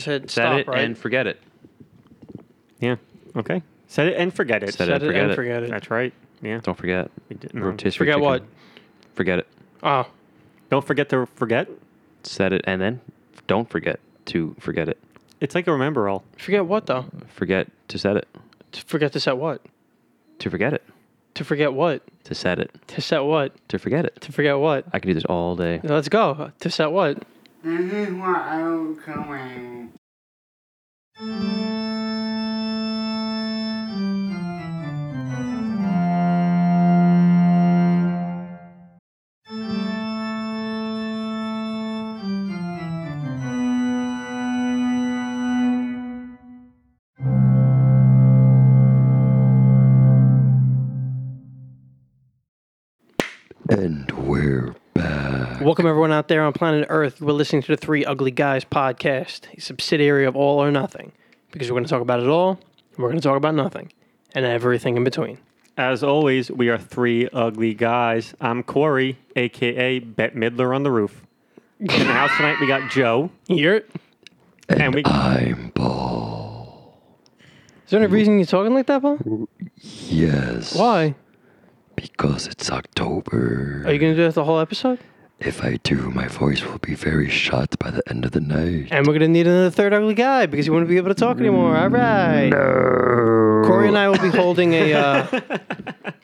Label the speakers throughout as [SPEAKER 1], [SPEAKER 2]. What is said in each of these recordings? [SPEAKER 1] Said
[SPEAKER 2] Set
[SPEAKER 1] stop,
[SPEAKER 2] it
[SPEAKER 1] right?
[SPEAKER 2] and forget it.
[SPEAKER 3] Yeah. Okay. Set it and forget it.
[SPEAKER 2] Set
[SPEAKER 1] Set
[SPEAKER 2] it, forget
[SPEAKER 1] and
[SPEAKER 2] it.
[SPEAKER 1] forget it.
[SPEAKER 3] That's right. Yeah.
[SPEAKER 2] Don't forget.
[SPEAKER 3] We did- no.
[SPEAKER 2] Rotisserie
[SPEAKER 1] Forget
[SPEAKER 2] chicken.
[SPEAKER 1] what?
[SPEAKER 2] Forget it.
[SPEAKER 1] Oh,
[SPEAKER 3] Don't forget to forget.
[SPEAKER 2] Set it and then don't forget to forget it.
[SPEAKER 3] It's like a remember all.
[SPEAKER 1] forget what though?
[SPEAKER 2] Forget to set it.
[SPEAKER 1] To forget to set what?
[SPEAKER 2] To forget it.
[SPEAKER 1] To forget what?
[SPEAKER 2] To set it.
[SPEAKER 1] To set what?
[SPEAKER 2] To forget it.
[SPEAKER 1] To forget what?
[SPEAKER 2] I could do this all day.
[SPEAKER 1] Let's go. To set what?
[SPEAKER 4] This is why I don't come out.
[SPEAKER 1] Welcome everyone out there on planet Earth. We're listening to the Three Ugly Guys podcast, a subsidiary of All or Nothing, because we're going to talk about it all, and we're going to talk about nothing, and everything in between.
[SPEAKER 3] As always, we are three ugly guys. I'm Corey, aka Bet Midler on the roof. In the house tonight, we got Joe,
[SPEAKER 1] You're. Is
[SPEAKER 3] and, we
[SPEAKER 2] Oh,
[SPEAKER 5] I'm bald.
[SPEAKER 1] there
[SPEAKER 2] Mm-hmm.
[SPEAKER 1] any reason you're talking like that, Paul?
[SPEAKER 5] Yes.
[SPEAKER 1] Why?
[SPEAKER 5] Because it's October.
[SPEAKER 1] Are you going to do that the whole episode?
[SPEAKER 5] if I do, my voice will be very shot by the end of the night.
[SPEAKER 1] And we're going to need another third ugly guy because you won't be able to talk anymore. All right. No. Corey and I will be holding a uh,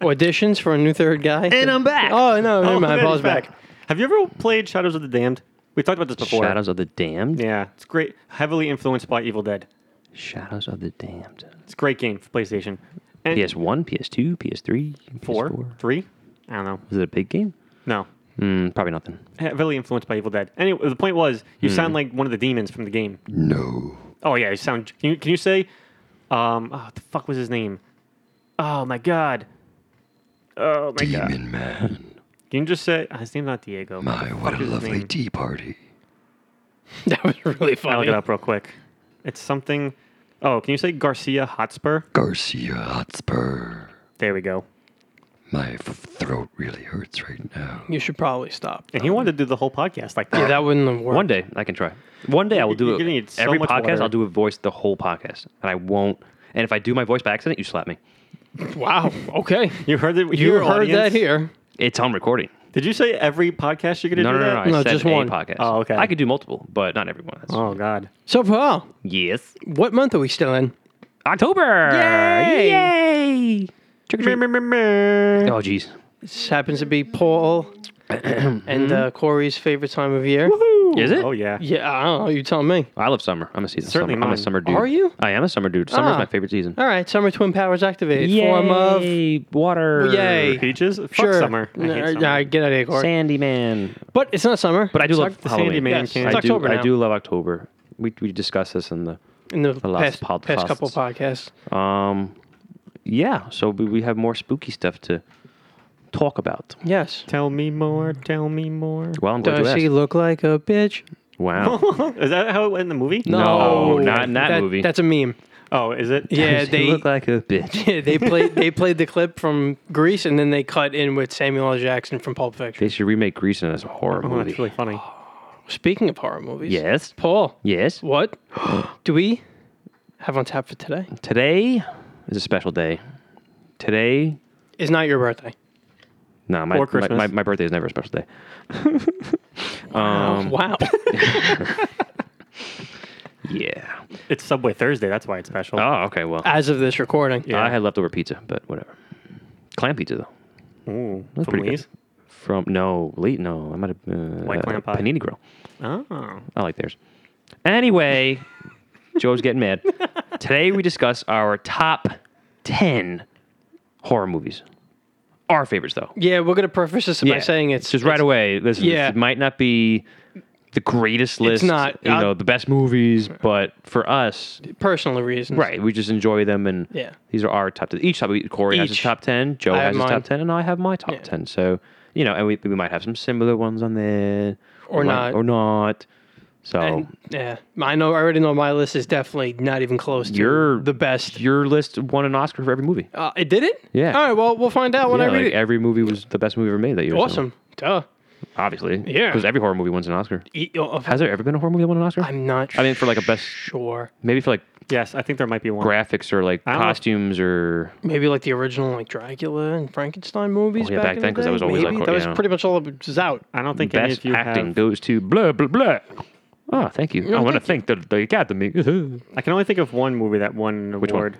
[SPEAKER 1] auditions for a new third guy.
[SPEAKER 3] and I'm back.
[SPEAKER 1] Oh, no, never mind.
[SPEAKER 3] there
[SPEAKER 1] Paul's
[SPEAKER 3] he's
[SPEAKER 1] back.
[SPEAKER 3] Have you ever played Shadows of the Damned? We talked about this before.
[SPEAKER 2] Shadows of the Damned?
[SPEAKER 3] Yeah, it's great. Heavily influenced by Evil Dead.
[SPEAKER 2] Shadows of the Damned.
[SPEAKER 3] It's a great game for PlayStation. And
[SPEAKER 2] PS1, PS2, PS3,
[SPEAKER 3] four,
[SPEAKER 2] PS4.
[SPEAKER 3] three. I don't know.
[SPEAKER 2] Was it a big game?
[SPEAKER 3] No,
[SPEAKER 2] Mm, probably nothing.
[SPEAKER 3] heavily influenced by Evil Dead. Anyway, the point was, you sound like one of the demons from the game.
[SPEAKER 5] no.
[SPEAKER 3] Oh yeah, you sound. Can you, can you say, um, oh, what the fuck was his name? Oh my god. Oh my god.
[SPEAKER 5] Demon man.
[SPEAKER 3] Can you just say oh, his name's not Diego?
[SPEAKER 5] My, what a
[SPEAKER 3] is his
[SPEAKER 5] lovely
[SPEAKER 3] name?
[SPEAKER 5] tea party.
[SPEAKER 1] That was really
[SPEAKER 3] I'll look
[SPEAKER 1] funny.
[SPEAKER 3] it up real quick. It's something. Oh, can you say Garcia Hotspur?
[SPEAKER 5] Garcia Hotspur.
[SPEAKER 3] There we go.
[SPEAKER 5] My f- throat really hurts right now.
[SPEAKER 1] You should probably stop.
[SPEAKER 3] And he wanted to do the whole podcast like that.
[SPEAKER 1] Oh. Yeah, that wouldn't have worked.
[SPEAKER 2] One day I can try. One day I will do
[SPEAKER 3] You're
[SPEAKER 2] it.
[SPEAKER 3] gonna need so
[SPEAKER 2] Every
[SPEAKER 3] much
[SPEAKER 2] podcast
[SPEAKER 3] water.
[SPEAKER 2] I'll do a voice the whole podcast, and I won't. And if I do my voice by accident, you slap me.
[SPEAKER 1] Wow. Okay.
[SPEAKER 3] you heard it.
[SPEAKER 1] You
[SPEAKER 3] your
[SPEAKER 1] heard that
[SPEAKER 3] audience?
[SPEAKER 1] here.
[SPEAKER 2] It's on recording.
[SPEAKER 3] Did you say every podcast you're gonna
[SPEAKER 2] No,
[SPEAKER 3] do
[SPEAKER 2] no, no,
[SPEAKER 3] that?
[SPEAKER 2] no. I
[SPEAKER 1] No,
[SPEAKER 2] said
[SPEAKER 1] just
[SPEAKER 2] a
[SPEAKER 1] one.
[SPEAKER 2] podcast.
[SPEAKER 3] Oh, okay.
[SPEAKER 2] I could do multiple, but not every one. That's-
[SPEAKER 3] Oh god.
[SPEAKER 1] So, Paul,
[SPEAKER 2] Yes.
[SPEAKER 1] what month are we still in?
[SPEAKER 2] October.
[SPEAKER 1] Yay!
[SPEAKER 2] Yay! Trick or treat. Oh, jeez.
[SPEAKER 1] This happens to be Paul and uh, Corey's favorite time of year.
[SPEAKER 2] Is it?
[SPEAKER 3] Oh yeah.
[SPEAKER 1] Yeah, I don't know. You tell me.
[SPEAKER 2] I love summer. I'm a season.
[SPEAKER 3] Certainly
[SPEAKER 2] summer. I'm a
[SPEAKER 3] mine.
[SPEAKER 2] summer dude.
[SPEAKER 1] Are you?
[SPEAKER 2] I am a summer dude. Summer's
[SPEAKER 1] Ah.
[SPEAKER 2] my favorite season.
[SPEAKER 1] All right, summer twin powers activated. Form of
[SPEAKER 2] Yay, water.
[SPEAKER 1] Yay.
[SPEAKER 3] Peaches. Fuck
[SPEAKER 1] sure.
[SPEAKER 3] summer. I
[SPEAKER 1] All
[SPEAKER 3] hate
[SPEAKER 2] uh,
[SPEAKER 1] right,
[SPEAKER 3] summer.
[SPEAKER 1] all right, uh, get out of here, Corey.
[SPEAKER 2] Sandy man.
[SPEAKER 1] But it's not summer.
[SPEAKER 2] But I do
[SPEAKER 3] Suck
[SPEAKER 2] love
[SPEAKER 3] the
[SPEAKER 2] Halloween.
[SPEAKER 3] Sandy man
[SPEAKER 1] Yes,
[SPEAKER 3] can.
[SPEAKER 1] it's
[SPEAKER 2] I do,
[SPEAKER 1] October
[SPEAKER 2] I
[SPEAKER 1] now.
[SPEAKER 2] do love October. We we discussed this in the
[SPEAKER 1] in the,
[SPEAKER 2] the
[SPEAKER 1] past,
[SPEAKER 2] last pod-
[SPEAKER 1] past couple
[SPEAKER 2] podcasts.
[SPEAKER 1] podcasts.
[SPEAKER 2] Um, yeah. So we, we have more spooky stuff to talk about.
[SPEAKER 1] Yes.
[SPEAKER 3] Tell me more. Tell me more.
[SPEAKER 2] Well, I'm glad
[SPEAKER 1] Does
[SPEAKER 2] you
[SPEAKER 1] she
[SPEAKER 2] asked.
[SPEAKER 1] look like a bitch?
[SPEAKER 2] Wow.
[SPEAKER 3] is that how it went in the movie?
[SPEAKER 2] No, not in that movie.
[SPEAKER 1] That's a meme.
[SPEAKER 3] Oh, is it?
[SPEAKER 1] Yeah,
[SPEAKER 2] She
[SPEAKER 1] they
[SPEAKER 2] look like a bitch.
[SPEAKER 1] they played they played the clip from Greece and then they cut in with Samuel L. Jackson from Pulp Fiction.
[SPEAKER 2] They should remake Grease and it's a horror
[SPEAKER 3] Oh,
[SPEAKER 2] movie.
[SPEAKER 3] that's really funny.
[SPEAKER 1] Speaking of horror movies,
[SPEAKER 2] yes.
[SPEAKER 1] Paul,
[SPEAKER 2] Yes.
[SPEAKER 1] what do we have on tap for today?
[SPEAKER 2] Today is a special day. Today,
[SPEAKER 1] It's not your birthday.
[SPEAKER 2] no, my
[SPEAKER 3] Or
[SPEAKER 2] my,
[SPEAKER 3] Christmas.
[SPEAKER 2] my, my birthday is never a special day. Um,
[SPEAKER 1] Oh, wow.
[SPEAKER 2] Yeah.
[SPEAKER 3] It's Subway Thursday. That's why it's special.
[SPEAKER 2] Oh, okay. Well,
[SPEAKER 3] Ah,
[SPEAKER 1] As of this recording,
[SPEAKER 2] I had leftover pizza, but whatever. Clam pizza though.
[SPEAKER 3] Ooh,
[SPEAKER 2] That's
[SPEAKER 3] from
[SPEAKER 2] pretty
[SPEAKER 3] Lee's.
[SPEAKER 2] good. From no, late no. I might have uh,
[SPEAKER 3] White clam pie.
[SPEAKER 2] panini grill.
[SPEAKER 3] Oh,
[SPEAKER 2] I like theirs. Anyway, Joe's getting mad. Today we discuss our top 10 horror movies. Our favorites, though.
[SPEAKER 1] yeah, we're gonna preface this by saying it's
[SPEAKER 2] just right away. Listen,
[SPEAKER 1] Yeah.
[SPEAKER 2] it might not be the greatest list.
[SPEAKER 1] not. uh,
[SPEAKER 2] you
[SPEAKER 1] I'll-
[SPEAKER 2] know the best movies, but for us,
[SPEAKER 1] personal reasons.
[SPEAKER 2] right, we just enjoy them, and
[SPEAKER 1] Yeah.
[SPEAKER 2] these are our top. Each top. Corey has his
[SPEAKER 1] Each.
[SPEAKER 2] top ten. Joe
[SPEAKER 1] I have
[SPEAKER 2] has his
[SPEAKER 1] mine.
[SPEAKER 2] top ten, and I have my top
[SPEAKER 1] Yeah.
[SPEAKER 2] ten. So you know, and we, we might have some similar ones on there,
[SPEAKER 1] Or
[SPEAKER 2] We might-
[SPEAKER 1] not.
[SPEAKER 2] or not. So
[SPEAKER 1] And, yeah, I know. I already know my list is definitely not even close to
[SPEAKER 2] You're-
[SPEAKER 1] the best.
[SPEAKER 2] your list won an Oscar for every movie.
[SPEAKER 1] Uh, it did it.
[SPEAKER 2] Yeah.
[SPEAKER 1] All right. Well, we'll find out when
[SPEAKER 2] yeah,
[SPEAKER 1] I read
[SPEAKER 2] like
[SPEAKER 1] it.
[SPEAKER 2] every movie was the best movie ever made that year. so.
[SPEAKER 1] awesome. Duh.
[SPEAKER 2] obviously.
[SPEAKER 1] Yeah.
[SPEAKER 2] Because every horror movie wins an Oscar.
[SPEAKER 1] E- oh,
[SPEAKER 2] Has there ever been a horror movie that won an Oscar?
[SPEAKER 1] I'm not.
[SPEAKER 2] I mean, for like a best-
[SPEAKER 1] Sure.
[SPEAKER 2] Maybe for like
[SPEAKER 3] Yes, I think there might be one.
[SPEAKER 2] graphics or like
[SPEAKER 3] I don't know.
[SPEAKER 2] costumes or
[SPEAKER 1] Maybe like the original like Dracula and Frankenstein movies.
[SPEAKER 2] Oh, yeah,
[SPEAKER 1] back,
[SPEAKER 2] back
[SPEAKER 1] in
[SPEAKER 2] then,
[SPEAKER 1] because
[SPEAKER 2] 'cause that was always, like,
[SPEAKER 1] that was
[SPEAKER 2] yeah.
[SPEAKER 1] pretty much all that was out.
[SPEAKER 3] I don't think any
[SPEAKER 2] best
[SPEAKER 3] of you
[SPEAKER 2] acting
[SPEAKER 3] have.
[SPEAKER 2] goes to blah blah blah. Oh, thank you. I
[SPEAKER 1] No,
[SPEAKER 2] want to thank the, the Academy. oh,
[SPEAKER 3] I can only think of one movie that won an
[SPEAKER 2] one?
[SPEAKER 3] award.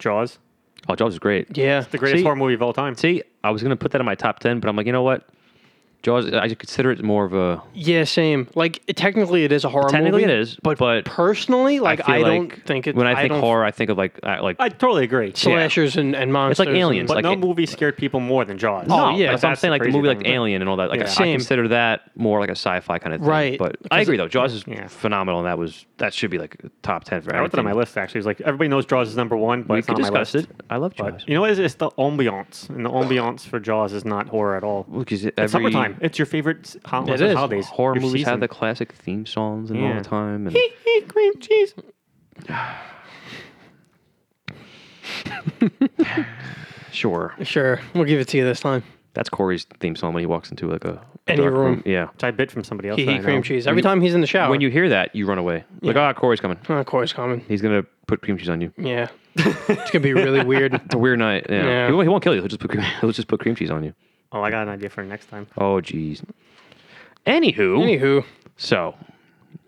[SPEAKER 3] Jaws,
[SPEAKER 2] Oh, Jaws is great.
[SPEAKER 1] Yeah.
[SPEAKER 3] the greatest
[SPEAKER 2] See-
[SPEAKER 3] horror movie of all time.
[SPEAKER 2] See, I was gonna put that in my top ten, but I'm like, you know what? Jaws, I just consider it more of a.
[SPEAKER 1] Yeah, same. Like it, technically, it is a horror.
[SPEAKER 2] Technically,
[SPEAKER 1] movie,
[SPEAKER 2] it is,
[SPEAKER 1] but,
[SPEAKER 2] but
[SPEAKER 1] personally, like
[SPEAKER 2] feel
[SPEAKER 1] I, don't
[SPEAKER 2] like
[SPEAKER 1] think it.
[SPEAKER 2] When I think
[SPEAKER 1] don't-
[SPEAKER 2] horror, I think of like I, like
[SPEAKER 3] I totally agree.
[SPEAKER 1] slashers and, and monsters. and-
[SPEAKER 2] Aliens.
[SPEAKER 3] But
[SPEAKER 2] like
[SPEAKER 3] no
[SPEAKER 2] it-
[SPEAKER 3] movie scared people more than Jaws.
[SPEAKER 1] No, yeah.
[SPEAKER 2] Like,
[SPEAKER 1] That's
[SPEAKER 2] so I'm saying like the movie like
[SPEAKER 3] Alien.
[SPEAKER 2] Alien and all that. Like
[SPEAKER 3] Yeah.
[SPEAKER 2] I
[SPEAKER 1] Same.
[SPEAKER 2] consider that more like a sci-fi kind of thing.
[SPEAKER 1] Right.
[SPEAKER 2] But I
[SPEAKER 1] Because
[SPEAKER 2] agree though. Jaws is
[SPEAKER 3] Yeah.
[SPEAKER 2] phenomenal, and that was that should be like top ten for
[SPEAKER 3] I wrote that on my
[SPEAKER 2] everything.
[SPEAKER 3] list actually. It's like everybody knows Jaws is number one, but
[SPEAKER 2] We
[SPEAKER 3] it's
[SPEAKER 2] could
[SPEAKER 3] not on my
[SPEAKER 2] discuss
[SPEAKER 3] list.
[SPEAKER 2] it. I love Jaws.
[SPEAKER 3] You know what? It's, it's the ambiance, and the ambiance for Jaws is not horror at all.
[SPEAKER 2] Look, is it
[SPEAKER 3] It's
[SPEAKER 2] every-
[SPEAKER 3] summertime. It's your favorite s- ho-
[SPEAKER 1] It
[SPEAKER 3] it's
[SPEAKER 1] is.
[SPEAKER 3] holidays.
[SPEAKER 2] horror
[SPEAKER 3] your
[SPEAKER 2] movies have
[SPEAKER 3] season.
[SPEAKER 2] the classic theme songs and all
[SPEAKER 3] Yeah.
[SPEAKER 2] the time. And
[SPEAKER 3] cream cheese.
[SPEAKER 2] sure,
[SPEAKER 1] Sure, we'll give it to you this time.
[SPEAKER 2] that's Corey's theme song when he walks into like a, a
[SPEAKER 1] Any
[SPEAKER 2] dark room.
[SPEAKER 1] room.
[SPEAKER 2] Yeah.
[SPEAKER 3] Which I bit from somebody else.
[SPEAKER 1] Hee
[SPEAKER 3] that I
[SPEAKER 1] hee cream
[SPEAKER 3] know.
[SPEAKER 1] cheese. Every time he's in the shower.
[SPEAKER 2] When you hear that, you run away. Like, ah, Corey's coming.
[SPEAKER 1] oh, of course, common.
[SPEAKER 2] He's gonna put cream cheese on you.
[SPEAKER 1] Yeah, it's gonna be really weird.
[SPEAKER 2] It's a weird night. Yeah.
[SPEAKER 1] Yeah.
[SPEAKER 2] He, won't, he won't kill you. He'll just put cream, he'll just put cream cheese on you.
[SPEAKER 3] Oh, I got an idea for next time.
[SPEAKER 2] Oh, jeez. Anywho,
[SPEAKER 1] Anywho,
[SPEAKER 2] so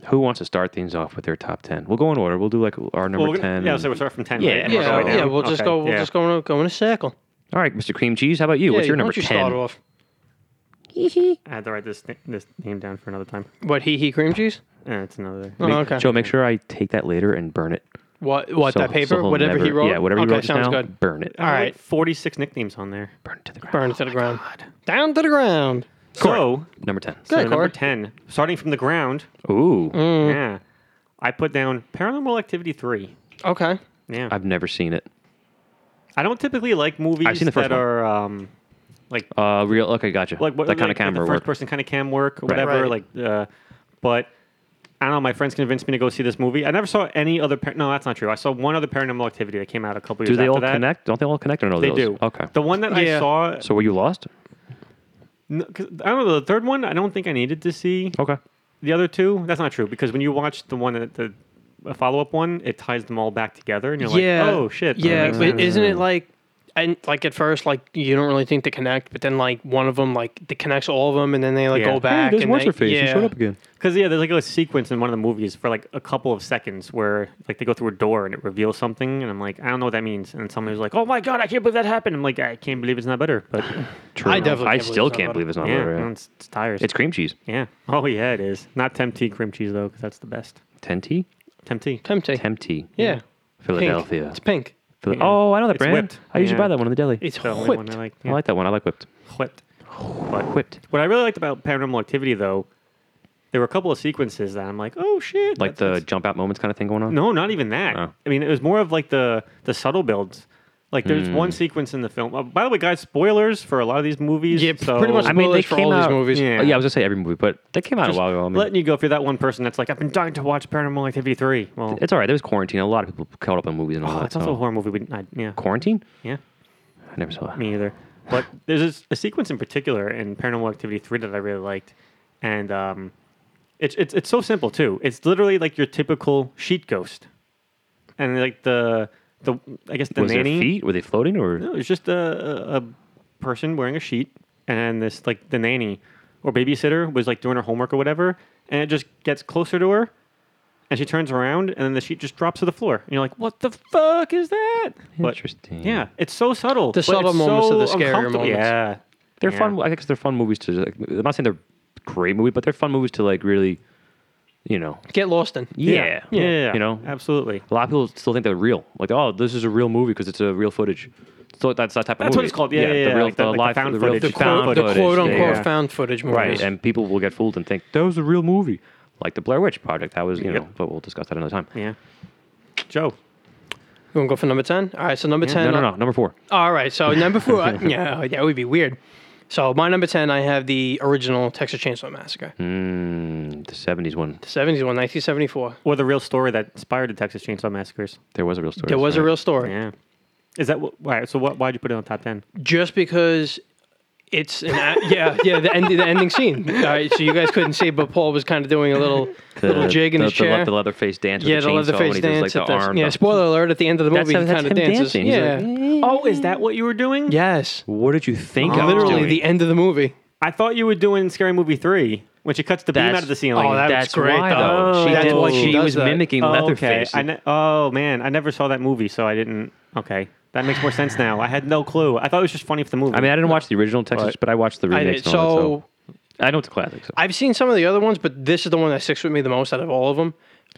[SPEAKER 2] who wants to start things off with their top ten? We'll go in order. We'll do like our number
[SPEAKER 3] Well, we're gonna-
[SPEAKER 2] ten.
[SPEAKER 3] Yeah, so we'll start from ten.
[SPEAKER 2] Yeah,
[SPEAKER 3] right? And
[SPEAKER 2] We're
[SPEAKER 1] yeah,
[SPEAKER 3] work our way
[SPEAKER 1] yeah,
[SPEAKER 3] down.
[SPEAKER 1] we'll just
[SPEAKER 3] Okay,
[SPEAKER 1] go. We'll
[SPEAKER 3] yeah.
[SPEAKER 1] just go in, a, go in a circle.
[SPEAKER 2] All right, Mr. Cream Cheese. How about you? What's
[SPEAKER 1] yeah,
[SPEAKER 2] your
[SPEAKER 1] why
[SPEAKER 2] number
[SPEAKER 1] don't you start
[SPEAKER 2] ten?
[SPEAKER 1] off?
[SPEAKER 3] I had to write this na- this name down for another time.
[SPEAKER 1] What hee hee cream cheese?
[SPEAKER 3] Uh, it's another.
[SPEAKER 1] Oh, okay.
[SPEAKER 2] Joe, make sure I take that later and burn it.
[SPEAKER 1] What what
[SPEAKER 2] So-
[SPEAKER 1] that
[SPEAKER 2] so
[SPEAKER 1] paper?
[SPEAKER 2] he'll
[SPEAKER 1] whatever he
[SPEAKER 2] never-
[SPEAKER 1] wrote.
[SPEAKER 2] Yeah, whatever
[SPEAKER 1] okay,
[SPEAKER 2] he wrote just
[SPEAKER 1] sounds
[SPEAKER 2] now,
[SPEAKER 1] good.
[SPEAKER 2] burn it.
[SPEAKER 1] All right,
[SPEAKER 3] Forty-six nicknames on there.
[SPEAKER 2] Burn it to the ground.
[SPEAKER 1] burn it to the ground. Down to the ground.
[SPEAKER 3] So,
[SPEAKER 2] Number ten.
[SPEAKER 1] Good,
[SPEAKER 3] so number
[SPEAKER 1] Corey.
[SPEAKER 3] ten, starting from the ground.
[SPEAKER 2] Ooh,
[SPEAKER 3] Yeah, I put down Paranormal Activity three.
[SPEAKER 1] Okay.
[SPEAKER 3] Yeah,
[SPEAKER 2] I've never seen it.
[SPEAKER 3] I don't typically like movies
[SPEAKER 2] I've seen the first
[SPEAKER 3] that
[SPEAKER 2] one.
[SPEAKER 3] are um, like
[SPEAKER 2] Uh, real. Okay, gotcha.
[SPEAKER 3] like what
[SPEAKER 2] that kind of
[SPEAKER 3] like,
[SPEAKER 2] camera
[SPEAKER 3] like the
[SPEAKER 2] work.
[SPEAKER 3] first person kind of cam work or whatever.
[SPEAKER 1] Right.
[SPEAKER 3] Like, uh, but I don't know. My friends convinced me to go see this movie. I never saw any other. Par- no, that's not true. I saw one other Paranormal Activity that came out a couple
[SPEAKER 2] Do
[SPEAKER 3] years
[SPEAKER 2] they
[SPEAKER 3] after
[SPEAKER 2] all
[SPEAKER 3] that.
[SPEAKER 2] connect? Don't they all connect? Or no,
[SPEAKER 3] They
[SPEAKER 2] those?
[SPEAKER 3] do.
[SPEAKER 2] Okay.
[SPEAKER 3] The one that
[SPEAKER 1] Yeah.
[SPEAKER 3] I saw,
[SPEAKER 2] So were you lost?
[SPEAKER 3] n- 'cause- I don't know. The third one, I don't think I needed to see.
[SPEAKER 2] Okay.
[SPEAKER 3] The other two, that's not true because when you watch the one that the follow up one, it ties them all back together, and you're
[SPEAKER 1] yeah.
[SPEAKER 3] like, oh shit. that
[SPEAKER 1] Yeah,
[SPEAKER 3] makes
[SPEAKER 2] Mm-hmm.
[SPEAKER 1] but
[SPEAKER 3] sense.
[SPEAKER 1] isn't it like, and like at first, like you don't really think they connect, but then like one of them like they connects all of them, and then they like
[SPEAKER 3] Yeah.
[SPEAKER 1] go
[SPEAKER 3] Hey,
[SPEAKER 1] back. and they, Yeah.
[SPEAKER 2] again.
[SPEAKER 3] Because yeah, there's like a sequence in one of the movies for like a couple of seconds where like they go through a door and it reveals something, and I'm like, I don't know what that means. And somebody's like, Oh my god, I can't believe that happened. I'm like, I can't believe it's not better. But
[SPEAKER 2] True.
[SPEAKER 1] I definitely
[SPEAKER 2] I
[SPEAKER 1] can't believe
[SPEAKER 2] still
[SPEAKER 1] it's not
[SPEAKER 2] can't
[SPEAKER 1] butter.
[SPEAKER 2] believe it's not
[SPEAKER 3] yeah,
[SPEAKER 2] butter, yeah.
[SPEAKER 3] no, it's, it's tires.
[SPEAKER 2] It's cream cheese.
[SPEAKER 3] yeah. Oh yeah, it is. Not temptee cream cheese though, because that's the best.
[SPEAKER 2] Tempe?
[SPEAKER 3] Temptee.
[SPEAKER 1] Tempting.
[SPEAKER 2] Tempe.
[SPEAKER 1] yeah. Pink.
[SPEAKER 2] Philadelphia.
[SPEAKER 1] It's pink.
[SPEAKER 2] Phila-
[SPEAKER 3] Yeah.
[SPEAKER 2] Oh, I know that
[SPEAKER 3] It's
[SPEAKER 2] brand.
[SPEAKER 3] whipped.
[SPEAKER 2] I usually
[SPEAKER 3] Yeah.
[SPEAKER 2] buy that one in the deli.
[SPEAKER 1] It's
[SPEAKER 3] the only
[SPEAKER 1] whipped.
[SPEAKER 3] one I like.
[SPEAKER 2] I
[SPEAKER 3] Yeah.
[SPEAKER 2] like that one. I like whipped.
[SPEAKER 3] whipped. But
[SPEAKER 2] Whipped.
[SPEAKER 3] what I really liked about Paranormal Activity though, there were a couple of sequences that I'm like, Oh shit.
[SPEAKER 2] Like
[SPEAKER 3] that's-
[SPEAKER 2] the jump out moments kind of thing going on.
[SPEAKER 3] No, not even that.
[SPEAKER 2] Oh.
[SPEAKER 3] I mean, it was more of like the the subtle builds. Like there's one sequence in the film. Uh, by the way, guys, spoilers for a lot of these movies.
[SPEAKER 1] Yeah,
[SPEAKER 3] so
[SPEAKER 1] pretty much.
[SPEAKER 2] I mean, they
[SPEAKER 1] spoilers for
[SPEAKER 2] came
[SPEAKER 1] all
[SPEAKER 2] out-
[SPEAKER 1] these movies.
[SPEAKER 3] Yeah.
[SPEAKER 2] Oh, yeah, I was gonna say every movie, but that came out
[SPEAKER 3] just
[SPEAKER 2] a while ago. I mean,
[SPEAKER 3] letting you go if you're that one person that's like, I've been dying to watch Paranormal Activity three. Well,
[SPEAKER 2] it's all right. There was quarantine. A lot of people caught up on movies and all
[SPEAKER 3] oh,
[SPEAKER 2] that.
[SPEAKER 3] it's also
[SPEAKER 2] so-
[SPEAKER 3] a horror movie. We, I, yeah,
[SPEAKER 2] quarantine.
[SPEAKER 3] yeah,
[SPEAKER 2] I never saw that.
[SPEAKER 3] me either. But there's this, a sequence in particular in Paranormal Activity three that I really liked, and um, it's it's it's so simple too. It's literally like your typical sheet ghost, and like the the I guess the
[SPEAKER 2] was their
[SPEAKER 3] nanny.
[SPEAKER 2] feet? Were they floating or?
[SPEAKER 3] No, it's just a, a, a person wearing a sheet, and this like the nanny or babysitter was like doing her homework or whatever, and it just gets closer to her, and she turns around, and then the sheet just drops to the floor, and you're like, "What the fuck is that?but-
[SPEAKER 2] Interesting.
[SPEAKER 3] yeah, it's so subtle.
[SPEAKER 1] The
[SPEAKER 3] but
[SPEAKER 1] subtle
[SPEAKER 3] it's
[SPEAKER 1] moments are
[SPEAKER 3] so
[SPEAKER 1] the scarier
[SPEAKER 3] uncomfortable.
[SPEAKER 1] moments.
[SPEAKER 3] Yeah,
[SPEAKER 2] They're
[SPEAKER 3] Yeah.
[SPEAKER 2] fun. I guess they're fun movies to. Like, I'm not saying they're great movies, but they're fun movies to like really, you know.
[SPEAKER 1] Get lost in.
[SPEAKER 2] Yeah.
[SPEAKER 3] yeah,
[SPEAKER 2] You know,
[SPEAKER 3] absolutely.
[SPEAKER 2] a lot of people still think they're real. Like, oh, this is a real movie because it's a real footage. So that's that type of
[SPEAKER 3] That's what
[SPEAKER 2] movie.
[SPEAKER 3] it's called. Yeah, yeah, yeah,
[SPEAKER 2] The real,
[SPEAKER 3] like
[SPEAKER 2] the,
[SPEAKER 3] the- like the
[SPEAKER 2] live,
[SPEAKER 3] found
[SPEAKER 2] the real
[SPEAKER 3] footage. The
[SPEAKER 2] found
[SPEAKER 3] quote-
[SPEAKER 1] the
[SPEAKER 2] footage.
[SPEAKER 1] quote
[SPEAKER 2] Yeah,
[SPEAKER 1] unquote
[SPEAKER 2] yeah.
[SPEAKER 1] found footage movies.
[SPEAKER 2] Right, and people will get fooled and think that was a real movie, like the Blair Witch Project. That was, you know, but we'll discuss that another time.
[SPEAKER 3] Yeah, Joe.
[SPEAKER 1] you want to go for number ten? All right, so number ten.
[SPEAKER 2] No, no, no. Number four.
[SPEAKER 1] All right, so number four. I- yeah, that would be weird. So my number ten, I have the original Texas Chainsaw Massacre,
[SPEAKER 2] Hmm. Mm, the '70s one.
[SPEAKER 1] the seventies one, nineteen seventy four.
[SPEAKER 3] Or the real story that inspired the Texas Chainsaw Massacres.
[SPEAKER 2] There was a real story.
[SPEAKER 1] There was a
[SPEAKER 2] right?
[SPEAKER 1] real story.
[SPEAKER 3] Yeah, is that wh- why? So what, why'd you put it on top ten?
[SPEAKER 1] just because It's an a- yeah yeah the end the ending scene. All right, so you guys couldn't see, but Paul was kind of doing a little little jig in
[SPEAKER 2] the,
[SPEAKER 1] his
[SPEAKER 2] the, le-
[SPEAKER 1] chair.
[SPEAKER 2] The leather face dance.
[SPEAKER 1] yeah,
[SPEAKER 2] with
[SPEAKER 1] the
[SPEAKER 2] the, chainsaw
[SPEAKER 1] leather face
[SPEAKER 2] when he does,
[SPEAKER 1] dance.
[SPEAKER 2] Like,
[SPEAKER 1] at
[SPEAKER 2] the
[SPEAKER 1] the-
[SPEAKER 2] arm.
[SPEAKER 1] yeah,
[SPEAKER 2] the-
[SPEAKER 1] spoiler alert! At the end of the
[SPEAKER 2] That's
[SPEAKER 1] movie,
[SPEAKER 2] how-
[SPEAKER 1] he
[SPEAKER 2] that's
[SPEAKER 1] kind of
[SPEAKER 2] him
[SPEAKER 1] dances.
[SPEAKER 2] dancing. He's
[SPEAKER 1] Yeah.
[SPEAKER 2] like, "Eh?"
[SPEAKER 3] Oh, is that what you were doing?
[SPEAKER 1] yes.
[SPEAKER 2] What did you think? I was
[SPEAKER 1] Oh. Literally
[SPEAKER 2] doing?
[SPEAKER 1] the end of the movie.
[SPEAKER 3] I thought you were doing Scary Movie Three when she cuts the beam
[SPEAKER 2] That's-
[SPEAKER 3] out of the ceiling.
[SPEAKER 1] Oh, that- That's
[SPEAKER 2] That's
[SPEAKER 1] great,
[SPEAKER 2] why,
[SPEAKER 1] though.
[SPEAKER 2] though. She,
[SPEAKER 1] That's
[SPEAKER 2] did,
[SPEAKER 1] why she
[SPEAKER 2] she
[SPEAKER 1] does
[SPEAKER 2] was
[SPEAKER 1] that.
[SPEAKER 2] mimicking
[SPEAKER 3] oh, okay.
[SPEAKER 2] Leatherface.
[SPEAKER 3] I ne- oh man, I never saw that movie, so I didn't. Okay, that makes more sense now. I had no clue. I thought it was just funny for the movie.
[SPEAKER 2] I mean, I didn't watch the original Texas,
[SPEAKER 3] But-
[SPEAKER 2] but I watched the
[SPEAKER 1] I
[SPEAKER 2] remake.
[SPEAKER 1] did. So
[SPEAKER 2] I know it's a classic. So.
[SPEAKER 1] I've seen some of the other ones, but this is the one that sticks with me the most out of all of them.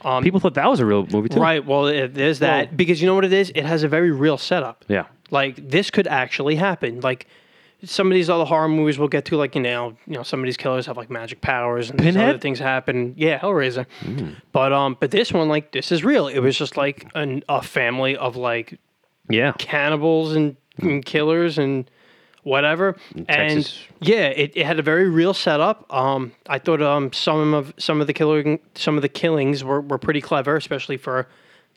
[SPEAKER 1] Um,
[SPEAKER 2] People thought that was a real movie too.
[SPEAKER 1] right. Well, it, there's that because you know what it is. It has a very real setup.
[SPEAKER 2] Yeah.
[SPEAKER 1] Like this could actually happen. Like some of these other horror movies we'll get to, like you know, you know, some of these killers have like magic powers and these
[SPEAKER 2] Pinhead? Hmm.
[SPEAKER 1] other things happen. Yeah, Hellraiser. But um, but this one, like, this is real. It was just like an, a family of like
[SPEAKER 2] Yeah.
[SPEAKER 1] cannibals and, and killers and whatever. And
[SPEAKER 2] Hmm. Texas.
[SPEAKER 1] yeah, it, it had a very real setup. Um, I thought um some of some of the killing some of the killings were, were pretty clever, especially for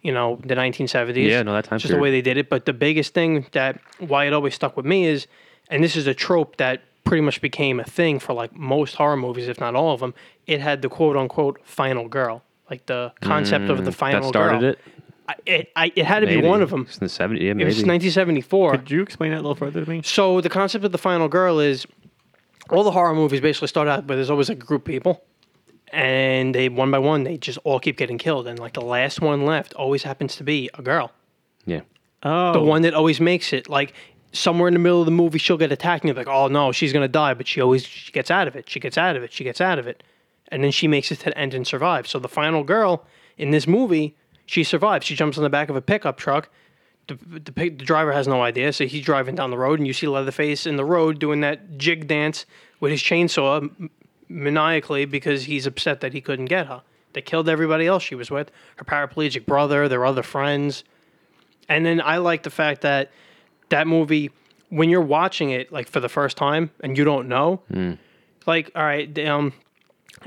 [SPEAKER 1] you know the 1970s.
[SPEAKER 2] Yeah, no, that time
[SPEAKER 1] just the
[SPEAKER 2] period.
[SPEAKER 1] way they did it. But the biggest thing that why it always stuck with me is, and this is a trope that pretty much became a thing for like most horror movies, if not all of them. It had the quote unquote final girl. Like the concept of the final
[SPEAKER 2] Mm, That started
[SPEAKER 1] girl.
[SPEAKER 2] it.
[SPEAKER 1] I, it, I, it had to
[SPEAKER 2] Maybe.
[SPEAKER 1] be one of them.
[SPEAKER 2] It's in the 70s. Yeah,
[SPEAKER 1] It was
[SPEAKER 2] maybe.
[SPEAKER 1] 1974.
[SPEAKER 3] Could you explain that a little further to me?
[SPEAKER 1] So the concept of the final girl is all the horror movies basically start out where there's always like a group of people, and they one by one they just all keep getting killed, and like the last one left always happens to be a girl,
[SPEAKER 2] yeah.
[SPEAKER 3] Oh,
[SPEAKER 1] the one that always makes it. Like somewhere in the middle of the movie, she'll get attacked, and you're like, oh no, she's gonna die, but she always she gets out of it, she gets out of it, she gets out of it, and then she makes it to the end and survives. So the final girl in this movie, she survives. She jumps on the back of a pickup truck the, the, pic- the driver has no idea, so he's driving down the road, and you see Leatherface in the road doing that jig dance with his chainsaw m- maniacally because he's upset that he couldn't get her. They killed everybody else she was with her paraplegic brother, their other friends. And then I like the fact that that movie, when you're watching it like for the first time and you don't know, like, all right, they, um,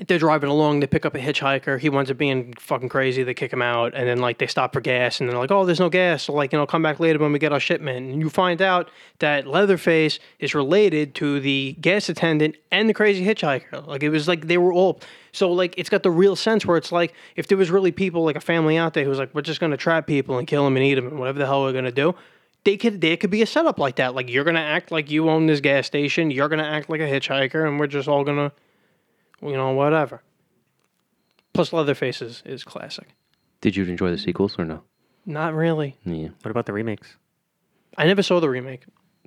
[SPEAKER 1] they're driving along, they pick up a hitchhiker, he winds up being fucking crazy, they kick him out, and then like they stop for gas and they're like, Oh, there's no gas, so like, you know, come back later when we get our shipment. And you find out that Leatherface is related to the gas attendant and the crazy hitchhiker. Like it was like they were all so like it's got the real sense where it's like if there was really people like a family out there who's like, We're just gonna trap people and kill them and eat them and whatever the hell we're gonna do they could there could be a setup like that. Like you're gonna act like you own this gas station, you're gonna act like a hitchhiker, and we're just all gonna, you know, whatever. Plus, Leatherface is, is classic.
[SPEAKER 2] Did you enjoy the sequels or no?
[SPEAKER 1] Not really.
[SPEAKER 2] Yeah.
[SPEAKER 3] What about the remakes?
[SPEAKER 1] I never saw the remake.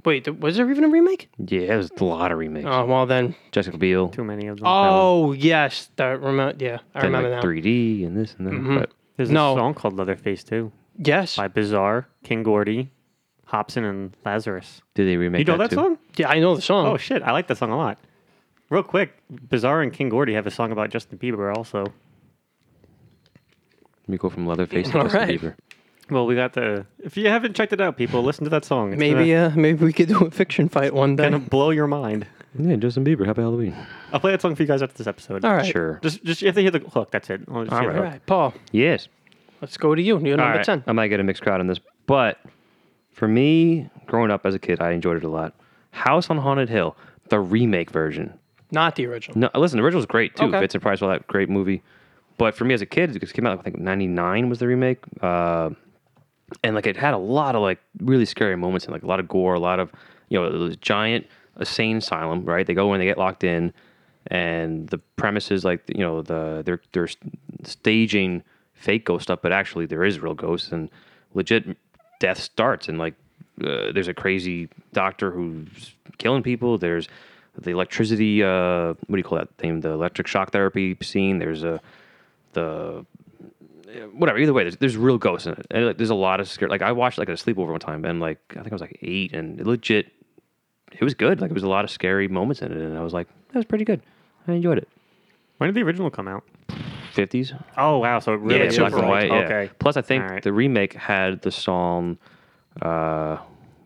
[SPEAKER 1] Wait, th- was there even a remake?
[SPEAKER 2] Yeah, it was a lot of remakes.
[SPEAKER 1] Oh well, then.
[SPEAKER 2] Jessica Biel.
[SPEAKER 3] Too many of them.
[SPEAKER 1] Oh yes, that remote. Yeah, I
[SPEAKER 2] Then
[SPEAKER 1] remember Mm-hmm.
[SPEAKER 2] like
[SPEAKER 1] now.
[SPEAKER 2] 3D and this and that. But
[SPEAKER 3] There's
[SPEAKER 1] no.
[SPEAKER 3] a song called Leatherface too
[SPEAKER 1] Yes.
[SPEAKER 3] by Bizarre, King Gordy, Hobson, and Lazarus.
[SPEAKER 2] did they remake
[SPEAKER 3] You know that,
[SPEAKER 2] too?
[SPEAKER 3] song?
[SPEAKER 1] Yeah, I know the song.
[SPEAKER 3] Oh shit, I like that song a lot. Real quick, Bizarre and King Gordy have a song about Justin Bieber also.
[SPEAKER 2] Let me go from Leatherface to
[SPEAKER 1] All
[SPEAKER 2] Justin
[SPEAKER 1] right.
[SPEAKER 2] Bieber.
[SPEAKER 3] Well, we got the. If you haven't checked it out, people, listen to that song. It's
[SPEAKER 1] maybe
[SPEAKER 3] gonna,
[SPEAKER 1] uh, maybe we could do a fiction fight one day.
[SPEAKER 3] gonna blow your mind.
[SPEAKER 2] Yeah, Justin Bieber. Happy Halloween.
[SPEAKER 3] I'll play that song for you guys after this episode.
[SPEAKER 1] All right.
[SPEAKER 2] Sure.
[SPEAKER 3] Just, just you have to hear the hook. That's it. I'll just
[SPEAKER 2] All
[SPEAKER 3] hear
[SPEAKER 2] right.
[SPEAKER 3] the
[SPEAKER 1] All
[SPEAKER 3] hook.
[SPEAKER 1] right, Paul.
[SPEAKER 2] Yes.
[SPEAKER 1] Let's go to you. You're
[SPEAKER 2] All
[SPEAKER 1] number
[SPEAKER 2] right, Um,
[SPEAKER 1] ten.
[SPEAKER 2] I might get a mixed crowd on this, but for me, growing up as a kid, I enjoyed it a lot. House on Haunted Hill, the remake version.
[SPEAKER 1] Not the original.
[SPEAKER 2] No, listen, the original's great too.
[SPEAKER 1] Okay.
[SPEAKER 2] Vincent Price, all that great movie. But for me as a kid, it came out I think '99 was the remake, uh, and like it had a lot of like really scary moments and like a lot of gore, a lot of you know it was giant insane asylum, right? They go in, they get locked in, and the premise is like you know the they're they're staging fake ghost stuff, but actually there is real ghosts and legit death starts and like uh, there's a crazy doctor who's killing people. There's the electricity. Uh, what do you call that thing? The electric shock therapy scene. There's a the whatever. Either way, there's, there's real ghosts in it, and like, there's a lot of scare. Like I watched like a sleepover one time, and like I think I was like eight, and it legit, it was good. Like it was a lot of scary moments in it, and I was like, that was pretty good. I enjoyed it.
[SPEAKER 3] When did the original come out?
[SPEAKER 2] Fifties,
[SPEAKER 3] Oh wow, so it really
[SPEAKER 2] yeah,
[SPEAKER 3] is
[SPEAKER 2] black and
[SPEAKER 3] old.
[SPEAKER 2] white. yeah.
[SPEAKER 3] Okay.
[SPEAKER 2] Plus, I think
[SPEAKER 3] All right.
[SPEAKER 2] the remake had the song, uh,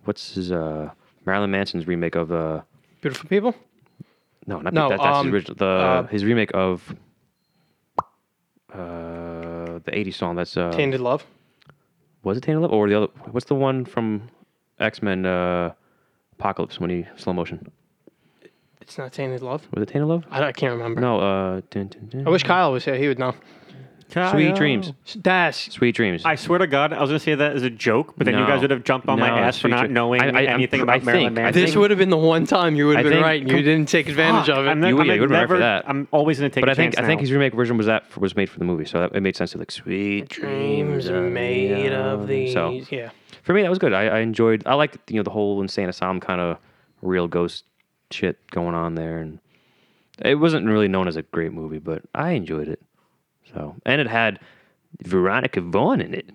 [SPEAKER 2] what's his uh, Marilyn Manson's remake of uh,
[SPEAKER 1] Beautiful people.
[SPEAKER 2] No, not
[SPEAKER 1] No,
[SPEAKER 2] that, that's
[SPEAKER 1] um,
[SPEAKER 2] his original. The
[SPEAKER 1] uh,
[SPEAKER 2] his remake of uh the '80s song. That's uh
[SPEAKER 1] Tainted love.
[SPEAKER 2] was it Tainted Love or the other? What's the one from X Men uh Apocalypse when he slow motion?
[SPEAKER 1] It's not Tainted Love.
[SPEAKER 2] Was it Tainted Love?
[SPEAKER 1] I, don't- I can't remember.
[SPEAKER 2] No. Uh, dun, dun, dun.
[SPEAKER 1] I wish Kyle was here. He would know.
[SPEAKER 2] Sweet
[SPEAKER 3] Kyle.
[SPEAKER 2] dreams.
[SPEAKER 1] That's
[SPEAKER 2] Sweet dreams.
[SPEAKER 3] I swear to God, I was going to say that as a joke, but then you
[SPEAKER 2] No.
[SPEAKER 3] guys would have jumped on my
[SPEAKER 2] No,
[SPEAKER 3] ass for
[SPEAKER 2] Sweet
[SPEAKER 3] not
[SPEAKER 2] Dream-
[SPEAKER 3] knowing
[SPEAKER 2] I- I- I'm
[SPEAKER 3] anything
[SPEAKER 2] pr-
[SPEAKER 3] about
[SPEAKER 2] I
[SPEAKER 3] Marilyn
[SPEAKER 2] think- I
[SPEAKER 3] Manson.
[SPEAKER 2] think-
[SPEAKER 1] this would have been the one time you would
[SPEAKER 2] I
[SPEAKER 1] have been
[SPEAKER 2] think-
[SPEAKER 1] right, and you didn't take advantage of it.
[SPEAKER 3] I'm,
[SPEAKER 2] You-
[SPEAKER 3] not,
[SPEAKER 2] yeah,
[SPEAKER 3] I'm
[SPEAKER 2] you would've been right for
[SPEAKER 3] never,
[SPEAKER 2] that.
[SPEAKER 3] I'm always going to take
[SPEAKER 2] but
[SPEAKER 3] a
[SPEAKER 2] I think
[SPEAKER 3] chance
[SPEAKER 2] I think
[SPEAKER 3] now.
[SPEAKER 2] his remake version was that was made for the movie, so that, it made sense to like sweet
[SPEAKER 1] dreams are
[SPEAKER 2] are
[SPEAKER 1] made of these.
[SPEAKER 2] So
[SPEAKER 1] Yeah.
[SPEAKER 2] for me, that was good. I, I enjoyed. I liked you know the whole insane asylum kind of real ghost shit going on there, and it wasn't really known as a great movie, but I enjoyed it. So and it had Veronica Vaughn in it.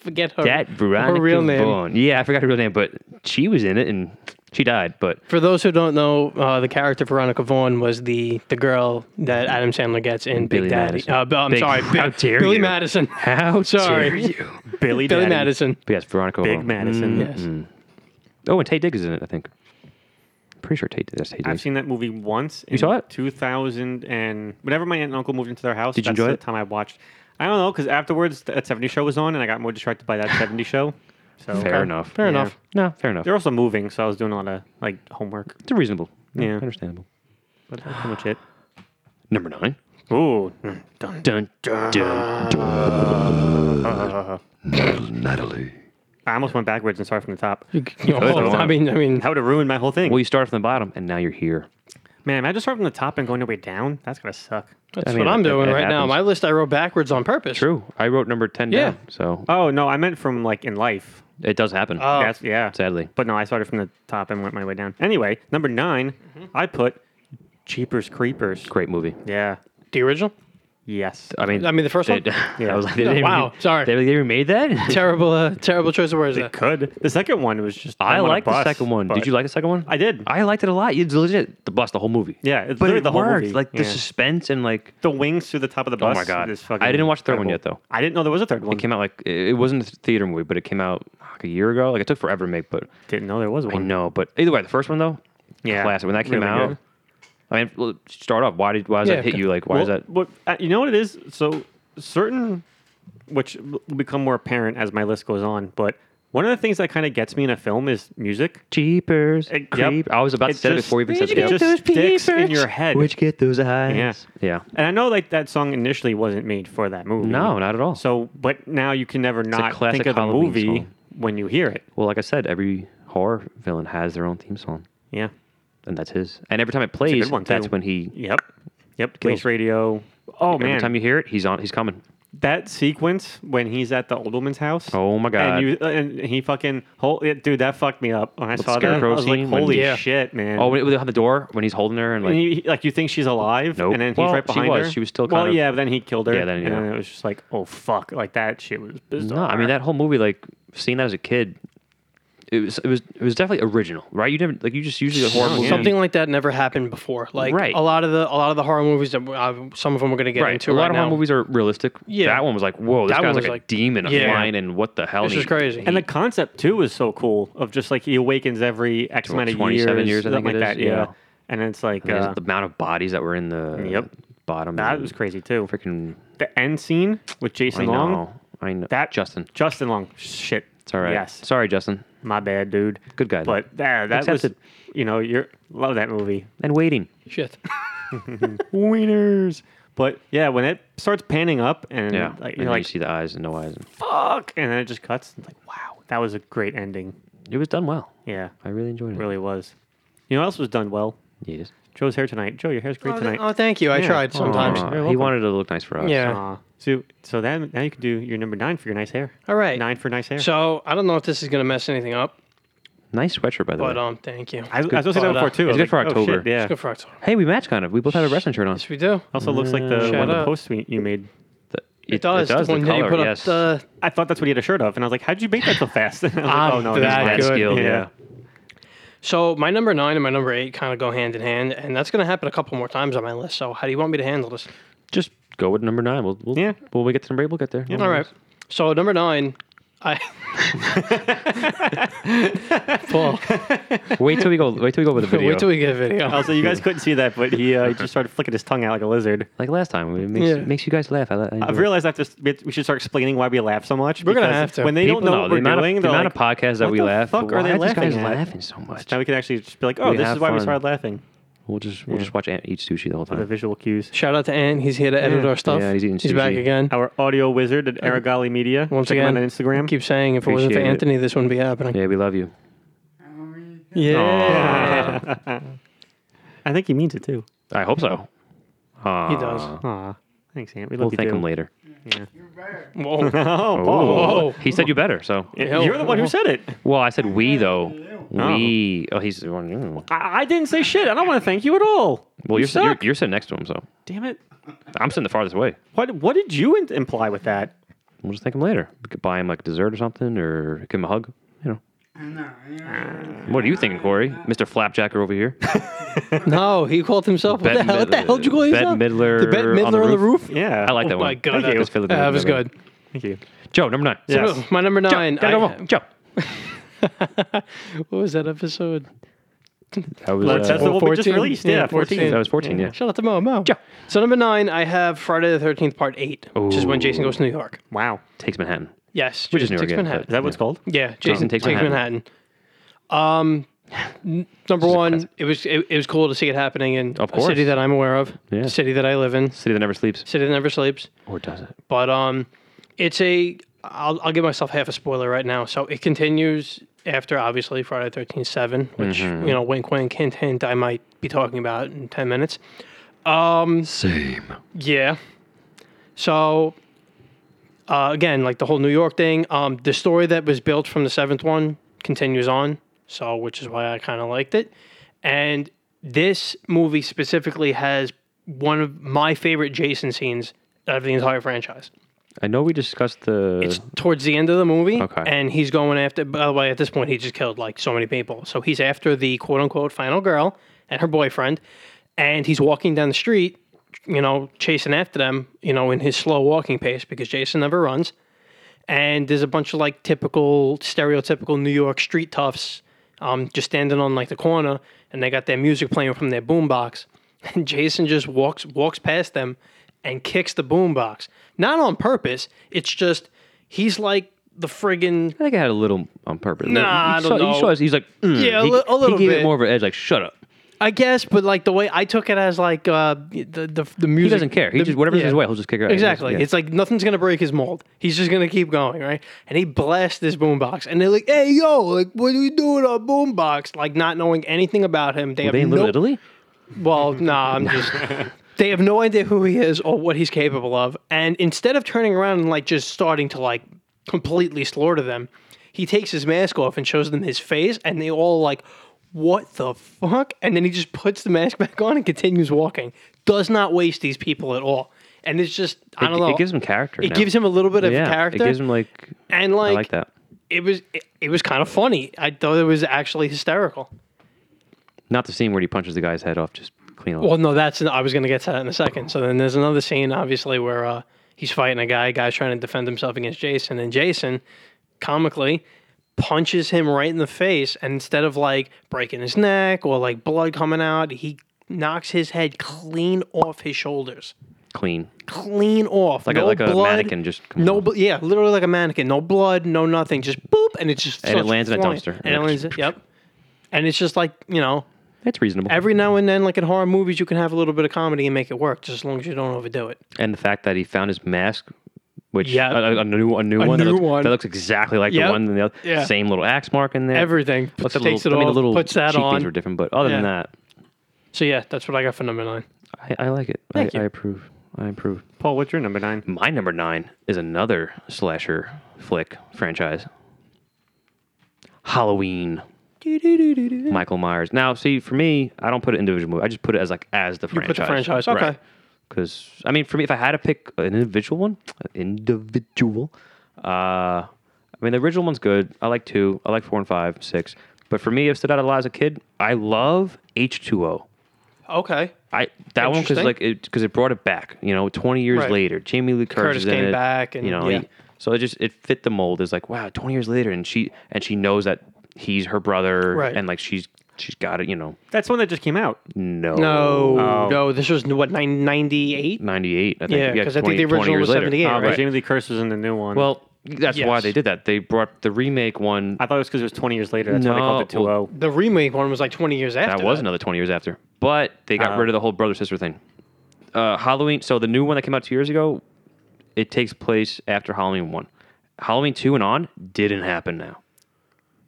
[SPEAKER 1] Forget her.
[SPEAKER 2] That Veronica
[SPEAKER 1] real name.
[SPEAKER 2] Vaughn. Yeah, I forgot her real name, but she was in it and she died. But
[SPEAKER 1] For those who don't know, uh, the character Veronica Vaughn was the the girl that Adam Sandler gets in Big
[SPEAKER 2] Billy
[SPEAKER 1] Daddy.
[SPEAKER 2] Madison.
[SPEAKER 1] Uh, Bill- I'm
[SPEAKER 2] Big-
[SPEAKER 1] sorry,
[SPEAKER 2] how
[SPEAKER 1] Bill-
[SPEAKER 2] dare
[SPEAKER 1] Billy
[SPEAKER 2] you.
[SPEAKER 1] Madison.
[SPEAKER 2] how
[SPEAKER 1] Sorry.
[SPEAKER 2] dare you?
[SPEAKER 3] Billy,
[SPEAKER 1] Billy
[SPEAKER 3] Daddy.
[SPEAKER 1] Madison.
[SPEAKER 2] But yes, Veronica
[SPEAKER 3] Big
[SPEAKER 2] Vaughn.
[SPEAKER 3] Madison.
[SPEAKER 1] Yes.
[SPEAKER 2] Oh, and Tate Diggs is in it, I think. Pretty sure Tate, that's Tate Diggs.
[SPEAKER 3] I've seen that movie once. In
[SPEAKER 2] saw it?
[SPEAKER 3] 2000 and whenever my aunt and uncle moved into their house.
[SPEAKER 2] Did you
[SPEAKER 3] that's
[SPEAKER 2] enjoy
[SPEAKER 3] the
[SPEAKER 2] it?
[SPEAKER 3] time I watched. I don't know because afterwards that 70 show was on and I got more distracted by that 70 show. So
[SPEAKER 2] Fair enough.
[SPEAKER 1] Fair
[SPEAKER 2] Yeah.
[SPEAKER 1] enough.
[SPEAKER 2] No, fair enough.
[SPEAKER 3] They're also moving, so I was doing a lot of like homework.
[SPEAKER 2] It's reasonable.
[SPEAKER 3] Yeah.
[SPEAKER 2] Understandable.
[SPEAKER 3] But that's pretty much it.
[SPEAKER 2] Number nine.
[SPEAKER 3] Ooh,
[SPEAKER 2] Dun, dun, dun.
[SPEAKER 5] Natalie.
[SPEAKER 3] I almost went backwards and started from the top.
[SPEAKER 1] You c- you know,
[SPEAKER 2] Good
[SPEAKER 1] hold on.
[SPEAKER 2] one.
[SPEAKER 1] I mean, I mean,
[SPEAKER 3] That would have ruined my whole thing.
[SPEAKER 2] Well, you started from the bottom, and now you're here.
[SPEAKER 3] Man, imagine starting from the top and going your way down. That's gonna suck.
[SPEAKER 1] that's
[SPEAKER 2] I mean,
[SPEAKER 1] what I'm
[SPEAKER 2] it-
[SPEAKER 1] doing
[SPEAKER 2] it
[SPEAKER 1] right now.
[SPEAKER 2] happens.
[SPEAKER 1] My list I wrote backwards on purpose.
[SPEAKER 2] True. I wrote number 10
[SPEAKER 1] Yeah.
[SPEAKER 2] down, so
[SPEAKER 3] Oh no, I meant from like in life.
[SPEAKER 2] it does happen.
[SPEAKER 1] Oh.
[SPEAKER 3] That's yeah.
[SPEAKER 2] Sadly.
[SPEAKER 3] But no, I started from the top and went my way down. Anyway, number 9 I put Jeepers Creepers.
[SPEAKER 2] Great movie.
[SPEAKER 3] Yeah.
[SPEAKER 1] The original.
[SPEAKER 3] Yes.
[SPEAKER 2] I mean,
[SPEAKER 1] I mean, the first
[SPEAKER 2] they,
[SPEAKER 1] one?
[SPEAKER 2] Yeah. I was like, they
[SPEAKER 1] Oh,
[SPEAKER 2] didn't
[SPEAKER 1] wow,
[SPEAKER 2] even-
[SPEAKER 1] sorry.
[SPEAKER 2] They, they remade that?
[SPEAKER 1] Terrible, uh, terrible choice of words.
[SPEAKER 3] They
[SPEAKER 1] there.
[SPEAKER 3] could. The second one was just.
[SPEAKER 2] I
[SPEAKER 3] I'm on a
[SPEAKER 2] liked the
[SPEAKER 3] bus,
[SPEAKER 2] second one.
[SPEAKER 3] but-
[SPEAKER 2] Did you like the second one?
[SPEAKER 3] I did.
[SPEAKER 2] I liked it a lot. It's legit the bus, the whole movie.
[SPEAKER 3] Yeah, it's
[SPEAKER 2] but
[SPEAKER 3] literally
[SPEAKER 2] it
[SPEAKER 3] the whole
[SPEAKER 2] worked.
[SPEAKER 3] movie.
[SPEAKER 2] Like the
[SPEAKER 3] Yeah.
[SPEAKER 2] suspense and like
[SPEAKER 3] the wings through the top of the
[SPEAKER 2] Oh
[SPEAKER 3] bus.
[SPEAKER 2] my god!
[SPEAKER 3] is fucking
[SPEAKER 2] I didn't watch the third one yet
[SPEAKER 3] incredible.
[SPEAKER 2] though.
[SPEAKER 3] I didn't know there was a third one.
[SPEAKER 2] It came out like it it wasn't a theater movie, but it came out like a year ago. Like it took forever to make, but
[SPEAKER 3] Didn't know there was
[SPEAKER 2] I
[SPEAKER 3] one.
[SPEAKER 2] know. But either way, the first one though,
[SPEAKER 3] Mm. Yeah,
[SPEAKER 2] classic. When that came
[SPEAKER 3] really
[SPEAKER 2] out,
[SPEAKER 3] good.
[SPEAKER 2] I mean, well, start off. Why did why does
[SPEAKER 1] Yeah,
[SPEAKER 2] that hit
[SPEAKER 1] okay.
[SPEAKER 2] you? Like why is
[SPEAKER 3] Well,
[SPEAKER 2] that?
[SPEAKER 3] Well, uh, you know what it is. So certain, which will become more apparent as my list goes on. But one of the things that kind of gets me in a film is music.
[SPEAKER 2] Jeepers,
[SPEAKER 3] It-
[SPEAKER 2] creep.
[SPEAKER 3] yep.
[SPEAKER 2] I was about to
[SPEAKER 3] It
[SPEAKER 2] say it
[SPEAKER 3] just-
[SPEAKER 2] before you even said
[SPEAKER 3] it
[SPEAKER 2] it.
[SPEAKER 3] just sticks in your head.
[SPEAKER 2] Which get those eyes?
[SPEAKER 3] Yeah.
[SPEAKER 2] yeah.
[SPEAKER 3] And I know like that song initially wasn't made for that movie.
[SPEAKER 2] No, not at all.
[SPEAKER 3] So, but now you can never not
[SPEAKER 2] classic
[SPEAKER 3] think of the
[SPEAKER 2] Halloween
[SPEAKER 3] movie
[SPEAKER 2] song.
[SPEAKER 3] when you hear it.
[SPEAKER 2] Well, like I said, every horror villain has their own theme song,
[SPEAKER 3] Yeah.
[SPEAKER 2] and that's his. And every time it plays,
[SPEAKER 3] one,
[SPEAKER 2] that's
[SPEAKER 3] too.
[SPEAKER 2] when he.
[SPEAKER 3] Yep. Yep.
[SPEAKER 2] Kills.
[SPEAKER 3] Police radio. Oh
[SPEAKER 2] Every
[SPEAKER 3] man,
[SPEAKER 2] time you hear it, he's on. He's coming.
[SPEAKER 3] that sequence when he's at the old woman's house.
[SPEAKER 2] Oh my God.
[SPEAKER 3] And you and he fucking hol- yeah, dude, that fucked me up when I saw that. I
[SPEAKER 2] scarecrow
[SPEAKER 3] was like,
[SPEAKER 2] scene when-
[SPEAKER 3] holy
[SPEAKER 1] Yeah.
[SPEAKER 3] shit, man.
[SPEAKER 2] Oh, when, on the door when he's holding her and like
[SPEAKER 3] and he, he- like you think she's alive,
[SPEAKER 2] Nope.
[SPEAKER 3] and then he's
[SPEAKER 2] Well,
[SPEAKER 3] right
[SPEAKER 2] she
[SPEAKER 3] behind
[SPEAKER 2] was.
[SPEAKER 3] her.
[SPEAKER 2] She was still
[SPEAKER 3] well,
[SPEAKER 2] kind of-
[SPEAKER 3] yeah. But then he killed her.
[SPEAKER 2] Yeah, then,
[SPEAKER 3] and
[SPEAKER 2] yeah.
[SPEAKER 3] then it was just like, oh fuck, like that shit was bizarre.
[SPEAKER 2] No, I mean that whole movie, like seeing that as a kid, it was it was it was definitely original, right? You never like you just usually a horror movie.
[SPEAKER 1] Uh, Something like that never happened before. Like
[SPEAKER 2] Right.
[SPEAKER 1] a lot of the a lot of the horror movies that uh, some of them we're going to get
[SPEAKER 2] right.
[SPEAKER 1] into
[SPEAKER 2] a lot
[SPEAKER 1] right
[SPEAKER 2] of
[SPEAKER 1] now.
[SPEAKER 2] horror movies are realistic.
[SPEAKER 1] Yeah.
[SPEAKER 2] that one was like, whoa, this
[SPEAKER 1] That one
[SPEAKER 2] guy's like
[SPEAKER 1] was
[SPEAKER 2] a
[SPEAKER 1] like-
[SPEAKER 2] demon
[SPEAKER 1] yeah.
[SPEAKER 2] flying, and what the hell?
[SPEAKER 1] This
[SPEAKER 2] and
[SPEAKER 1] is
[SPEAKER 2] he-
[SPEAKER 1] crazy.
[SPEAKER 2] he-
[SPEAKER 3] And the concept too is so cool of just like he awakens every X
[SPEAKER 2] Tw-
[SPEAKER 3] amount of
[SPEAKER 2] 27
[SPEAKER 3] years,
[SPEAKER 2] years, I
[SPEAKER 3] something
[SPEAKER 2] think it
[SPEAKER 3] like
[SPEAKER 2] is,
[SPEAKER 3] that. Yeah.
[SPEAKER 2] yeah.
[SPEAKER 3] And it's like
[SPEAKER 2] I mean,
[SPEAKER 3] uh,
[SPEAKER 2] the amount of bodies that were in the
[SPEAKER 3] Yep.
[SPEAKER 2] bottom.
[SPEAKER 3] that
[SPEAKER 2] and
[SPEAKER 3] was crazy too.
[SPEAKER 2] Freaking,
[SPEAKER 3] The end scene with Jason
[SPEAKER 2] I know,
[SPEAKER 3] Long.
[SPEAKER 2] I know.
[SPEAKER 3] That
[SPEAKER 2] Justin,
[SPEAKER 3] Justin Long. Shit.
[SPEAKER 2] it's all right.
[SPEAKER 3] Yes.
[SPEAKER 2] sorry, Justin.
[SPEAKER 3] My bad, dude.
[SPEAKER 2] Good guy, though.
[SPEAKER 3] But yeah, that was,
[SPEAKER 2] Accepted.
[SPEAKER 3] you know, you're love that movie.
[SPEAKER 2] And waiting.
[SPEAKER 1] Shit.
[SPEAKER 3] Wieners. But yeah, when it starts panning up and
[SPEAKER 2] Yeah,
[SPEAKER 3] like,
[SPEAKER 2] and
[SPEAKER 3] you're
[SPEAKER 2] then
[SPEAKER 3] like,
[SPEAKER 2] you see the eyes and no eyes. and-
[SPEAKER 3] fuck, and then it just cuts. It's like, wow, that was a great ending.
[SPEAKER 2] It was done well.
[SPEAKER 3] Yeah,
[SPEAKER 2] I really enjoyed it.
[SPEAKER 3] really was. You know what else was done well?
[SPEAKER 2] Yeah, it is.
[SPEAKER 3] Joe's hair tonight. Joe, your hair's great
[SPEAKER 1] Oh, th-
[SPEAKER 3] tonight.
[SPEAKER 1] oh, thank you. I
[SPEAKER 3] Yeah.
[SPEAKER 1] tried sometimes.
[SPEAKER 2] Aw,
[SPEAKER 3] You're
[SPEAKER 2] Uh, he
[SPEAKER 3] welcome.
[SPEAKER 2] wanted it to look nice for us.
[SPEAKER 1] Yeah.
[SPEAKER 3] Aw. Uh, so so then now you can do your number nine for your nice hair.
[SPEAKER 1] All right.
[SPEAKER 3] Nine for nice hair.
[SPEAKER 1] So I don't know if this is going to mess anything up,
[SPEAKER 2] nice sweatshirt by the
[SPEAKER 1] but
[SPEAKER 2] way.
[SPEAKER 1] um, thank you.
[SPEAKER 3] I, I was gonna say that
[SPEAKER 1] product.
[SPEAKER 3] before too.
[SPEAKER 2] It's
[SPEAKER 3] I was
[SPEAKER 2] good
[SPEAKER 3] like,
[SPEAKER 2] for
[SPEAKER 3] oh, shit,
[SPEAKER 2] October.
[SPEAKER 3] yeah.
[SPEAKER 1] Let's go for October.
[SPEAKER 2] Hey, we match kind of. We both have a wrestling shirt on.
[SPEAKER 1] Yes, we do.
[SPEAKER 3] Also looks like the
[SPEAKER 1] Shout
[SPEAKER 3] one of the
[SPEAKER 1] out.
[SPEAKER 3] posts we, you made.
[SPEAKER 1] It does. the one that you put up the
[SPEAKER 3] I thought that's what he had a shirt of, and I was like, "How'd you make that so fast?" And I was
[SPEAKER 1] I'm
[SPEAKER 2] Ah,
[SPEAKER 3] like, Oh, this is
[SPEAKER 1] that
[SPEAKER 3] bad.
[SPEAKER 1] good.
[SPEAKER 2] skilled,
[SPEAKER 3] Yeah.
[SPEAKER 2] yeah.
[SPEAKER 1] So my number nine and my number eight kind of go hand in hand, and that's going to happen a couple more times on my list. So how do you want me to handle this?
[SPEAKER 2] Just go with number nine. We'll, we'll
[SPEAKER 3] Yeah.
[SPEAKER 2] When we get to number eight, we'll get there.
[SPEAKER 1] All right. So number nine, I. Paul,
[SPEAKER 2] Wait till we go. Wait till we go with the video.
[SPEAKER 1] wait till we get a video.
[SPEAKER 3] Also, you guys couldn't see that, but he, uh, he just started flicking his tongue out like a lizard.
[SPEAKER 2] like last time. It makes,
[SPEAKER 1] Yeah.
[SPEAKER 2] it makes you guys laugh. I, I
[SPEAKER 3] I've realized after this, we we should start explaining why we laugh so much.
[SPEAKER 1] We're gonna
[SPEAKER 3] because
[SPEAKER 1] have to.
[SPEAKER 3] When they
[SPEAKER 2] people
[SPEAKER 3] don't know what
[SPEAKER 2] the
[SPEAKER 3] we're
[SPEAKER 2] amount
[SPEAKER 3] doing,
[SPEAKER 2] of, the
[SPEAKER 3] they're
[SPEAKER 2] amount of
[SPEAKER 3] like,
[SPEAKER 2] podcasts that
[SPEAKER 3] "What
[SPEAKER 2] we
[SPEAKER 3] the
[SPEAKER 2] laugh.
[SPEAKER 3] fuck are
[SPEAKER 2] why
[SPEAKER 3] they
[SPEAKER 2] these guys
[SPEAKER 3] laughing at?"
[SPEAKER 2] laughing so much?
[SPEAKER 3] now we can actually just be like, oh,
[SPEAKER 2] We
[SPEAKER 3] this
[SPEAKER 2] have
[SPEAKER 3] is why we
[SPEAKER 2] fun.
[SPEAKER 3] started laughing.
[SPEAKER 2] We'll just we'll just watch Ant eat sushi the whole
[SPEAKER 3] The
[SPEAKER 2] time.
[SPEAKER 3] visual cues.
[SPEAKER 1] Shout out to Ant. He's here to edit
[SPEAKER 3] Yeah.
[SPEAKER 1] our stuff.
[SPEAKER 2] Yeah, he's eating sushi.
[SPEAKER 1] back again.
[SPEAKER 3] Our audio wizard at Aragali Media.
[SPEAKER 1] Once
[SPEAKER 3] Check him
[SPEAKER 1] again,
[SPEAKER 3] out on Instagram.
[SPEAKER 1] Keep saying if it wasn't for
[SPEAKER 2] Appreciate it.
[SPEAKER 1] Anthony, this wouldn't be happening.
[SPEAKER 2] Yeah, we love you.
[SPEAKER 1] Yeah.
[SPEAKER 3] I think he means it too.
[SPEAKER 2] I hope so. Aw.
[SPEAKER 1] He does.
[SPEAKER 3] Aw. Thanks, Ant. We love
[SPEAKER 2] We'll
[SPEAKER 3] you
[SPEAKER 2] thank
[SPEAKER 3] too.
[SPEAKER 2] him later.
[SPEAKER 4] You better.
[SPEAKER 1] Whoa.
[SPEAKER 3] Oh,
[SPEAKER 2] Oh,
[SPEAKER 1] Whoa.
[SPEAKER 2] he said you better. So,
[SPEAKER 3] you're the one who said it.
[SPEAKER 2] well, I said we though. We. Oh, he's. Well,
[SPEAKER 3] I, I didn't say shit. I don't want to thank you at all.
[SPEAKER 2] you're, sit- you're
[SPEAKER 3] suck.
[SPEAKER 2] you're sitting next to him, so
[SPEAKER 3] Damn it.
[SPEAKER 2] I'm sitting the farthest away.
[SPEAKER 3] What What did you in- imply with that?
[SPEAKER 2] We'll just thank him later. We could buy him like dessert or something, or give him a hug. You know.
[SPEAKER 4] I know. you-
[SPEAKER 2] What are you thinking, Corey? Mr. Flapjacker over here.
[SPEAKER 1] No, he called himself. What
[SPEAKER 2] Bette
[SPEAKER 1] the hell? What the
[SPEAKER 2] Mid-
[SPEAKER 1] hell did you call
[SPEAKER 2] Bette
[SPEAKER 1] yourself?
[SPEAKER 2] Midler
[SPEAKER 1] The Bette
[SPEAKER 2] on
[SPEAKER 1] Midler
[SPEAKER 2] the
[SPEAKER 1] on the
[SPEAKER 2] roof?
[SPEAKER 1] roof.
[SPEAKER 3] Yeah.
[SPEAKER 2] I like that
[SPEAKER 1] Oh
[SPEAKER 2] one.
[SPEAKER 1] my god,
[SPEAKER 2] Thank
[SPEAKER 1] that
[SPEAKER 2] you.
[SPEAKER 1] was,
[SPEAKER 2] Just fill it in.
[SPEAKER 1] that was good.
[SPEAKER 3] Thank you.
[SPEAKER 2] Joe, number nine.
[SPEAKER 3] Yeah.
[SPEAKER 1] So, my number nine.
[SPEAKER 2] Joe,
[SPEAKER 1] I-
[SPEAKER 2] number one. Joe.
[SPEAKER 1] what was that episode?
[SPEAKER 2] That was,
[SPEAKER 3] Let's-
[SPEAKER 2] uh,
[SPEAKER 3] that's the one we just
[SPEAKER 1] 14.
[SPEAKER 3] released.
[SPEAKER 1] Yeah,
[SPEAKER 3] Yeah, 14.
[SPEAKER 1] 14.
[SPEAKER 2] that was 14, yeah.
[SPEAKER 1] Shout out to Mo. Mo.
[SPEAKER 2] Joe.
[SPEAKER 1] So number nine, I have Friday the Thirteenth Part Eight, which is when Jason goes to New York.
[SPEAKER 3] Wow.
[SPEAKER 2] Takes Manhattan.
[SPEAKER 1] Yes,
[SPEAKER 2] Which is New York.
[SPEAKER 1] takes
[SPEAKER 2] yeah,
[SPEAKER 1] Manhattan.
[SPEAKER 2] but-
[SPEAKER 3] Is that what it's called?
[SPEAKER 1] Yeah, Jason
[SPEAKER 2] Takes
[SPEAKER 1] takes,
[SPEAKER 2] Manhattan.
[SPEAKER 1] Manhattan. Um, n- number
[SPEAKER 2] a
[SPEAKER 1] one,
[SPEAKER 2] classic.
[SPEAKER 1] it was it, it was cool to see it happening in
[SPEAKER 2] Of
[SPEAKER 1] a city
[SPEAKER 2] course.
[SPEAKER 1] that I'm aware of,
[SPEAKER 2] Yeah.
[SPEAKER 1] city that I live in,
[SPEAKER 2] City that never sleeps.
[SPEAKER 1] city that never sleeps.
[SPEAKER 2] Or does it?
[SPEAKER 1] But um, it's a I'll I'll give myself half a spoiler right now. So it continues after obviously Friday Thirteen Seven, which you know wink wink hint hint I might be talking about in ten minutes.
[SPEAKER 5] Same.
[SPEAKER 1] Yeah. So, uh, again, like the whole New York thing, um, the story that was built from the seventh one continues on. So, which is why I kind of liked it. And this movie specifically has one of my favorite Jason scenes out of the entire franchise.
[SPEAKER 2] I know we discussed the.
[SPEAKER 1] It's towards the end of the movie.
[SPEAKER 2] Okay.
[SPEAKER 1] And he's going after, by the way, at this point, he just killed like so many people. So he's after the quote unquote final girl and her boyfriend. And he's walking down the street, you know, chasing after them, you know, in his slow walking pace because Jason never runs. And there's a bunch of like typical, stereotypical New York street toughs um, just standing on like the corner and they got their music playing from their boombox. And Jason just walks walks past them and kicks the boombox. Not on purpose. It's just he's like the friggin'
[SPEAKER 2] I think I had a little on purpose.
[SPEAKER 1] Nah,
[SPEAKER 2] You
[SPEAKER 1] I
[SPEAKER 2] saw-
[SPEAKER 1] don't
[SPEAKER 2] you
[SPEAKER 1] know.
[SPEAKER 2] saw his- he's like, mm.
[SPEAKER 1] Yeah, a
[SPEAKER 2] he,
[SPEAKER 1] li- a little
[SPEAKER 2] He gave it
[SPEAKER 1] bit.
[SPEAKER 2] more of an edge, like, shut up.
[SPEAKER 1] I guess, but like the way I took it as like uh, the, the the music.
[SPEAKER 2] doesn't care. He
[SPEAKER 1] the-
[SPEAKER 2] just- whatever's in his way, he'll just kick it out.
[SPEAKER 1] Exactly.
[SPEAKER 2] Yeah.
[SPEAKER 1] It's like nothing's gonna break his mold. He's just gonna keep going, right? And he blasts this boombox, and they're like, "Hey, yo, like, what are you doing on boombox?" Like, not knowing anything about him. They
[SPEAKER 2] Were
[SPEAKER 1] have
[SPEAKER 2] they in
[SPEAKER 1] no.
[SPEAKER 2] Little Italy?
[SPEAKER 1] Well, nah, I'm just. They have no idea who he is or what he's capable of. And instead of turning around and like just starting to like completely slaughter them, he takes his mask off and shows them his face, and they all like, "What the fuck?" And then he just puts the mask back on and continues walking. Does not waste these people at all. And it's just I don't
[SPEAKER 2] it,
[SPEAKER 1] know.
[SPEAKER 2] It gives him character.
[SPEAKER 1] It
[SPEAKER 2] now.
[SPEAKER 1] gives him a little bit of
[SPEAKER 2] yeah,
[SPEAKER 1] character.
[SPEAKER 2] It gives him, like,
[SPEAKER 1] and
[SPEAKER 2] I
[SPEAKER 1] like,
[SPEAKER 2] like that.
[SPEAKER 1] it was it, it was kind of funny. I thought it was actually hysterical.
[SPEAKER 2] Not the scene where he punches the guy's head off, just clean off.
[SPEAKER 1] Well, no, that's I was going to get to that in a second. So then there's another scene, obviously, where uh, he's fighting a guy. Guy's trying to defend himself against Jason, and Jason, comically, punches him right in the face. And instead of like breaking his neck or like blood coming out, he knocks his head clean off his shoulders,
[SPEAKER 2] clean.
[SPEAKER 1] clean off.
[SPEAKER 2] Like,
[SPEAKER 1] no
[SPEAKER 2] a, like a
[SPEAKER 1] blood,
[SPEAKER 2] mannequin just.
[SPEAKER 1] No, bl- yeah, literally like a mannequin. No blood, no nothing. Just boop, and it just
[SPEAKER 2] And it
[SPEAKER 1] starts
[SPEAKER 2] lands in a
[SPEAKER 1] flying.
[SPEAKER 2] dumpster.
[SPEAKER 1] And it lands. Yep. And it's just like you know,
[SPEAKER 2] That's reasonable.
[SPEAKER 1] every now and then, like in horror movies, you can have a little bit of comedy and make it work, just as long as you don't overdo it.
[SPEAKER 2] and the fact that he found his mask, which
[SPEAKER 1] Yeah.
[SPEAKER 2] a, a- a new a new,
[SPEAKER 1] A
[SPEAKER 2] one, that
[SPEAKER 1] new
[SPEAKER 2] looks,
[SPEAKER 1] one.
[SPEAKER 2] that looks exactly like
[SPEAKER 1] Yep.
[SPEAKER 2] the one than the other.
[SPEAKER 1] Yeah.
[SPEAKER 2] Same little axe mark in there.
[SPEAKER 1] Everything
[SPEAKER 2] Looks
[SPEAKER 1] puts,
[SPEAKER 2] a little,
[SPEAKER 1] takes it
[SPEAKER 2] I mean,
[SPEAKER 1] all,
[SPEAKER 2] the little
[SPEAKER 1] puts that
[SPEAKER 2] cheek things
[SPEAKER 1] on.
[SPEAKER 2] were different, but other than
[SPEAKER 1] Yeah.
[SPEAKER 2] that,
[SPEAKER 1] So yeah, that's what I got for number nine.
[SPEAKER 2] I, I like it.
[SPEAKER 1] Thank
[SPEAKER 2] I,
[SPEAKER 1] you.
[SPEAKER 2] I approve. I approve.
[SPEAKER 3] Paul, what's your number nine?
[SPEAKER 2] My number nine is another slasher flick franchise. Halloween. Michael Myers. Now, see, for me, I don't put it individual movie. I just put it as like as the
[SPEAKER 1] put
[SPEAKER 2] franchise.
[SPEAKER 1] the franchise, okay.
[SPEAKER 2] Because I mean, for me, if I had to pick an individual one, individual. Uh, I mean, the original one's good. I like two. I like four and five, six. But for me, it stood out a lot as a kid. I love H two O.
[SPEAKER 1] Okay.
[SPEAKER 2] I that one because
[SPEAKER 1] Interesting.
[SPEAKER 2] like because it, 'cause it brought it back. You know, twenty years
[SPEAKER 1] Right.
[SPEAKER 2] later, Jamie Lee Curtis,
[SPEAKER 1] Curtis
[SPEAKER 2] is in
[SPEAKER 1] came
[SPEAKER 2] it,
[SPEAKER 1] back and-
[SPEAKER 2] you know,
[SPEAKER 1] yeah.
[SPEAKER 2] he- So it just it fit the mold. Is like wow, twenty years later, and she and she knows that he's her brother,
[SPEAKER 1] Right.
[SPEAKER 2] and like she's she's got it. You know,
[SPEAKER 3] That's one that just came out.
[SPEAKER 2] no,
[SPEAKER 1] No,
[SPEAKER 3] Oh.
[SPEAKER 1] no, this was what nine- 98?
[SPEAKER 2] 98. I think.
[SPEAKER 1] Yeah, because I
[SPEAKER 2] 20
[SPEAKER 1] think the
[SPEAKER 2] 20
[SPEAKER 1] original
[SPEAKER 2] years
[SPEAKER 1] was
[SPEAKER 2] later. Ah,
[SPEAKER 1] 78.
[SPEAKER 3] Uh, but
[SPEAKER 1] right?
[SPEAKER 3] Jamie Lee Curtis was in the new one.
[SPEAKER 2] Well, that's why
[SPEAKER 1] Yes.
[SPEAKER 2] they did that. They brought the remake one.
[SPEAKER 3] I thought it was because it was 20 years later. That's why they
[SPEAKER 2] No,
[SPEAKER 3] called it oh. 2
[SPEAKER 2] well-
[SPEAKER 1] The remake one was like 20 years after.
[SPEAKER 2] that was another 20 years after. But they got
[SPEAKER 3] Uh,
[SPEAKER 2] rid of the whole brother sister thing. Uh, Halloween. So the new one that came out two years ago, it takes place after Halloween one. Halloween two and on didn't happen now,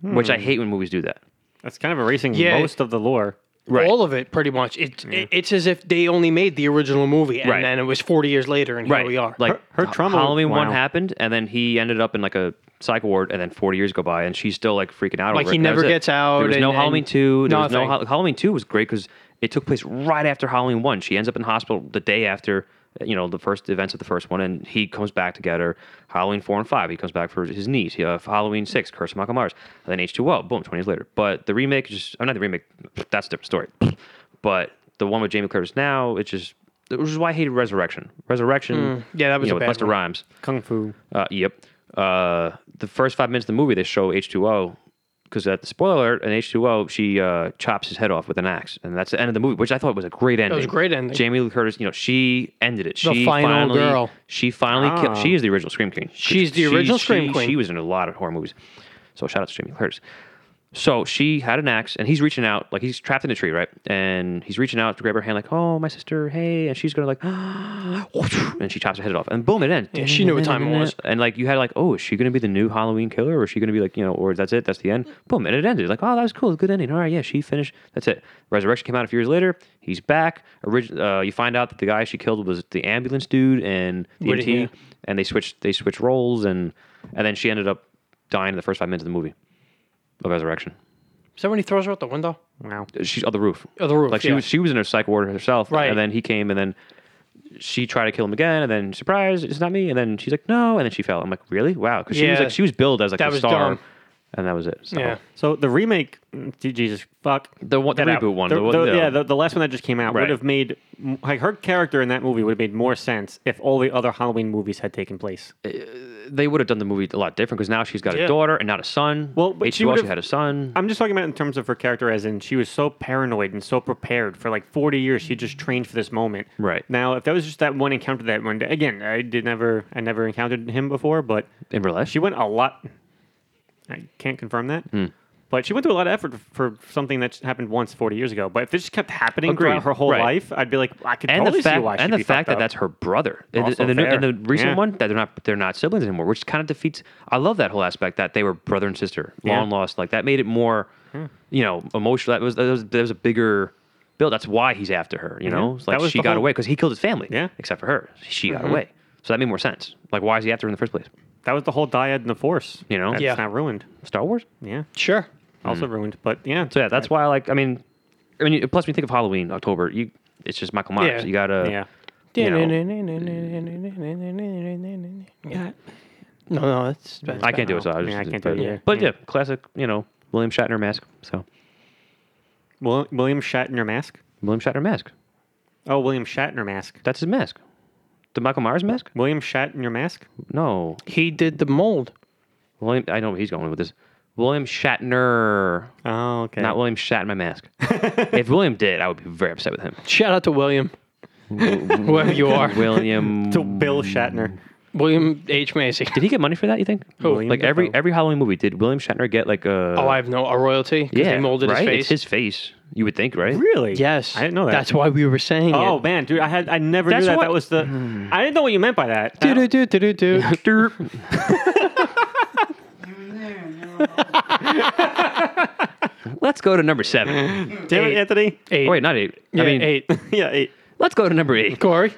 [SPEAKER 2] which
[SPEAKER 1] Hmm.
[SPEAKER 2] I hate when movies do that.
[SPEAKER 3] That's kind of erasing
[SPEAKER 1] Yeah.
[SPEAKER 3] most of the lore.
[SPEAKER 2] Right.
[SPEAKER 1] All of it, pretty much. It's it, it's as if they only made the original movie, and
[SPEAKER 2] Right.
[SPEAKER 1] then it was 40 years later, and here we are.
[SPEAKER 2] Like
[SPEAKER 3] Her- her
[SPEAKER 2] Ha-
[SPEAKER 3] trauma-
[SPEAKER 2] Halloween one
[SPEAKER 3] wow.
[SPEAKER 2] happened, and then he ended up in like a psych ward, and then 40 years go by, and she's still like freaking out.
[SPEAKER 1] Like,
[SPEAKER 2] over
[SPEAKER 1] he
[SPEAKER 2] it. That was
[SPEAKER 1] never
[SPEAKER 2] it.
[SPEAKER 1] gets out,
[SPEAKER 2] There was
[SPEAKER 1] and-
[SPEAKER 2] no
[SPEAKER 1] and
[SPEAKER 2] Halloween two. There was no
[SPEAKER 1] nothing.
[SPEAKER 2] Hall- Halloween two was great because it took place right after Halloween one. She ends up in the hospital the day after. You know the first events of the first one, and he comes back to get her. Halloween four and five, he comes back for his niece. He, Uh, Halloween six, Curse of Michael Myers, and then H two O. Boom, twenty years later. But the remake, is just I'm not the remake. That's a different story. But the one with Jamie Curtis now, it's just which is why I hated Resurrection. Resurrection,
[SPEAKER 1] Mm, yeah, that was
[SPEAKER 2] you
[SPEAKER 1] a
[SPEAKER 2] know, with
[SPEAKER 1] bad
[SPEAKER 2] Buster
[SPEAKER 1] one.
[SPEAKER 2] Rhymes.
[SPEAKER 3] Kung Fu.
[SPEAKER 2] Uh, yep. Uh, the first five minutes of the movie, they show H two O because at the spoiler alert, in H two O, she uh, chops his head off with an axe, and that's the end of the movie, which I thought was a great ending.
[SPEAKER 1] was a great ending.
[SPEAKER 2] Jamie Lee Curtis, you know, she ended it.
[SPEAKER 1] The
[SPEAKER 2] She
[SPEAKER 1] final
[SPEAKER 2] finally,
[SPEAKER 1] girl.
[SPEAKER 2] She finally
[SPEAKER 3] Ah.
[SPEAKER 2] killed. She is the original Scream Queen.
[SPEAKER 1] She's the original Scream
[SPEAKER 2] she-
[SPEAKER 1] Queen.
[SPEAKER 2] She was in a lot of horror movies. So shout out to Jamie Lee Curtis. So she had an axe, and he's reaching out, like he's trapped in a tree, right? And he's reaching out to grab her hand, like, "Oh, my sister, hey!" And she's gonna like, and she chops her head off, and boom, it ends.
[SPEAKER 1] Yeah, she knew what time it was.
[SPEAKER 2] And like you had like, oh, is she gonna be the new Halloween killer, or is she gonna be like, you know, or that's it, that's the
[SPEAKER 1] Mm.
[SPEAKER 2] end. Boom, and it ended. Like, oh, that was cool, good ending. All right, yeah, she finished. That's it. Resurrection came out a few years later. He's back. Origi- uh, you find out that the guy she killed was the ambulance dude and the
[SPEAKER 1] What- yeah.
[SPEAKER 2] EMT, and they switched they switched roles, and and then she ended up dying in the first five minutes of the movie of Resurrection.
[SPEAKER 1] Is that when he throws her out the window?
[SPEAKER 3] Wow.
[SPEAKER 2] She's on the roof.
[SPEAKER 1] Oh, the roof.
[SPEAKER 2] Like she
[SPEAKER 1] yeah.
[SPEAKER 2] was, she was in her psych ward herself,
[SPEAKER 1] Right.
[SPEAKER 2] And then he came, and then she tried to kill him again, and then surprise, it's not me. And then she's like, no, and then she fell. I'm like, really? Wow, because she was
[SPEAKER 1] Yeah.
[SPEAKER 2] like, she was billed as like
[SPEAKER 1] That
[SPEAKER 2] the
[SPEAKER 1] was
[SPEAKER 2] star,
[SPEAKER 1] dumb.
[SPEAKER 2] and that was it. So.
[SPEAKER 1] Yeah.
[SPEAKER 3] So the remake, mm, Jesus fuck,
[SPEAKER 2] The one- the
[SPEAKER 3] Get out.
[SPEAKER 2] reboot one,
[SPEAKER 3] The-
[SPEAKER 2] the one-
[SPEAKER 3] the-
[SPEAKER 2] yeah.
[SPEAKER 3] yeah, the, the last one that just came out
[SPEAKER 2] Right.
[SPEAKER 3] would have made m- like her character in that movie would have made more sense if all the other Halloween movies had taken place.
[SPEAKER 2] they would have done the movie a lot different because now she's got
[SPEAKER 1] Yeah.
[SPEAKER 2] a daughter and not a son.
[SPEAKER 3] Well, but she
[SPEAKER 2] H2O,
[SPEAKER 3] would've-
[SPEAKER 2] she had a son.
[SPEAKER 3] I'm just talking about in terms of her character, as in she was so paranoid and so prepared for like 40 years. She just trained for this moment.
[SPEAKER 2] Right.
[SPEAKER 3] Now, if that was just that one encounter that one day, again, I did never, I never encountered him before, but
[SPEAKER 2] in real life,
[SPEAKER 3] she went a lot. I can't confirm that,
[SPEAKER 2] Hmm.
[SPEAKER 3] but she went through a lot of effort for something that happened once 40 years ago. But if this just kept happening
[SPEAKER 2] Agreed.
[SPEAKER 3] throughout her whole
[SPEAKER 2] Right.
[SPEAKER 3] life, I'd be like, I could
[SPEAKER 2] and
[SPEAKER 3] totally
[SPEAKER 2] the fact
[SPEAKER 3] see why.
[SPEAKER 2] and
[SPEAKER 3] she'd
[SPEAKER 2] the
[SPEAKER 3] be
[SPEAKER 2] fact
[SPEAKER 3] fucked
[SPEAKER 2] that
[SPEAKER 3] up.
[SPEAKER 2] that's her brother in the,
[SPEAKER 3] Also
[SPEAKER 2] in the, new- in the
[SPEAKER 3] fair.
[SPEAKER 2] recent
[SPEAKER 3] Yeah.
[SPEAKER 2] one that they're not they're not siblings anymore which kind of defeats i love that whole aspect that they were brother and sister long
[SPEAKER 3] Yeah. Hmm.
[SPEAKER 2] lost like that made it more you know emotional that was that was, that was a bigger build that's why he's after her you know
[SPEAKER 3] Yeah.
[SPEAKER 2] It's like
[SPEAKER 3] That was
[SPEAKER 2] she
[SPEAKER 3] the
[SPEAKER 2] got
[SPEAKER 3] whole-
[SPEAKER 2] away because he killed his family
[SPEAKER 3] Yeah. Mm-hmm.
[SPEAKER 2] except for her she got away so that made more sense like why is he after her in the first place
[SPEAKER 3] that was the whole dyad and the force.
[SPEAKER 2] You know?
[SPEAKER 3] that's
[SPEAKER 1] Yeah.
[SPEAKER 3] not ruined.
[SPEAKER 2] star wars
[SPEAKER 3] Yeah,
[SPEAKER 1] Sure.
[SPEAKER 3] also ruined. But yeah,
[SPEAKER 2] so yeah that's why i like i mean i mean plus when you think of halloween october you it's just michael myers
[SPEAKER 1] Yeah.
[SPEAKER 2] you gotta
[SPEAKER 3] yeah.
[SPEAKER 2] you know,
[SPEAKER 1] Yeah. No, no, that's that's
[SPEAKER 2] I can't do it. So I,
[SPEAKER 3] Yeah,
[SPEAKER 2] just,
[SPEAKER 3] I can't do it
[SPEAKER 2] but-
[SPEAKER 3] either.
[SPEAKER 2] But
[SPEAKER 3] Yeah.
[SPEAKER 2] yeah, classic. You know, William Shatner mask. So
[SPEAKER 3] Wil- William Shatner mask.
[SPEAKER 2] William Shatner mask.
[SPEAKER 3] Oh, William Shatner mask.
[SPEAKER 2] That's his mask. The Michael Myers mask?
[SPEAKER 3] William Shatner mask.
[SPEAKER 2] No,
[SPEAKER 1] He did the mold.
[SPEAKER 2] William. I know where he's going with this. William Shatner,
[SPEAKER 3] Oh, okay.
[SPEAKER 2] not William Shatner mask. if William did, I would be very upset with him.
[SPEAKER 1] Shout out to William, whoever you are.
[SPEAKER 2] William.
[SPEAKER 3] to Bill Shatner.
[SPEAKER 1] William H Macy.
[SPEAKER 2] Did he get money for that? You think?
[SPEAKER 3] William
[SPEAKER 2] like every
[SPEAKER 3] Dafoe.
[SPEAKER 2] every Halloween movie, did William Shatner get like a?
[SPEAKER 1] Oh, I have no a royalty. 'Cause
[SPEAKER 2] yeah,
[SPEAKER 1] they molded
[SPEAKER 2] right?
[SPEAKER 1] his face.
[SPEAKER 2] It's his face. You would think, right?
[SPEAKER 3] Really?
[SPEAKER 1] Yes,
[SPEAKER 3] I didn't know that.
[SPEAKER 1] That's why we were saying
[SPEAKER 3] Oh
[SPEAKER 1] it.
[SPEAKER 3] man, dude, I had I never
[SPEAKER 2] That's
[SPEAKER 3] knew that.
[SPEAKER 2] what-
[SPEAKER 3] That was the. I didn't know what you meant by that.
[SPEAKER 1] Do do do do do do.
[SPEAKER 2] Derp. Let's go to number seven.
[SPEAKER 3] Damn it,
[SPEAKER 1] Eight.
[SPEAKER 3] Anthony.
[SPEAKER 1] Eight.
[SPEAKER 2] Oh, wait, not eight.
[SPEAKER 1] yeah,
[SPEAKER 2] I mean,
[SPEAKER 1] eight.
[SPEAKER 3] yeah, eight.
[SPEAKER 2] let's go to number eight.
[SPEAKER 1] Corey.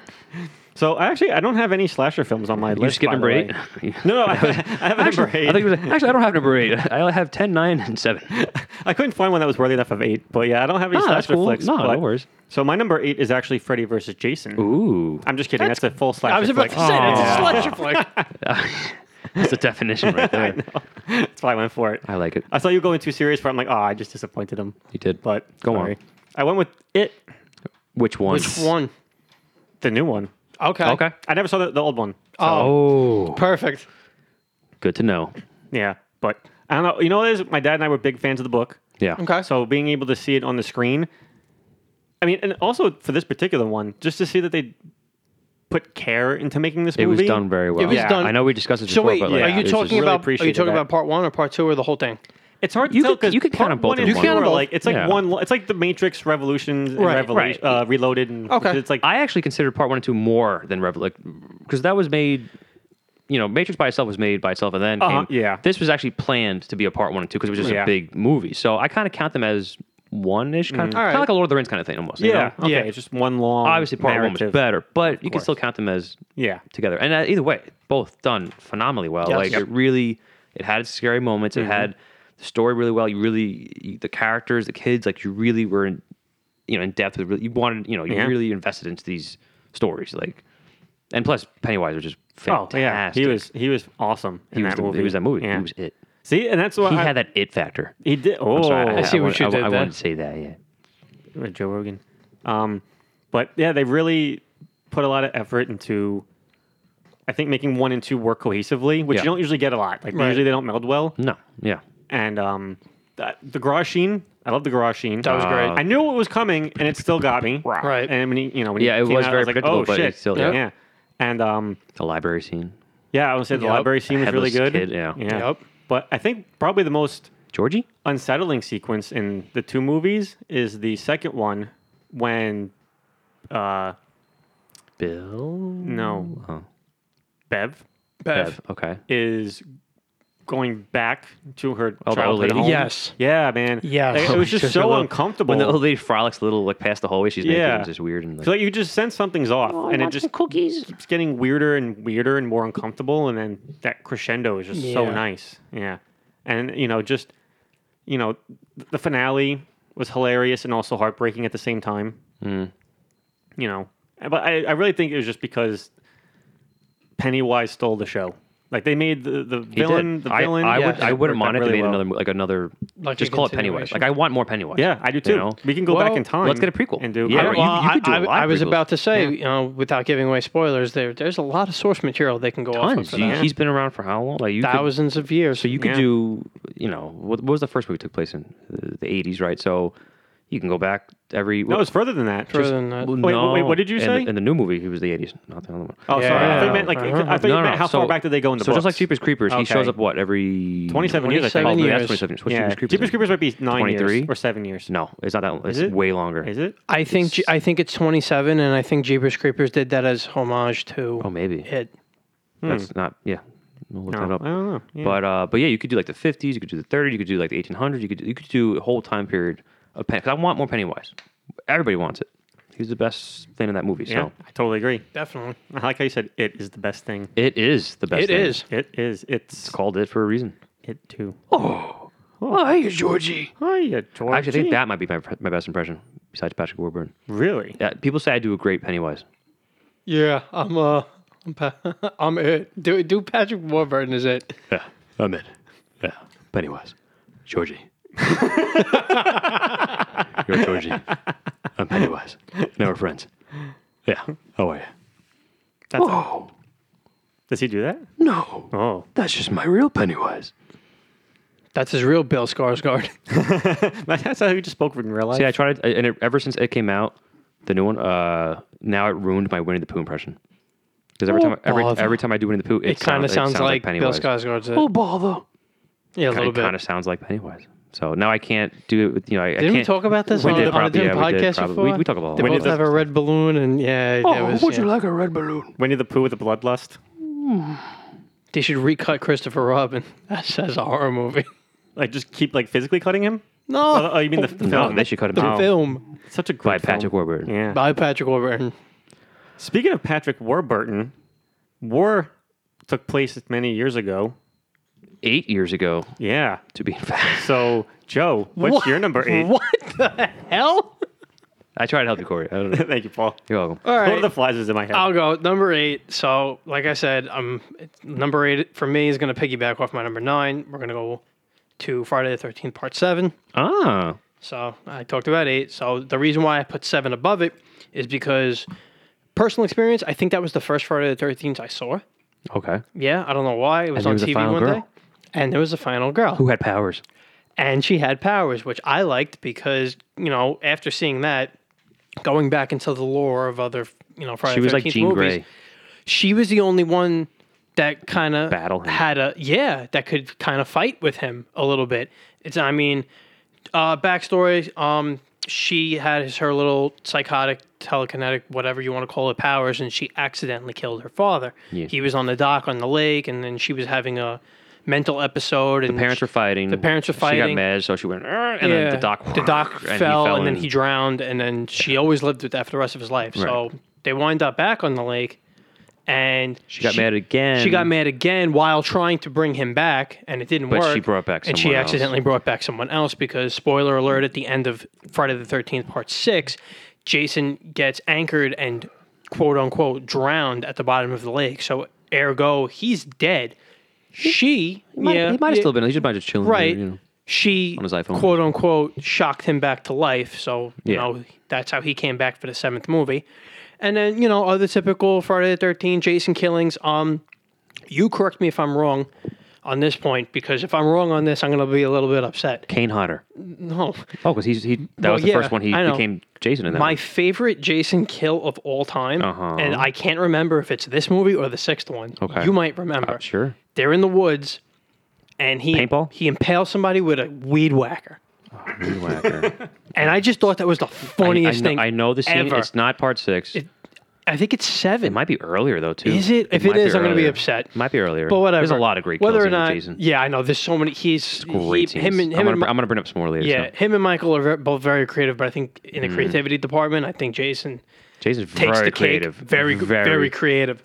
[SPEAKER 3] So I actually I don't have any slasher films on my
[SPEAKER 2] You
[SPEAKER 3] list.
[SPEAKER 2] skip
[SPEAKER 3] by
[SPEAKER 2] number
[SPEAKER 3] the
[SPEAKER 2] eight.
[SPEAKER 3] way. No, no, I, I have a number eight.
[SPEAKER 2] I
[SPEAKER 3] I,
[SPEAKER 2] think it was, actually, I don't have number eight. I have 10, 9, and 7.
[SPEAKER 3] couldn't find one that was worthy enough of eight, but yeah, I don't have any
[SPEAKER 2] No, that's
[SPEAKER 3] slasher
[SPEAKER 2] cool.
[SPEAKER 3] flicks.
[SPEAKER 2] No, no
[SPEAKER 3] but,
[SPEAKER 2] worries.
[SPEAKER 3] So my number eight is actually Freddy versus Jason.
[SPEAKER 2] Ooh.
[SPEAKER 3] I'm just kidding. That's, a full slasher
[SPEAKER 1] I was about to
[SPEAKER 3] flick.
[SPEAKER 1] say
[SPEAKER 2] Aw.
[SPEAKER 1] that's a slasher flick.
[SPEAKER 2] That's the definition right there.
[SPEAKER 3] That's why I went for it.
[SPEAKER 2] I like it.
[SPEAKER 3] I saw you going too serious for. it. I'm like, oh, I just disappointed him.
[SPEAKER 2] You did.
[SPEAKER 3] But
[SPEAKER 2] Go
[SPEAKER 3] sorry.
[SPEAKER 2] on.
[SPEAKER 3] I went with it,
[SPEAKER 2] Which one?
[SPEAKER 1] Which one?
[SPEAKER 3] the new one.
[SPEAKER 1] Okay.
[SPEAKER 2] Okay.
[SPEAKER 3] I never saw the, the old one.
[SPEAKER 1] Oh,
[SPEAKER 2] Oh.
[SPEAKER 1] perfect.
[SPEAKER 2] Good to know.
[SPEAKER 3] Yeah, but I don't know. You know what it is? My dad and I were big fans of the book.
[SPEAKER 2] Yeah.
[SPEAKER 1] Okay.
[SPEAKER 3] So being able to see it on the screen, I mean, and also for this particular one, just to see that they put care into making this
[SPEAKER 2] It was
[SPEAKER 3] movie.
[SPEAKER 2] done very well.
[SPEAKER 1] It was
[SPEAKER 2] yeah.
[SPEAKER 1] done-
[SPEAKER 2] I know we discussed this
[SPEAKER 1] So
[SPEAKER 2] before,
[SPEAKER 1] wait,
[SPEAKER 2] but like,
[SPEAKER 1] are you
[SPEAKER 2] it's
[SPEAKER 1] talking
[SPEAKER 2] just-
[SPEAKER 1] about are you
[SPEAKER 3] appreciated
[SPEAKER 1] talking
[SPEAKER 3] that.
[SPEAKER 1] about part one or part two or the whole thing?
[SPEAKER 3] It's hard to
[SPEAKER 2] You
[SPEAKER 3] tell
[SPEAKER 2] could-
[SPEAKER 3] because
[SPEAKER 2] you could count 'em both
[SPEAKER 3] One
[SPEAKER 2] in
[SPEAKER 3] and
[SPEAKER 2] one.
[SPEAKER 3] two
[SPEAKER 1] You count
[SPEAKER 3] are
[SPEAKER 1] 'em both.
[SPEAKER 3] like it's like
[SPEAKER 2] Yeah.
[SPEAKER 3] one. It's like the Matrix Revolutions and
[SPEAKER 1] Right,
[SPEAKER 3] Revolu-
[SPEAKER 2] right.
[SPEAKER 3] Uh, Reloaded. And
[SPEAKER 1] Okay.
[SPEAKER 3] It's like
[SPEAKER 2] I actually considered part one and two more than Revel, like because that was made. You know, Matrix by itself was made by itself, and then
[SPEAKER 3] Uh-huh,
[SPEAKER 2] came-
[SPEAKER 3] yeah.
[SPEAKER 2] this was actually planned to be a part one and two because it was just
[SPEAKER 3] Yeah.
[SPEAKER 2] a big movie. So I kind of count them as one ish kind of kind
[SPEAKER 1] Mm-hmm. right.
[SPEAKER 2] of like a Lord of the Rings kind of thing almost. you
[SPEAKER 3] yeah,
[SPEAKER 2] know?
[SPEAKER 3] okay.
[SPEAKER 1] Yeah.
[SPEAKER 3] It's just one long.
[SPEAKER 2] obviously part one
[SPEAKER 3] narrative.
[SPEAKER 2] was better, but you can
[SPEAKER 3] course.
[SPEAKER 2] still count them as
[SPEAKER 3] Yeah.
[SPEAKER 2] together. And uh, either way, both done phenomenally well.
[SPEAKER 1] Yes.
[SPEAKER 2] Like
[SPEAKER 1] Yep.
[SPEAKER 2] it really, it had its scary moments.
[SPEAKER 3] Mm-hmm.
[SPEAKER 2] It had the story really well. You really you- the characters, the kids, like you really were, in, you know, in depth with. Really, you wanted, you know, you
[SPEAKER 3] Yeah.
[SPEAKER 2] really invested into these stories. Like, and plus Pennywise was just
[SPEAKER 3] Oh
[SPEAKER 2] fantastic.
[SPEAKER 3] yeah, he was he was awesome in
[SPEAKER 2] He was
[SPEAKER 3] that
[SPEAKER 2] the-
[SPEAKER 3] movie.
[SPEAKER 2] He was that movie.
[SPEAKER 3] Yeah.
[SPEAKER 2] He was it.
[SPEAKER 3] See, and that's why
[SPEAKER 2] He
[SPEAKER 3] I,
[SPEAKER 2] had that it factor.
[SPEAKER 3] he did. Oh,
[SPEAKER 2] I'm sorry,
[SPEAKER 1] I see what
[SPEAKER 2] wanted-
[SPEAKER 1] you did
[SPEAKER 2] I, I
[SPEAKER 1] there.
[SPEAKER 2] wanted to say that. Yeah.
[SPEAKER 3] with Joe Rogan. Um, but yeah, they really put a lot of effort into, I think, making one and two work cohesively, which
[SPEAKER 2] Yeah.
[SPEAKER 3] you don't usually get a lot. Like
[SPEAKER 1] Right.
[SPEAKER 3] usually they don't meld well.
[SPEAKER 2] No. Yeah.
[SPEAKER 3] And um, that, the garage scene, I love the garage scene. That
[SPEAKER 1] was great.
[SPEAKER 3] I knew it was coming, and it still got me.
[SPEAKER 1] Right.
[SPEAKER 3] And when he, you know, when
[SPEAKER 2] Yeah,
[SPEAKER 3] he
[SPEAKER 2] it
[SPEAKER 3] came
[SPEAKER 2] was
[SPEAKER 3] out, I
[SPEAKER 2] very
[SPEAKER 3] was like,
[SPEAKER 2] predictable,
[SPEAKER 3] oh
[SPEAKER 2] but
[SPEAKER 3] shit,
[SPEAKER 2] it's still-
[SPEAKER 3] yeah.
[SPEAKER 2] yeah.
[SPEAKER 3] yeah. And um,
[SPEAKER 2] The library scene.
[SPEAKER 3] yeah, I would say the
[SPEAKER 1] Yep.
[SPEAKER 3] library scene was really
[SPEAKER 2] Headless kid,
[SPEAKER 3] good.
[SPEAKER 2] yeah.
[SPEAKER 3] yeah.
[SPEAKER 1] Yep.
[SPEAKER 3] But I think probably the most
[SPEAKER 2] Georgie.
[SPEAKER 3] unsettling sequence in the two movies is the second one when uh
[SPEAKER 2] Bill.
[SPEAKER 1] Mm.
[SPEAKER 3] no
[SPEAKER 2] Oh.
[SPEAKER 3] bev
[SPEAKER 2] Bev. Okay.
[SPEAKER 3] is going back to her
[SPEAKER 2] Oh, old
[SPEAKER 3] childhood
[SPEAKER 2] lady?
[SPEAKER 3] home.
[SPEAKER 1] Yes.
[SPEAKER 3] yeah man
[SPEAKER 1] Yes.
[SPEAKER 3] Like, it was just so
[SPEAKER 2] little-
[SPEAKER 3] uncomfortable
[SPEAKER 2] When the old lady frolics a little like past the hallway she's
[SPEAKER 3] Yeah.
[SPEAKER 2] making, it's just weird and
[SPEAKER 3] I
[SPEAKER 2] like,
[SPEAKER 3] feel like you just sense something's off and it just
[SPEAKER 2] cookies.
[SPEAKER 3] keeps getting weirder and weirder and more uncomfortable and then that crescendo is just so
[SPEAKER 1] Yeah.
[SPEAKER 3] nice yeah and you know just you know the finale was hilarious and also heartbreaking at the same time
[SPEAKER 2] Mm.
[SPEAKER 3] you know but I, I really think it was just because pennywise stole the show like they made the, the
[SPEAKER 2] He
[SPEAKER 3] villain
[SPEAKER 2] did.
[SPEAKER 3] the
[SPEAKER 2] I,
[SPEAKER 3] villain
[SPEAKER 2] I
[SPEAKER 1] yeah,
[SPEAKER 2] would. I
[SPEAKER 3] it
[SPEAKER 2] wouldn't
[SPEAKER 3] worked out
[SPEAKER 2] mind if they
[SPEAKER 3] really
[SPEAKER 2] made
[SPEAKER 3] well.
[SPEAKER 2] another like another.
[SPEAKER 1] Like
[SPEAKER 2] just
[SPEAKER 1] a
[SPEAKER 2] call it Pennywise.
[SPEAKER 1] continuation.
[SPEAKER 2] Like I want more Pennywise.
[SPEAKER 3] yeah i do too
[SPEAKER 2] You know?
[SPEAKER 3] we can go back
[SPEAKER 1] Well,
[SPEAKER 3] in time
[SPEAKER 2] let's get a prequel.
[SPEAKER 3] and do
[SPEAKER 2] Yeah,
[SPEAKER 3] I don't-
[SPEAKER 2] right. you- you could do a
[SPEAKER 1] I,
[SPEAKER 2] lot
[SPEAKER 1] I
[SPEAKER 2] of
[SPEAKER 1] was
[SPEAKER 2] prequels.
[SPEAKER 1] about to say, you know, without giving away spoilers, there there's a lot of source material they can go off of
[SPEAKER 2] Tons.
[SPEAKER 1] for
[SPEAKER 2] He-
[SPEAKER 1] that.
[SPEAKER 2] He's been around for how long? Like you could,
[SPEAKER 1] Thousands of years.
[SPEAKER 2] so you could
[SPEAKER 3] Yeah.
[SPEAKER 2] do. You know what, what was the first movie that took place in the- the eighties, right? So you can go back every.
[SPEAKER 3] no it's further than that
[SPEAKER 1] Further than that.
[SPEAKER 3] wait, wait, what did you
[SPEAKER 2] in
[SPEAKER 3] say?
[SPEAKER 2] The, in the new movie, he was the eighties, not the other one.
[SPEAKER 3] Oh, sorry. I
[SPEAKER 1] Yeah.
[SPEAKER 3] thought you meant like
[SPEAKER 1] Uh-huh.
[SPEAKER 3] I thought you meant how far back did they go in the
[SPEAKER 2] So just like
[SPEAKER 3] books?
[SPEAKER 2] Jeepers Creepers, he
[SPEAKER 3] Okay.
[SPEAKER 2] shows up what every
[SPEAKER 3] 27 years, I think.
[SPEAKER 1] 27
[SPEAKER 2] Oh, that's
[SPEAKER 1] years.
[SPEAKER 2] 27 years. What's
[SPEAKER 3] Yeah,
[SPEAKER 2] Jeepers Creepers?
[SPEAKER 3] Jeepers Creepers might be nine years
[SPEAKER 2] 23?
[SPEAKER 3] or seven years.
[SPEAKER 2] No, it's not that. Long. It's
[SPEAKER 3] it?
[SPEAKER 2] way longer.
[SPEAKER 3] Is it?
[SPEAKER 1] I think J- I think it's 27, and I think Jeepers Creepers did that as homage to
[SPEAKER 2] Oh, maybe.
[SPEAKER 1] it.
[SPEAKER 2] That's not. Yeah, we'll look
[SPEAKER 3] No,
[SPEAKER 2] that up.
[SPEAKER 3] I don't know. Hmm. Oh, Yeah.
[SPEAKER 2] But uh, but yeah, you could do like the 50s. You could do the 30s. You could do like the 1800s. You could you could do a whole time period of Pen. Because I want more Pennywise. Everybody wants it. He's the best thing in that movie. So
[SPEAKER 3] yeah, I totally agree.
[SPEAKER 1] Definitely,
[SPEAKER 3] I like how you said it is the best thing.
[SPEAKER 2] it is the best.
[SPEAKER 1] it
[SPEAKER 2] thing.
[SPEAKER 1] is.
[SPEAKER 3] It is. It's
[SPEAKER 2] It's Oh. called it for a reason.
[SPEAKER 3] it too.
[SPEAKER 5] Hi, Georgie.
[SPEAKER 3] Oh yeah, George.
[SPEAKER 2] I actually think that might be my my best impression besides Patrick Warburton.
[SPEAKER 3] really.
[SPEAKER 2] Yeah, people say I do a great Pennywise.
[SPEAKER 1] Yeah, I'm uh, I'm, pa- I'm it. Do do Patrick Warburton is it?
[SPEAKER 2] Yeah, I'm it. Yeah, Pennywise, Georgie. You're Georgie. I'm Pennywise. Now we're friends. Yeah. How are you?
[SPEAKER 3] That's
[SPEAKER 5] Oh,
[SPEAKER 3] Does he do that?
[SPEAKER 5] no.
[SPEAKER 3] Oh,
[SPEAKER 5] That's just my real Pennywise.
[SPEAKER 1] That's his real Bill Skarsgård.
[SPEAKER 3] that's how you just spoke in real life.
[SPEAKER 2] See, I tried, and it, ever since it came out, the new one, uh, now it ruined my Winnie the Pooh impression. Because every
[SPEAKER 1] Oh,
[SPEAKER 2] time, every,
[SPEAKER 1] bother.
[SPEAKER 2] every time I do Winnie the Pooh, it,
[SPEAKER 1] It kind of
[SPEAKER 2] sound- it
[SPEAKER 1] sounds, like, Bill
[SPEAKER 2] Pennywise.
[SPEAKER 1] Skarsgård's.
[SPEAKER 5] Oh,
[SPEAKER 1] It.
[SPEAKER 5] bother.
[SPEAKER 1] Yeah, a little
[SPEAKER 2] It kind
[SPEAKER 1] bit.
[SPEAKER 2] of sounds like Pennywise. So now I can't do it. With, you know, I, I
[SPEAKER 1] Didn't we
[SPEAKER 2] can't-
[SPEAKER 1] talk about this on,
[SPEAKER 2] did
[SPEAKER 1] the, on a
[SPEAKER 2] probably-
[SPEAKER 1] different
[SPEAKER 2] yeah, we did
[SPEAKER 1] podcast
[SPEAKER 2] probably.
[SPEAKER 1] before?
[SPEAKER 2] We- we talk about
[SPEAKER 1] They
[SPEAKER 2] it. When
[SPEAKER 1] both
[SPEAKER 2] did
[SPEAKER 1] have a
[SPEAKER 2] this-
[SPEAKER 1] red balloon, and yeah, it
[SPEAKER 5] Oh,
[SPEAKER 1] was,
[SPEAKER 5] would you
[SPEAKER 1] yeah.
[SPEAKER 5] like a red balloon?
[SPEAKER 3] Winnie the Pooh with the bloodlust.
[SPEAKER 1] They should recut Christopher Robin. That's, that's a horror movie.
[SPEAKER 3] Like just keep like physically cutting him.
[SPEAKER 1] No,
[SPEAKER 3] Oh, you mean the, the
[SPEAKER 2] No,
[SPEAKER 3] film?
[SPEAKER 2] they should cut him
[SPEAKER 1] the
[SPEAKER 2] out
[SPEAKER 1] film
[SPEAKER 3] It's such a
[SPEAKER 2] by
[SPEAKER 3] great
[SPEAKER 2] Patrick
[SPEAKER 3] film.
[SPEAKER 2] Warburton.
[SPEAKER 3] Yeah.
[SPEAKER 1] by Patrick Warburton.
[SPEAKER 3] Speaking of Patrick Warburton, war took place many years ago.
[SPEAKER 2] Eight years ago,
[SPEAKER 3] Yeah.
[SPEAKER 2] to be in fact.
[SPEAKER 3] So Joe, what's
[SPEAKER 1] What?
[SPEAKER 3] your number eight?
[SPEAKER 1] What the hell?
[SPEAKER 2] I tried to help you, Corey. I don't know.
[SPEAKER 3] Thank you, Paul.
[SPEAKER 2] You're welcome.
[SPEAKER 1] All
[SPEAKER 3] One
[SPEAKER 1] right. Oh,
[SPEAKER 3] of the flies was in my head.
[SPEAKER 1] I'll go number eight. So, like I said, um, it's- number eight for me is going to piggyback off my number nine. We're going to go to Friday the Thirteenth Part Seven.
[SPEAKER 2] Ah,
[SPEAKER 1] So I talked about eight. So the reason why I put seven above it is because personal experience. I think that was the first Friday the Thirteenth I saw.
[SPEAKER 2] Okay.
[SPEAKER 1] Yeah, I don't know why. It was
[SPEAKER 2] there
[SPEAKER 1] on
[SPEAKER 2] was a
[SPEAKER 1] TV
[SPEAKER 2] final
[SPEAKER 1] one
[SPEAKER 2] girl.
[SPEAKER 1] day. And there was a final girl.
[SPEAKER 2] Who had powers?
[SPEAKER 1] and she had powers, which I liked because you know after seeing that, going back into the lore of other you know Friday
[SPEAKER 2] She
[SPEAKER 1] the
[SPEAKER 2] was like
[SPEAKER 1] 13th
[SPEAKER 2] Jean
[SPEAKER 1] movies,
[SPEAKER 2] Grey.
[SPEAKER 1] she was the only one that kind of
[SPEAKER 2] Battle him.
[SPEAKER 1] had a yeah that could kind of fight with him a little bit. It's I mean, uh, backstory. Um, she had his, her little psychotic, telekinetic, whatever you want to call it, powers, and she accidentally killed her father.
[SPEAKER 2] Yeah.
[SPEAKER 1] He was on the dock on the lake, and then she was having a mental episode. And
[SPEAKER 2] The parents
[SPEAKER 1] she-
[SPEAKER 2] were fighting.
[SPEAKER 1] The parents were
[SPEAKER 2] She got
[SPEAKER 1] fighting.
[SPEAKER 2] mad, so she went. "Arr," And then the dock.
[SPEAKER 1] the dock
[SPEAKER 2] and
[SPEAKER 1] fell,
[SPEAKER 2] he
[SPEAKER 1] and then
[SPEAKER 2] in.
[SPEAKER 1] he drowned, and then she always lived with that for the rest of his life. So they wind up back on the lake, and
[SPEAKER 2] She got mad again.
[SPEAKER 1] She got mad again while trying to bring him back, and it didn't
[SPEAKER 2] But
[SPEAKER 1] work.
[SPEAKER 2] she brought back
[SPEAKER 1] and she
[SPEAKER 2] someone else.
[SPEAKER 1] accidentally brought back someone else because spoiler alert: at the end of Friday the Thirteenth Part Six, Jason gets anchored and quote unquote drowned at the bottom of the lake. So ergo, he's dead. She,
[SPEAKER 2] Might-
[SPEAKER 1] yeah,
[SPEAKER 2] he might have
[SPEAKER 1] yeah,
[SPEAKER 2] still been. He just might have just chilling.
[SPEAKER 1] right
[SPEAKER 2] You know.
[SPEAKER 1] she
[SPEAKER 2] on his iPhone.
[SPEAKER 1] quote unquote shocked him back to life so you
[SPEAKER 2] Yeah.
[SPEAKER 1] know that's how he came back for the seventh movie and then you know other typical friday the 13th jason killings um you correct me if i'm wrong on this point because if i'm wrong on this i'm going to be a little bit upset
[SPEAKER 2] Kane Hodder.
[SPEAKER 1] no
[SPEAKER 2] Oh, because he's he. That
[SPEAKER 1] Well,
[SPEAKER 2] was the
[SPEAKER 1] yeah,
[SPEAKER 2] first one he
[SPEAKER 1] I know.
[SPEAKER 2] became Jason in that.
[SPEAKER 1] my
[SPEAKER 2] one.
[SPEAKER 1] favorite jason kill of all time
[SPEAKER 2] Uh-huh.
[SPEAKER 1] and i can't remember if it's this movie or the sixth one
[SPEAKER 2] Okay.
[SPEAKER 1] you might remember
[SPEAKER 2] Uh, sure.
[SPEAKER 1] they're in the woods and he
[SPEAKER 2] Paintball?
[SPEAKER 1] he impales somebody with a weed whacker
[SPEAKER 2] Whacker.
[SPEAKER 1] And I just thought that was the
[SPEAKER 2] I,
[SPEAKER 1] funniest
[SPEAKER 2] know,
[SPEAKER 1] thing.
[SPEAKER 2] I know the scene.
[SPEAKER 1] ever.
[SPEAKER 2] It's not part six. It,
[SPEAKER 1] I think it's seven.
[SPEAKER 2] might be earlier though too.
[SPEAKER 1] Is it? If it
[SPEAKER 2] might be
[SPEAKER 1] is, I'm gonna be
[SPEAKER 2] earlier.
[SPEAKER 1] upset.
[SPEAKER 2] Might be earlier.
[SPEAKER 1] but whatever.
[SPEAKER 2] There's a lot of great kills
[SPEAKER 1] Whether or
[SPEAKER 2] in with
[SPEAKER 1] not,
[SPEAKER 2] Jason.
[SPEAKER 1] Yeah, I know. There's so many. He's
[SPEAKER 2] Great
[SPEAKER 1] he,
[SPEAKER 2] scenes.
[SPEAKER 1] him and him
[SPEAKER 2] I'm, gonna,
[SPEAKER 1] and
[SPEAKER 2] br- I'm gonna bring up some more later.
[SPEAKER 1] yeah,
[SPEAKER 2] so.
[SPEAKER 1] him and Michael are ver- both very creative. But I think in the creativity department, I think Jason
[SPEAKER 2] Jason's
[SPEAKER 1] takes
[SPEAKER 2] very
[SPEAKER 1] the
[SPEAKER 2] creative.
[SPEAKER 1] cake. Very, very, very creative.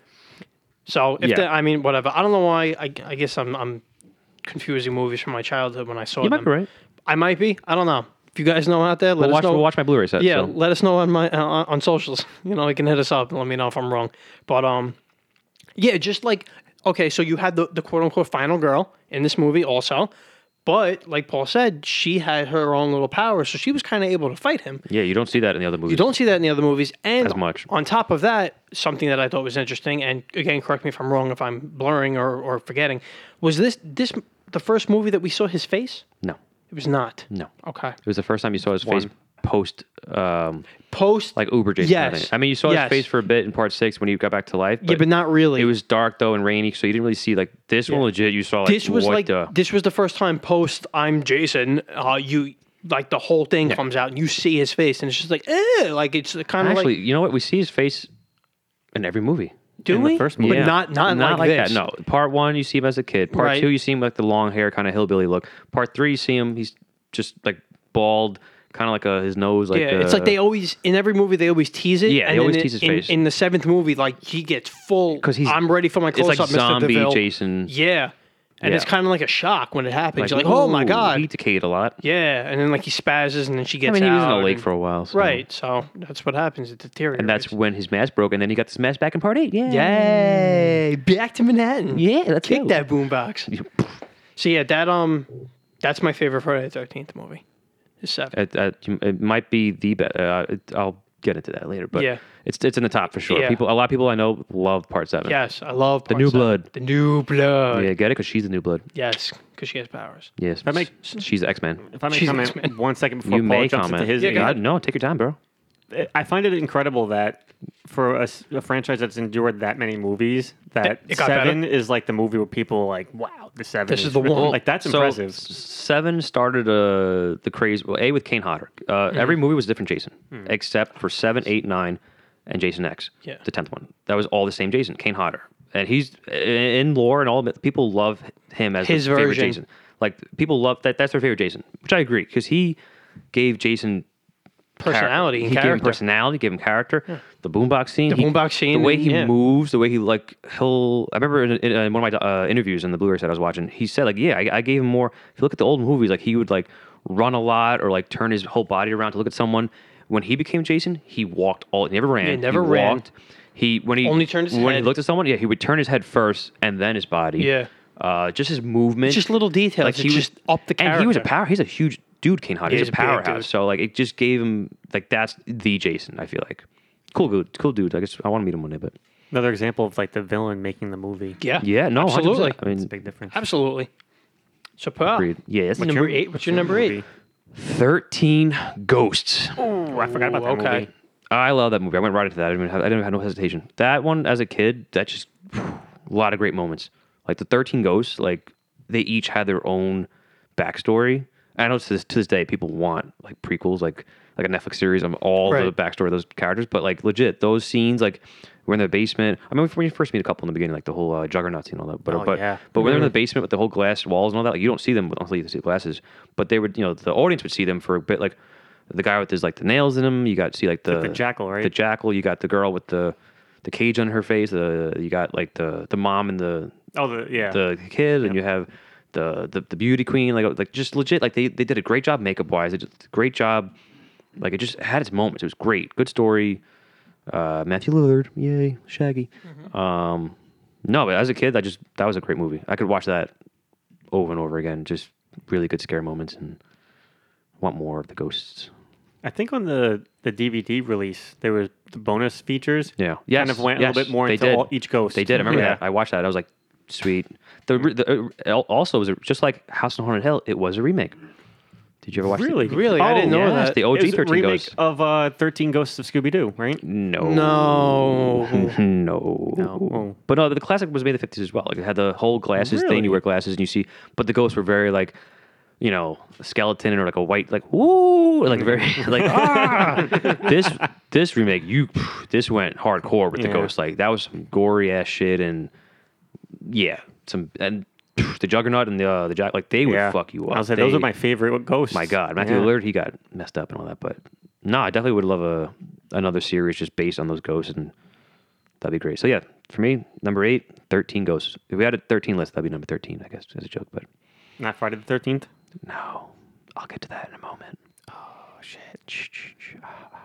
[SPEAKER 1] So if
[SPEAKER 2] Yeah.
[SPEAKER 1] the, I mean whatever, I don't know why. I, I guess I'm I'm confusing movies from my childhood when I saw
[SPEAKER 2] You
[SPEAKER 1] them.
[SPEAKER 2] might be right.
[SPEAKER 1] I might be. I don't know. If you guys know out there, let
[SPEAKER 2] We'll
[SPEAKER 1] us
[SPEAKER 2] watch,
[SPEAKER 1] know.
[SPEAKER 2] we'll watch my Blu-ray set.
[SPEAKER 1] Yeah,
[SPEAKER 2] so.
[SPEAKER 1] let us know on my uh, on on socials. You know, you can hit us up and let me know if I'm wrong. But um, yeah, just like okay, so you had the the quote unquote final girl in this movie also, but like Paul said, she had her own little power, so she was kind of able to fight him.
[SPEAKER 2] yeah. You don't see that in the other movies.
[SPEAKER 1] You don't see that in the other movies, and
[SPEAKER 2] As much.
[SPEAKER 1] On top of that, something that I thought was interesting, and again, correct me if I'm wrong, if I'm blurring or, or forgetting, was this this the first movie that we saw his face?
[SPEAKER 2] No,
[SPEAKER 1] It was not.
[SPEAKER 2] no.
[SPEAKER 1] Okay.
[SPEAKER 2] It was the first time you saw his face
[SPEAKER 3] One.
[SPEAKER 2] post, um,
[SPEAKER 1] Post
[SPEAKER 2] like Uber Jason. I,
[SPEAKER 1] Yes.
[SPEAKER 2] think. I mean, you saw
[SPEAKER 1] Yes.
[SPEAKER 2] his face for a bit in part six when he got back to life. But
[SPEAKER 1] yeah, but not really.
[SPEAKER 2] It was dark though and rainy, so you didn't really see like this one. Legit, you saw like
[SPEAKER 1] this was
[SPEAKER 2] what
[SPEAKER 1] like
[SPEAKER 2] the-
[SPEAKER 1] this was the first time post I'm Jason. Uh, you like the whole thing comes out and you see his face and it's just like eh, like it's kind of
[SPEAKER 2] Actually,
[SPEAKER 1] like
[SPEAKER 2] you know what? We see his face in every movie.
[SPEAKER 1] do
[SPEAKER 3] in the
[SPEAKER 1] we?
[SPEAKER 3] first
[SPEAKER 1] but
[SPEAKER 3] movie.
[SPEAKER 2] Yeah.
[SPEAKER 1] not not, like, this.
[SPEAKER 2] that. No. Part one, you see him as a kid. Part
[SPEAKER 1] Right.
[SPEAKER 2] two, you see him like the long hair, kind of hillbilly look. Part three, you see him. He's just like bald, kind of like a, his nose. Like
[SPEAKER 1] Yeah, it's like
[SPEAKER 2] uh,
[SPEAKER 1] they always in every movie they always tease it.
[SPEAKER 2] Yeah, they
[SPEAKER 1] and then
[SPEAKER 2] always
[SPEAKER 1] in-
[SPEAKER 2] tease his
[SPEAKER 1] in,
[SPEAKER 2] face.
[SPEAKER 1] In the seventh movie, like he gets full.
[SPEAKER 2] 'Cause he's-
[SPEAKER 1] I'm ready for my
[SPEAKER 2] It's
[SPEAKER 1] close
[SPEAKER 2] like
[SPEAKER 1] up, Mr.
[SPEAKER 2] zombie
[SPEAKER 1] Deville.
[SPEAKER 2] Jason.
[SPEAKER 1] Yeah, and it's
[SPEAKER 2] Yeah.
[SPEAKER 1] kind of like a shock when it happens. You're like, oh my
[SPEAKER 2] ooh,
[SPEAKER 1] god.
[SPEAKER 2] he decayed a lot.
[SPEAKER 1] yeah, and then like he spazzes and then she
[SPEAKER 2] I
[SPEAKER 1] gets.
[SPEAKER 2] mean, he was in the
[SPEAKER 1] out
[SPEAKER 2] lake
[SPEAKER 1] and-
[SPEAKER 2] for a while, so.
[SPEAKER 1] Right, so that's what happens. It deteriorates.
[SPEAKER 2] And that's when his mask broke, and then he got this mask back in part eight. Yeah,
[SPEAKER 1] Yay! Back to Manhattan.
[SPEAKER 2] yeah, that's
[SPEAKER 1] Kick that boombox. So yeah, that um, that's my favorite Friday the Thirteenth movie. Is seven.
[SPEAKER 2] It, uh, it might be the best. Uh, it, I'll get into that later, but
[SPEAKER 1] Yeah.
[SPEAKER 2] it's it's in the top for sure.
[SPEAKER 1] Yeah.
[SPEAKER 2] People, a lot of people I know love part seven.
[SPEAKER 1] Yes, I love the
[SPEAKER 2] New Blood.
[SPEAKER 1] The new blood.
[SPEAKER 2] yeah, get it because she's the new blood.
[SPEAKER 1] Yes, because she has powers.
[SPEAKER 2] Yes,
[SPEAKER 3] I make-
[SPEAKER 2] she's X Man.
[SPEAKER 3] If I may
[SPEAKER 1] Jesus,
[SPEAKER 3] comment
[SPEAKER 1] man.
[SPEAKER 3] one second before
[SPEAKER 2] You
[SPEAKER 3] Paul
[SPEAKER 2] may
[SPEAKER 3] jumps
[SPEAKER 2] comment.
[SPEAKER 3] into his,
[SPEAKER 1] Yeah, go ahead.
[SPEAKER 2] God, no, take your time, bro.
[SPEAKER 3] I find it incredible that for a, s- a franchise that's endured that many movies, that
[SPEAKER 1] It got
[SPEAKER 3] Seven is like the movie where people are like, wow, the Seven.
[SPEAKER 1] This is the one.
[SPEAKER 3] Like that's
[SPEAKER 2] So,
[SPEAKER 3] impressive.
[SPEAKER 2] s- Seven started uh, the craze. Well, a with Kane Hodder. Uh, Every movie was a different Jason, except for seven, eight, nine, and Jason X.
[SPEAKER 1] Yeah.
[SPEAKER 2] The tenth one. That was all the same Jason, Kane Hodder, and he's i- in lore and all. of it, People love him as
[SPEAKER 1] His
[SPEAKER 2] their favorite
[SPEAKER 1] version.
[SPEAKER 2] Jason. Like people love that. That's their favorite Jason, which I agree because he gave Jason
[SPEAKER 1] Personality
[SPEAKER 2] He
[SPEAKER 1] and
[SPEAKER 2] gave him
[SPEAKER 1] character.
[SPEAKER 2] personality, gave him character. The boombox scene,
[SPEAKER 1] The
[SPEAKER 2] he-
[SPEAKER 1] boombox scene,
[SPEAKER 2] the way
[SPEAKER 1] and-
[SPEAKER 2] he
[SPEAKER 1] yeah.
[SPEAKER 2] moves, the way he like he'll. I remember in, in, uh, one of my uh, interviews in the Blu-ray set I was watching, he said like, yeah, I, I gave him more. If you look at the old movies, like he would like run a lot or like turn his whole body around to look at someone. When he became Jason, he walked all. He never ran.
[SPEAKER 1] Yeah, never ran.
[SPEAKER 2] Walked. He when he
[SPEAKER 1] Only turned his
[SPEAKER 2] when
[SPEAKER 1] head.
[SPEAKER 2] he looked at someone, yeah, he would turn his head first and then his body.
[SPEAKER 1] Yeah.
[SPEAKER 2] Uh, just his movement,
[SPEAKER 1] Just little details that just up the
[SPEAKER 2] and he was a
[SPEAKER 1] character.
[SPEAKER 2] power. He's a huge dude, Kane Hodder.
[SPEAKER 1] Yeah, he's
[SPEAKER 2] he's a
[SPEAKER 1] a big dude.
[SPEAKER 2] powerhouse. So like, it just gave him like that's the Jason. I feel like cool dude, cool dude. I guess I want to meet him one day, but
[SPEAKER 3] another example of like the villain making the movie.
[SPEAKER 1] Yeah.
[SPEAKER 2] Yeah, no, 100%.
[SPEAKER 1] Absolutely.
[SPEAKER 2] I mean,
[SPEAKER 3] It's a big difference.
[SPEAKER 1] Absolutely. So, Paul,
[SPEAKER 2] agreed. Yes.
[SPEAKER 1] What's number eight? What's your number
[SPEAKER 3] movie?
[SPEAKER 1] eight?
[SPEAKER 2] 13 Ghosts.
[SPEAKER 3] Oh, I forgot about that
[SPEAKER 1] okay.
[SPEAKER 3] movie.
[SPEAKER 2] I love that movie. I went right into that. I didn't, even have, I didn't have no hesitation. That one, as a kid, that just a lot of great moments. Like the Thirteen Ghosts, like they each had their own backstory. I know to this, to this day, people want like prequels, like like a Netflix series of all the
[SPEAKER 1] Right.
[SPEAKER 2] backstory of those characters. But like legit, those scenes, like we're in the basement. I remember when you first meet a couple in the beginning, like the whole uh, Juggernaut scene, and all that. But
[SPEAKER 3] Oh,
[SPEAKER 2] but
[SPEAKER 3] yeah.
[SPEAKER 2] but when they're in the basement with the whole glass walls and all that, like you don't see them until you see the glasses. But they would, you know, the audience would see them for a bit, like. The guy with his like the nails in him. You got to see like the
[SPEAKER 3] the jackal, right?
[SPEAKER 2] the jackal. You got the girl with the the cage on her face. The you got like the the mom and the
[SPEAKER 3] Oh, the, yeah.
[SPEAKER 2] the kid, and you have the, the the beauty queen. Like like just legit. Like they, they did a great job makeup wise. They did a great job. Like it just had its moments. It was great. Good story. Uh, Matthew Lillard, yay, Shaggy. Um, no, but as a kid, I just that was a great movie. I could watch that over and over again. Just really good scare moments and want more of the ghosts.
[SPEAKER 3] I think on the, the DVD release, there was the bonus features.
[SPEAKER 2] Yeah.
[SPEAKER 3] Yeah.
[SPEAKER 2] Yes.
[SPEAKER 3] Kind of went a
[SPEAKER 2] Yes.
[SPEAKER 3] little bit more
[SPEAKER 2] They
[SPEAKER 3] into
[SPEAKER 2] did.
[SPEAKER 3] all, each ghost.
[SPEAKER 2] They did. I remember
[SPEAKER 3] Yeah.
[SPEAKER 2] that. I watched that. I was like, sweet. The, the uh, also was a- just like House on Haunted Hill. It was a remake. Did you ever watch? the-
[SPEAKER 3] Really? Oh,
[SPEAKER 1] Really? I didn't know
[SPEAKER 2] yes,
[SPEAKER 1] that.
[SPEAKER 2] The
[SPEAKER 3] It
[SPEAKER 2] OG
[SPEAKER 3] was a
[SPEAKER 2] Thirteen
[SPEAKER 3] remake
[SPEAKER 2] Ghosts.
[SPEAKER 3] of uh, 13 Ghosts of Scooby Doo, right?
[SPEAKER 2] No.
[SPEAKER 1] No.
[SPEAKER 2] No.
[SPEAKER 3] No.
[SPEAKER 2] But no, the classic was made in the 50s as well. Like it had the whole glasses thing.
[SPEAKER 3] Really?
[SPEAKER 2] You wear glasses and you see, but the ghosts were very like, you know, skeleton or like a white, like, woo, like very, like, ah. this, this remake, you, this went hardcore with the
[SPEAKER 3] Yeah.
[SPEAKER 2] ghosts. Like that was some gory ass shit. And yeah, some, and the juggernaut and the, uh, the jack, like they would fuck you up.
[SPEAKER 3] I was like, those
[SPEAKER 2] They-
[SPEAKER 3] are my favorite ghosts.
[SPEAKER 2] my God, Matthew
[SPEAKER 3] Yeah.
[SPEAKER 2] Lillard, he got messed up and all that. But no, I definitely would love a another series just based on those ghosts, and that'd be great. So yeah, for me, number eight, 13 ghosts. If we had a 13 list, that'd be number 13, I guess, as a joke. But
[SPEAKER 3] Not Friday the 13th.
[SPEAKER 2] no, I'll get to that in a moment. Oh shit, ah,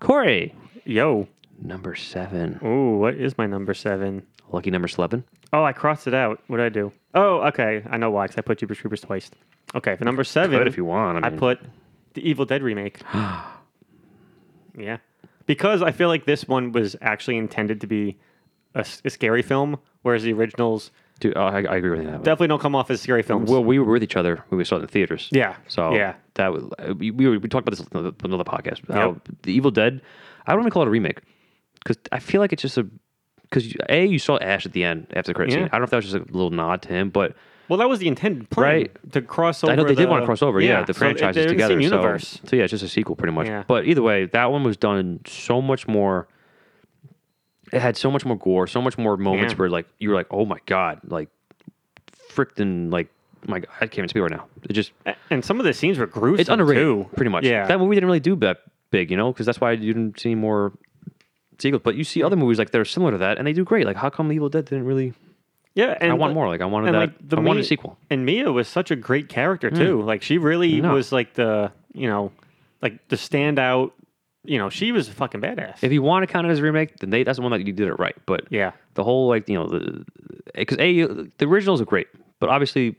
[SPEAKER 2] Corey,
[SPEAKER 3] Yo.
[SPEAKER 2] number seven,
[SPEAKER 3] Ooh, what is my number seven?
[SPEAKER 2] lucky number eleven.
[SPEAKER 3] Oh, I crossed it out. What did I do? Oh, okay. I know why, because I put Jeepers Creepers twice. Okay, for number seven.
[SPEAKER 2] But if you want, I,
[SPEAKER 3] I
[SPEAKER 2] mean,
[SPEAKER 3] put the Evil Dead remake. yeah, because I feel like this one was actually intended to be a, s- a scary film, whereas the originals
[SPEAKER 2] Dude, oh, I, I agree with you on that. one.
[SPEAKER 3] definitely don't come off as scary films.
[SPEAKER 2] Well, we were with each other when we saw it in the theaters.
[SPEAKER 3] Yeah.
[SPEAKER 2] So
[SPEAKER 3] Yeah.
[SPEAKER 2] that was, we, we, were- we talked about this on another- another podcast. How
[SPEAKER 3] Yep.
[SPEAKER 2] the Evil Dead, I don't even call it a remake because I feel like it's just a because a you saw Ash at the end after the credit
[SPEAKER 3] Yeah.
[SPEAKER 2] scene. I don't know if that was just a little nod to him, but
[SPEAKER 3] Well, that was the intended plan
[SPEAKER 2] Right.
[SPEAKER 3] to cross over.
[SPEAKER 2] I know they
[SPEAKER 3] the,
[SPEAKER 2] did want to cross over. Yeah, the
[SPEAKER 3] so it-
[SPEAKER 2] franchises
[SPEAKER 3] they're in the
[SPEAKER 2] together.
[SPEAKER 3] same
[SPEAKER 2] so-
[SPEAKER 3] universe.
[SPEAKER 2] So, yeah, it's just a sequel pretty much.
[SPEAKER 3] Yeah.
[SPEAKER 2] But either way, that one was done so much more. It had so much more gore, so much more moments
[SPEAKER 3] Yeah.
[SPEAKER 2] where like you were like, oh my god, like freaking like my god, I can't even speak right now. It just
[SPEAKER 3] A- And some of the scenes were gruesome.
[SPEAKER 2] it's underrated,
[SPEAKER 3] too.
[SPEAKER 2] pretty much.
[SPEAKER 3] Yeah.
[SPEAKER 2] that movie didn't really do that big, you know, because that's why you didn't see more sequels. But you see other movies like that are similar to that, and they do great. Like, how come Evil Dead didn't really?
[SPEAKER 3] yeah. And
[SPEAKER 2] I want
[SPEAKER 3] the-
[SPEAKER 2] more. Like, I wanted
[SPEAKER 3] and,
[SPEAKER 2] that.
[SPEAKER 3] like, the
[SPEAKER 2] I wanted a
[SPEAKER 3] Mia-
[SPEAKER 2] sequel. Hmm.
[SPEAKER 3] And Mia was such a great character too. Like she really
[SPEAKER 2] No.
[SPEAKER 3] was like the you know, like the standout. You know, she was fucking badass.
[SPEAKER 2] If you want to count it as a remake, then they, that's the one that you did it right. But
[SPEAKER 3] yeah.
[SPEAKER 2] the whole like you know the because a the originals are great, but obviously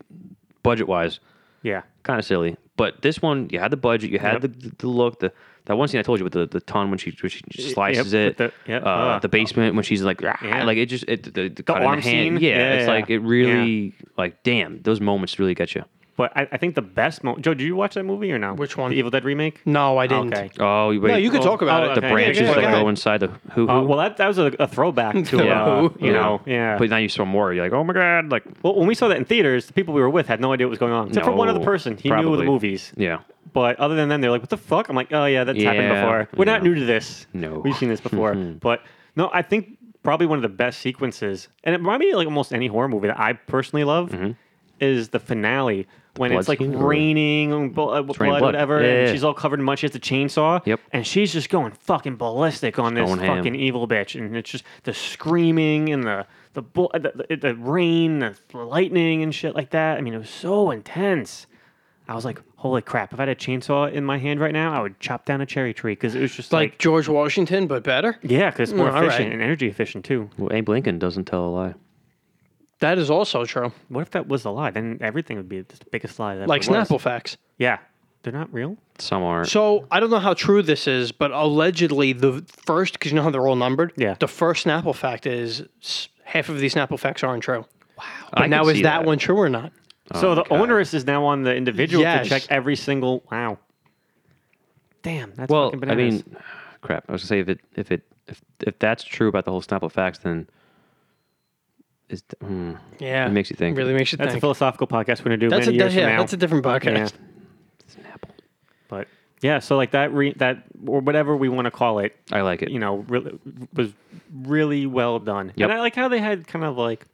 [SPEAKER 2] budget wise,
[SPEAKER 3] Yeah.
[SPEAKER 2] kind of silly. But this one, you had the budget, you had the, the look, the that one scene I told you with the, the ton when she when she slices
[SPEAKER 3] Yep,
[SPEAKER 2] it,
[SPEAKER 3] with the- yep,
[SPEAKER 2] uh,
[SPEAKER 3] uh,
[SPEAKER 2] the basement when she's like "Rah,"
[SPEAKER 3] Yeah.
[SPEAKER 2] like it just it, the, the, cut in
[SPEAKER 3] arm
[SPEAKER 2] the hand,
[SPEAKER 3] scene?
[SPEAKER 2] Yeah,
[SPEAKER 3] Yeah,
[SPEAKER 2] it's
[SPEAKER 3] yeah,
[SPEAKER 2] like
[SPEAKER 3] yeah.
[SPEAKER 2] it really like damn those moments really get you.
[SPEAKER 3] But I, I think the best moment. Joe, did you watch that movie or no?
[SPEAKER 1] Which one?
[SPEAKER 3] The Evil Dead remake.
[SPEAKER 1] No, I didn't.
[SPEAKER 3] Okay.
[SPEAKER 2] Oh, you wait,
[SPEAKER 1] No, you could
[SPEAKER 3] Well,
[SPEAKER 1] talk about
[SPEAKER 3] oh,
[SPEAKER 1] it.
[SPEAKER 2] the
[SPEAKER 3] okay.
[SPEAKER 2] branches
[SPEAKER 3] Yeah, yeah,
[SPEAKER 2] that
[SPEAKER 3] yeah.
[SPEAKER 2] go inside the hoo
[SPEAKER 3] Uh, well, that, that was a, a throwback to
[SPEAKER 2] Yeah.
[SPEAKER 3] uh, you
[SPEAKER 2] Yeah.
[SPEAKER 3] know, yeah.
[SPEAKER 2] But now you saw more. You're like, oh my god, like
[SPEAKER 3] well, when we saw that in theaters, the people we were with had no idea what was going on, except for one
[SPEAKER 2] No,
[SPEAKER 3] other person. He knew
[SPEAKER 2] probably.
[SPEAKER 3] the movies,
[SPEAKER 2] yeah.
[SPEAKER 3] but other than them, they're like, "What the fuck?" I'm like, "Oh yeah, that's happened
[SPEAKER 2] Yeah,
[SPEAKER 3] before. We're not
[SPEAKER 2] yeah.
[SPEAKER 3] new to this.
[SPEAKER 2] No. Mm-hmm.
[SPEAKER 3] we've seen this before." but no, I think probably one of the best sequences, and it reminded me of like almost any horror movie that I personally love, is the finale when
[SPEAKER 2] Mm-hmm. blood
[SPEAKER 3] it's like
[SPEAKER 2] scene or-
[SPEAKER 3] raining and bl- uh, blood,
[SPEAKER 2] blood.
[SPEAKER 3] whatever,
[SPEAKER 2] Yeah,
[SPEAKER 3] and
[SPEAKER 2] yeah.
[SPEAKER 3] she's all covered in mud. She has the chainsaw,
[SPEAKER 2] Yep.
[SPEAKER 3] and she's just going fucking ballistic on this
[SPEAKER 2] Going ham.
[SPEAKER 3] fucking evil bitch, and it's just the screaming and the the bull, uh, the, the, the rain, the lightning, and shit like that. I mean, it was so intense. I was like, "Holy crap! If I had a chainsaw in my hand right now, I would chop down a cherry tree because it was just
[SPEAKER 1] Like
[SPEAKER 3] like,
[SPEAKER 1] George Washington, but better?
[SPEAKER 3] yeah, because it's more
[SPEAKER 1] all
[SPEAKER 3] efficient
[SPEAKER 1] right.
[SPEAKER 3] and energy efficient too.
[SPEAKER 2] Well, Abe Lincoln doesn't tell a lie.
[SPEAKER 1] That is also true.
[SPEAKER 3] What if that was a lie? Then everything would be the biggest lie that
[SPEAKER 1] Like
[SPEAKER 3] ever was.
[SPEAKER 1] Snapple facts.
[SPEAKER 3] Yeah, They're not real.
[SPEAKER 2] Some are.
[SPEAKER 1] So I don't know how true this is, but allegedly the first, because you know how they're all numbered.
[SPEAKER 3] Yeah.
[SPEAKER 1] The first Snapple fact is s- half of these Snapple facts aren't true.
[SPEAKER 2] I
[SPEAKER 1] But now
[SPEAKER 2] could
[SPEAKER 1] is
[SPEAKER 2] see
[SPEAKER 1] that, one true or not?
[SPEAKER 2] Oh
[SPEAKER 3] so
[SPEAKER 2] my
[SPEAKER 3] the
[SPEAKER 2] God.
[SPEAKER 3] onerous is now on the individual
[SPEAKER 1] Yes.
[SPEAKER 3] to check every single. Wow. Damn, that's
[SPEAKER 2] Well,
[SPEAKER 3] fucking
[SPEAKER 2] I
[SPEAKER 3] bananas.
[SPEAKER 2] mean, crap. I was gonna say if it if it if if that's true about the whole Snapple facts, then is th- hmm.
[SPEAKER 1] Yeah.
[SPEAKER 2] It makes you think.
[SPEAKER 1] Really makes you
[SPEAKER 3] that's a
[SPEAKER 1] think.
[SPEAKER 3] philosophical podcast we're gonna do
[SPEAKER 1] that's a
[SPEAKER 3] many
[SPEAKER 1] di-
[SPEAKER 3] years from
[SPEAKER 1] yeah,
[SPEAKER 3] now.
[SPEAKER 1] that's a different podcast.
[SPEAKER 3] But yeah, so like that re- that or whatever we want to call it,
[SPEAKER 2] I like it.
[SPEAKER 3] you know, really was really well done.
[SPEAKER 2] Yep.
[SPEAKER 3] And I like how they had kind of like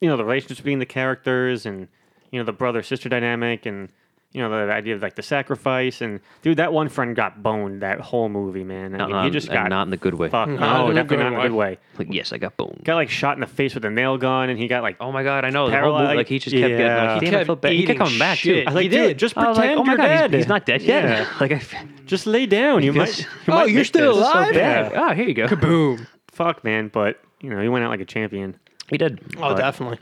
[SPEAKER 3] you know, the relationships between the characters and you know, the brother sister dynamic and you know, the idea of like the sacrifice and dude, that one friend got boned that whole movie, man. I
[SPEAKER 2] Not-
[SPEAKER 3] mean,
[SPEAKER 2] not-
[SPEAKER 3] he just
[SPEAKER 2] Uh-huh. and
[SPEAKER 3] got
[SPEAKER 2] not in the good way.
[SPEAKER 3] fucked.
[SPEAKER 1] in
[SPEAKER 3] No,
[SPEAKER 1] a
[SPEAKER 3] definitely
[SPEAKER 1] good
[SPEAKER 3] not in a good way.
[SPEAKER 2] Like yes, I got boned.
[SPEAKER 3] Got like shot in the face with a nail gun and he got like
[SPEAKER 2] Oh my god, I know. The whole
[SPEAKER 3] Paralyzed-
[SPEAKER 2] movie, like he just kept getting
[SPEAKER 3] yeah.
[SPEAKER 2] like,
[SPEAKER 3] He
[SPEAKER 2] damn, I
[SPEAKER 1] kept
[SPEAKER 2] felt bad. He
[SPEAKER 1] eating
[SPEAKER 2] kept coming back
[SPEAKER 1] shit.
[SPEAKER 2] too.
[SPEAKER 3] I was like,
[SPEAKER 1] He
[SPEAKER 3] dude,
[SPEAKER 1] did.
[SPEAKER 3] just
[SPEAKER 2] I was
[SPEAKER 3] pretend
[SPEAKER 2] like, oh my
[SPEAKER 3] you're
[SPEAKER 2] god, he's-
[SPEAKER 3] dead.
[SPEAKER 2] He's, not dead yet.
[SPEAKER 3] Yeah.
[SPEAKER 2] like I, f-
[SPEAKER 3] Just lay down. You might.
[SPEAKER 2] feels-
[SPEAKER 3] You
[SPEAKER 1] Oh,
[SPEAKER 3] might
[SPEAKER 1] you're
[SPEAKER 3] make
[SPEAKER 1] still
[SPEAKER 3] this.
[SPEAKER 1] alive?
[SPEAKER 3] Yeah.
[SPEAKER 2] Oh, here you go.
[SPEAKER 1] Boom.
[SPEAKER 3] Fuck, man. But you know, you went out like a champion.
[SPEAKER 2] He did.
[SPEAKER 1] Oh,
[SPEAKER 3] But-
[SPEAKER 1] definitely.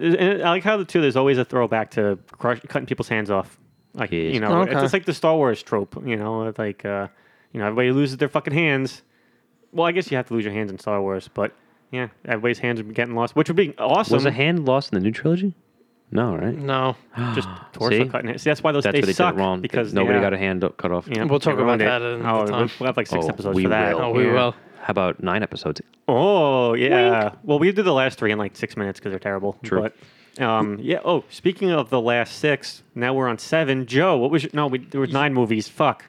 [SPEAKER 3] And I like how the two. There's always a throwback to crush, cutting people's hands off. Like
[SPEAKER 2] Yes.
[SPEAKER 3] you know,
[SPEAKER 1] Okay.
[SPEAKER 3] it's like the Star Wars trope. You know, it's like uh, you know, everybody loses their fucking hands. Well, I guess you have to lose your hands in Star Wars, but yeah, everybody's hands are getting lost, which would be awesome.
[SPEAKER 2] Was a hand lost in the new trilogy? No, right?
[SPEAKER 1] No.
[SPEAKER 3] just torso
[SPEAKER 2] See?
[SPEAKER 3] cutting it. See, that's why those
[SPEAKER 2] That's
[SPEAKER 3] Mm. they
[SPEAKER 2] where they
[SPEAKER 3] suck
[SPEAKER 2] did it wrong
[SPEAKER 3] because
[SPEAKER 2] nobody
[SPEAKER 3] yeah,
[SPEAKER 2] got a hand cut off.
[SPEAKER 3] yeah,
[SPEAKER 1] We'll
[SPEAKER 3] they
[SPEAKER 1] talk about
[SPEAKER 3] ruined it.
[SPEAKER 1] that in- the
[SPEAKER 3] oh, we'll
[SPEAKER 1] time.
[SPEAKER 3] we'll have like six
[SPEAKER 2] Oh,
[SPEAKER 3] episodes
[SPEAKER 2] we
[SPEAKER 3] for that.
[SPEAKER 2] will.
[SPEAKER 1] Oh, we
[SPEAKER 3] Yeah.
[SPEAKER 1] will.
[SPEAKER 2] How about nine episodes?
[SPEAKER 3] Oh yeah. Well, we did the last three in like six minutes because they're terrible.
[SPEAKER 2] True.
[SPEAKER 3] But, um, yeah. Oh, speaking of the last six, now we're on seven. Joe, what was your, no? We, there were nine movies. Fuck.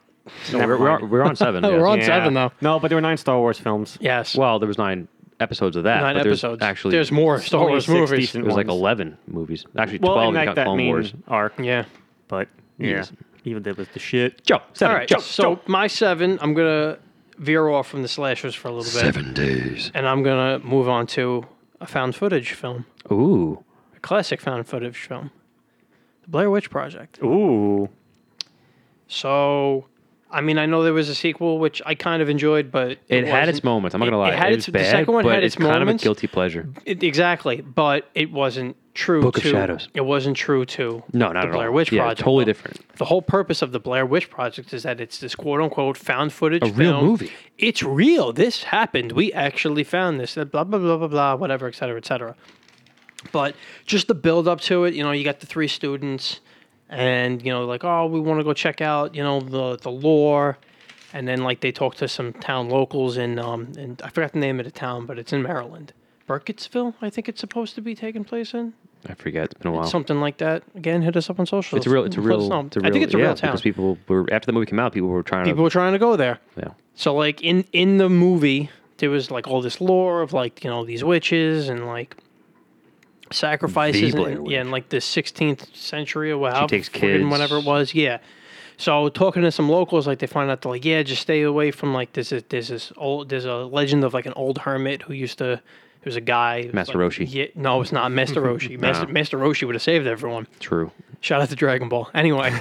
[SPEAKER 2] No, we're, we're, on- we're on seven.
[SPEAKER 1] Oh,
[SPEAKER 2] yeah.
[SPEAKER 1] we're on seven, though.
[SPEAKER 3] No, but there were nine Star Wars films.
[SPEAKER 1] Yes.
[SPEAKER 2] Well, there was nine episodes of that.
[SPEAKER 1] Nine
[SPEAKER 2] but there's
[SPEAKER 1] episodes.
[SPEAKER 2] Actually,
[SPEAKER 1] there's more Star
[SPEAKER 3] only
[SPEAKER 1] Wars
[SPEAKER 3] six
[SPEAKER 1] movies.
[SPEAKER 3] decent
[SPEAKER 2] There's like
[SPEAKER 3] ones.
[SPEAKER 2] eleven movies. Actually,
[SPEAKER 3] Well,
[SPEAKER 2] twelve.
[SPEAKER 3] and
[SPEAKER 2] if you
[SPEAKER 3] like
[SPEAKER 2] count
[SPEAKER 3] that
[SPEAKER 2] Clone
[SPEAKER 3] main
[SPEAKER 2] Wars.
[SPEAKER 3] arc.
[SPEAKER 1] Yeah.
[SPEAKER 3] But yeah,
[SPEAKER 2] Yes.
[SPEAKER 3] even did with the shit.
[SPEAKER 2] Joe, seven.
[SPEAKER 1] All right.
[SPEAKER 2] Joe,
[SPEAKER 1] so my seven, I'm gonna veer off from the slashers for a little bit,
[SPEAKER 5] Seven days.
[SPEAKER 1] and I'm gonna move on to a found footage film,
[SPEAKER 2] ooh,
[SPEAKER 1] a classic found footage film, The Blair Witch Project.
[SPEAKER 3] Ooh.
[SPEAKER 1] So, I mean, I know there was a sequel which I kind of enjoyed, but
[SPEAKER 2] it, had its
[SPEAKER 1] wasn't-
[SPEAKER 2] moments. I'm not
[SPEAKER 1] it-
[SPEAKER 2] gonna lie.
[SPEAKER 1] It had its
[SPEAKER 2] was
[SPEAKER 1] the
[SPEAKER 2] bad,
[SPEAKER 1] second one
[SPEAKER 2] but
[SPEAKER 1] had its,
[SPEAKER 2] it's kind of a
[SPEAKER 1] moments.
[SPEAKER 2] guilty pleasure.
[SPEAKER 1] It- exactly, but it wasn't true.
[SPEAKER 2] Book of
[SPEAKER 1] to,
[SPEAKER 2] Shadows.
[SPEAKER 1] It wasn't true to
[SPEAKER 2] No, not
[SPEAKER 1] the
[SPEAKER 2] at
[SPEAKER 1] Blair
[SPEAKER 2] all.
[SPEAKER 1] Witch
[SPEAKER 2] yeah,
[SPEAKER 1] Project.
[SPEAKER 2] totally
[SPEAKER 1] though.
[SPEAKER 2] different.
[SPEAKER 1] The whole purpose of the Blair Witch Project is that it's this quote unquote found footage. A
[SPEAKER 2] real movie.
[SPEAKER 1] It's real. This happened. We actually found this. Blah blah blah blah blah. Whatever, et cetera, et cetera. But just the build up to it, you know, you got the three students, and you know, like, oh, we want to go check out, you know, the the lore, and then like they talk to some town locals in um, and I forgot the name of the town, but it's in Maryland, Burkittsville, I think it's supposed to be taking place in
[SPEAKER 2] I forget. It's been a while.
[SPEAKER 1] something like that. Again, hit us up on social.
[SPEAKER 2] It's a real. It's a
[SPEAKER 1] Let us
[SPEAKER 2] real.
[SPEAKER 1] know.
[SPEAKER 2] It's a
[SPEAKER 1] I
[SPEAKER 2] real
[SPEAKER 1] think it's a
[SPEAKER 2] yeah,
[SPEAKER 1] real town.
[SPEAKER 2] because people were after the movie came out. People were trying
[SPEAKER 1] people were trying to go there.
[SPEAKER 2] to. Yeah.
[SPEAKER 1] So like in in the movie, there was like all this lore of like you know these witches and like sacrifices
[SPEAKER 2] The
[SPEAKER 1] and,
[SPEAKER 2] Blair
[SPEAKER 1] yeah, and like the 16th century or wow,
[SPEAKER 2] takes kids.
[SPEAKER 1] whatever it was, yeah. So talking to some locals, like they find out, they're like, yeah, just stay away from like this. Is, there's this old, there's a legend of like an old hermit who used to, it was a guy, who was,
[SPEAKER 2] Master
[SPEAKER 1] like,
[SPEAKER 2] Roshi.
[SPEAKER 1] Yeah, no, it's not Master Roshi. Master, Master Roshi would have saved everyone.
[SPEAKER 2] True.
[SPEAKER 1] Shout out to Dragon Ball. Anyway,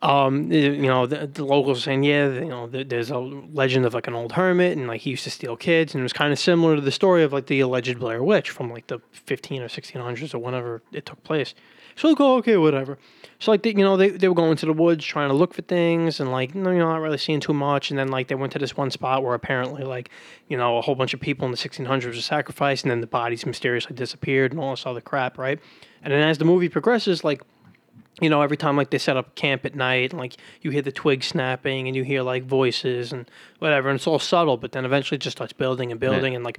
[SPEAKER 1] um, you know the, the locals saying, yeah, you know, there- there's a legend of like an old hermit, and like he used to steal kids, and it was kind of similar to the story of like the alleged Blair Witch from like the 15 or 1600s or whenever it took place. So like, oh, okay, whatever. So like, they, you know, they, they were going to the woods trying to look for things, and like, no, you're not really seeing too much. And then like, they went to this one spot where apparently like, you know, a whole bunch of people in the 1600s were sacrificed, and then the bodies mysteriously disappeared, and all this other crap, right? And then as the movie progresses, like you know, every time like they set up camp at night, and, like you hear the twigs snapping and you hear like voices and whatever, and it's all subtle, but then eventually it just starts building and building, and like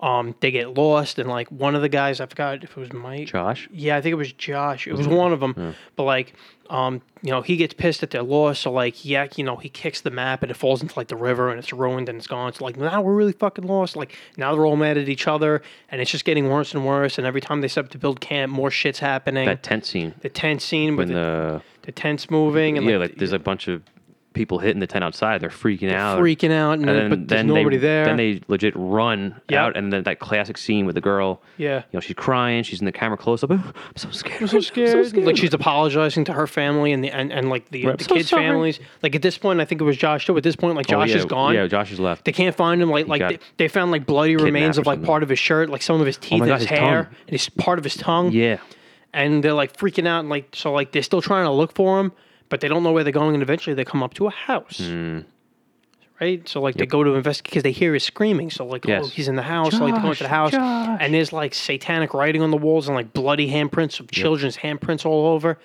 [SPEAKER 1] um they get lost, and like one of the guys, I forgot if it was Mike,
[SPEAKER 2] Josh.
[SPEAKER 1] yeah, I think it was Josh. It was
[SPEAKER 2] Mm-hmm.
[SPEAKER 1] one of them. But like, um, you know, he gets pissed that they're lost. So like, yeah, you know, he kicks the map and it falls into like the river and it's ruined and it's gone. So like, now we're really fucking lost. Like now they're all mad at each other and it's just getting worse and worse. And every time they step to build camp, more shit's happening.
[SPEAKER 2] That tent scene
[SPEAKER 1] the tent scene with
[SPEAKER 2] when
[SPEAKER 1] the,
[SPEAKER 2] the
[SPEAKER 1] the tents moving and
[SPEAKER 2] yeah,
[SPEAKER 1] like,
[SPEAKER 2] like there's a bunch of people hitting the tent outside. They're freaking out.
[SPEAKER 1] freaking out and,
[SPEAKER 2] and
[SPEAKER 1] then,
[SPEAKER 2] then,
[SPEAKER 1] Mm, but there's
[SPEAKER 2] then
[SPEAKER 1] nobody
[SPEAKER 2] they,
[SPEAKER 1] there.
[SPEAKER 2] Then they legit run
[SPEAKER 1] Yep.
[SPEAKER 2] out, and then that classic scene with the girl.
[SPEAKER 1] Yeah.
[SPEAKER 2] you know she's crying. She's in the camera close up. I'm so scared. I'm
[SPEAKER 1] so scared. Like she's apologizing to her family and the and, and like the, the
[SPEAKER 2] so
[SPEAKER 1] kids'
[SPEAKER 2] sorry.
[SPEAKER 1] families. Like at this point, I think it was Josh too. At this point, like
[SPEAKER 2] Oh,
[SPEAKER 1] Josh
[SPEAKER 2] yeah,
[SPEAKER 1] is gone.
[SPEAKER 2] Yeah, Josh is left.
[SPEAKER 1] They can't find him. Like like
[SPEAKER 2] got
[SPEAKER 1] they, they found like bloody remains
[SPEAKER 2] or
[SPEAKER 1] of like
[SPEAKER 2] something. Oh
[SPEAKER 1] part of his shirt, like some of his teeth,
[SPEAKER 2] my
[SPEAKER 1] and
[SPEAKER 2] God,
[SPEAKER 1] his,
[SPEAKER 2] his
[SPEAKER 1] hair,
[SPEAKER 2] tongue.
[SPEAKER 1] and his part of his tongue.
[SPEAKER 2] yeah,
[SPEAKER 1] and they're like freaking out and like so like they're still trying to look for him, but they don't know where they're going, and eventually they come up to a house. Right, so like they go to investigate because they hear his screaming. So like, oh,
[SPEAKER 2] Yes.
[SPEAKER 1] he's in the house. so like they go into the house, and there's like satanic writing on the walls and like bloody handprints of children's handprints all over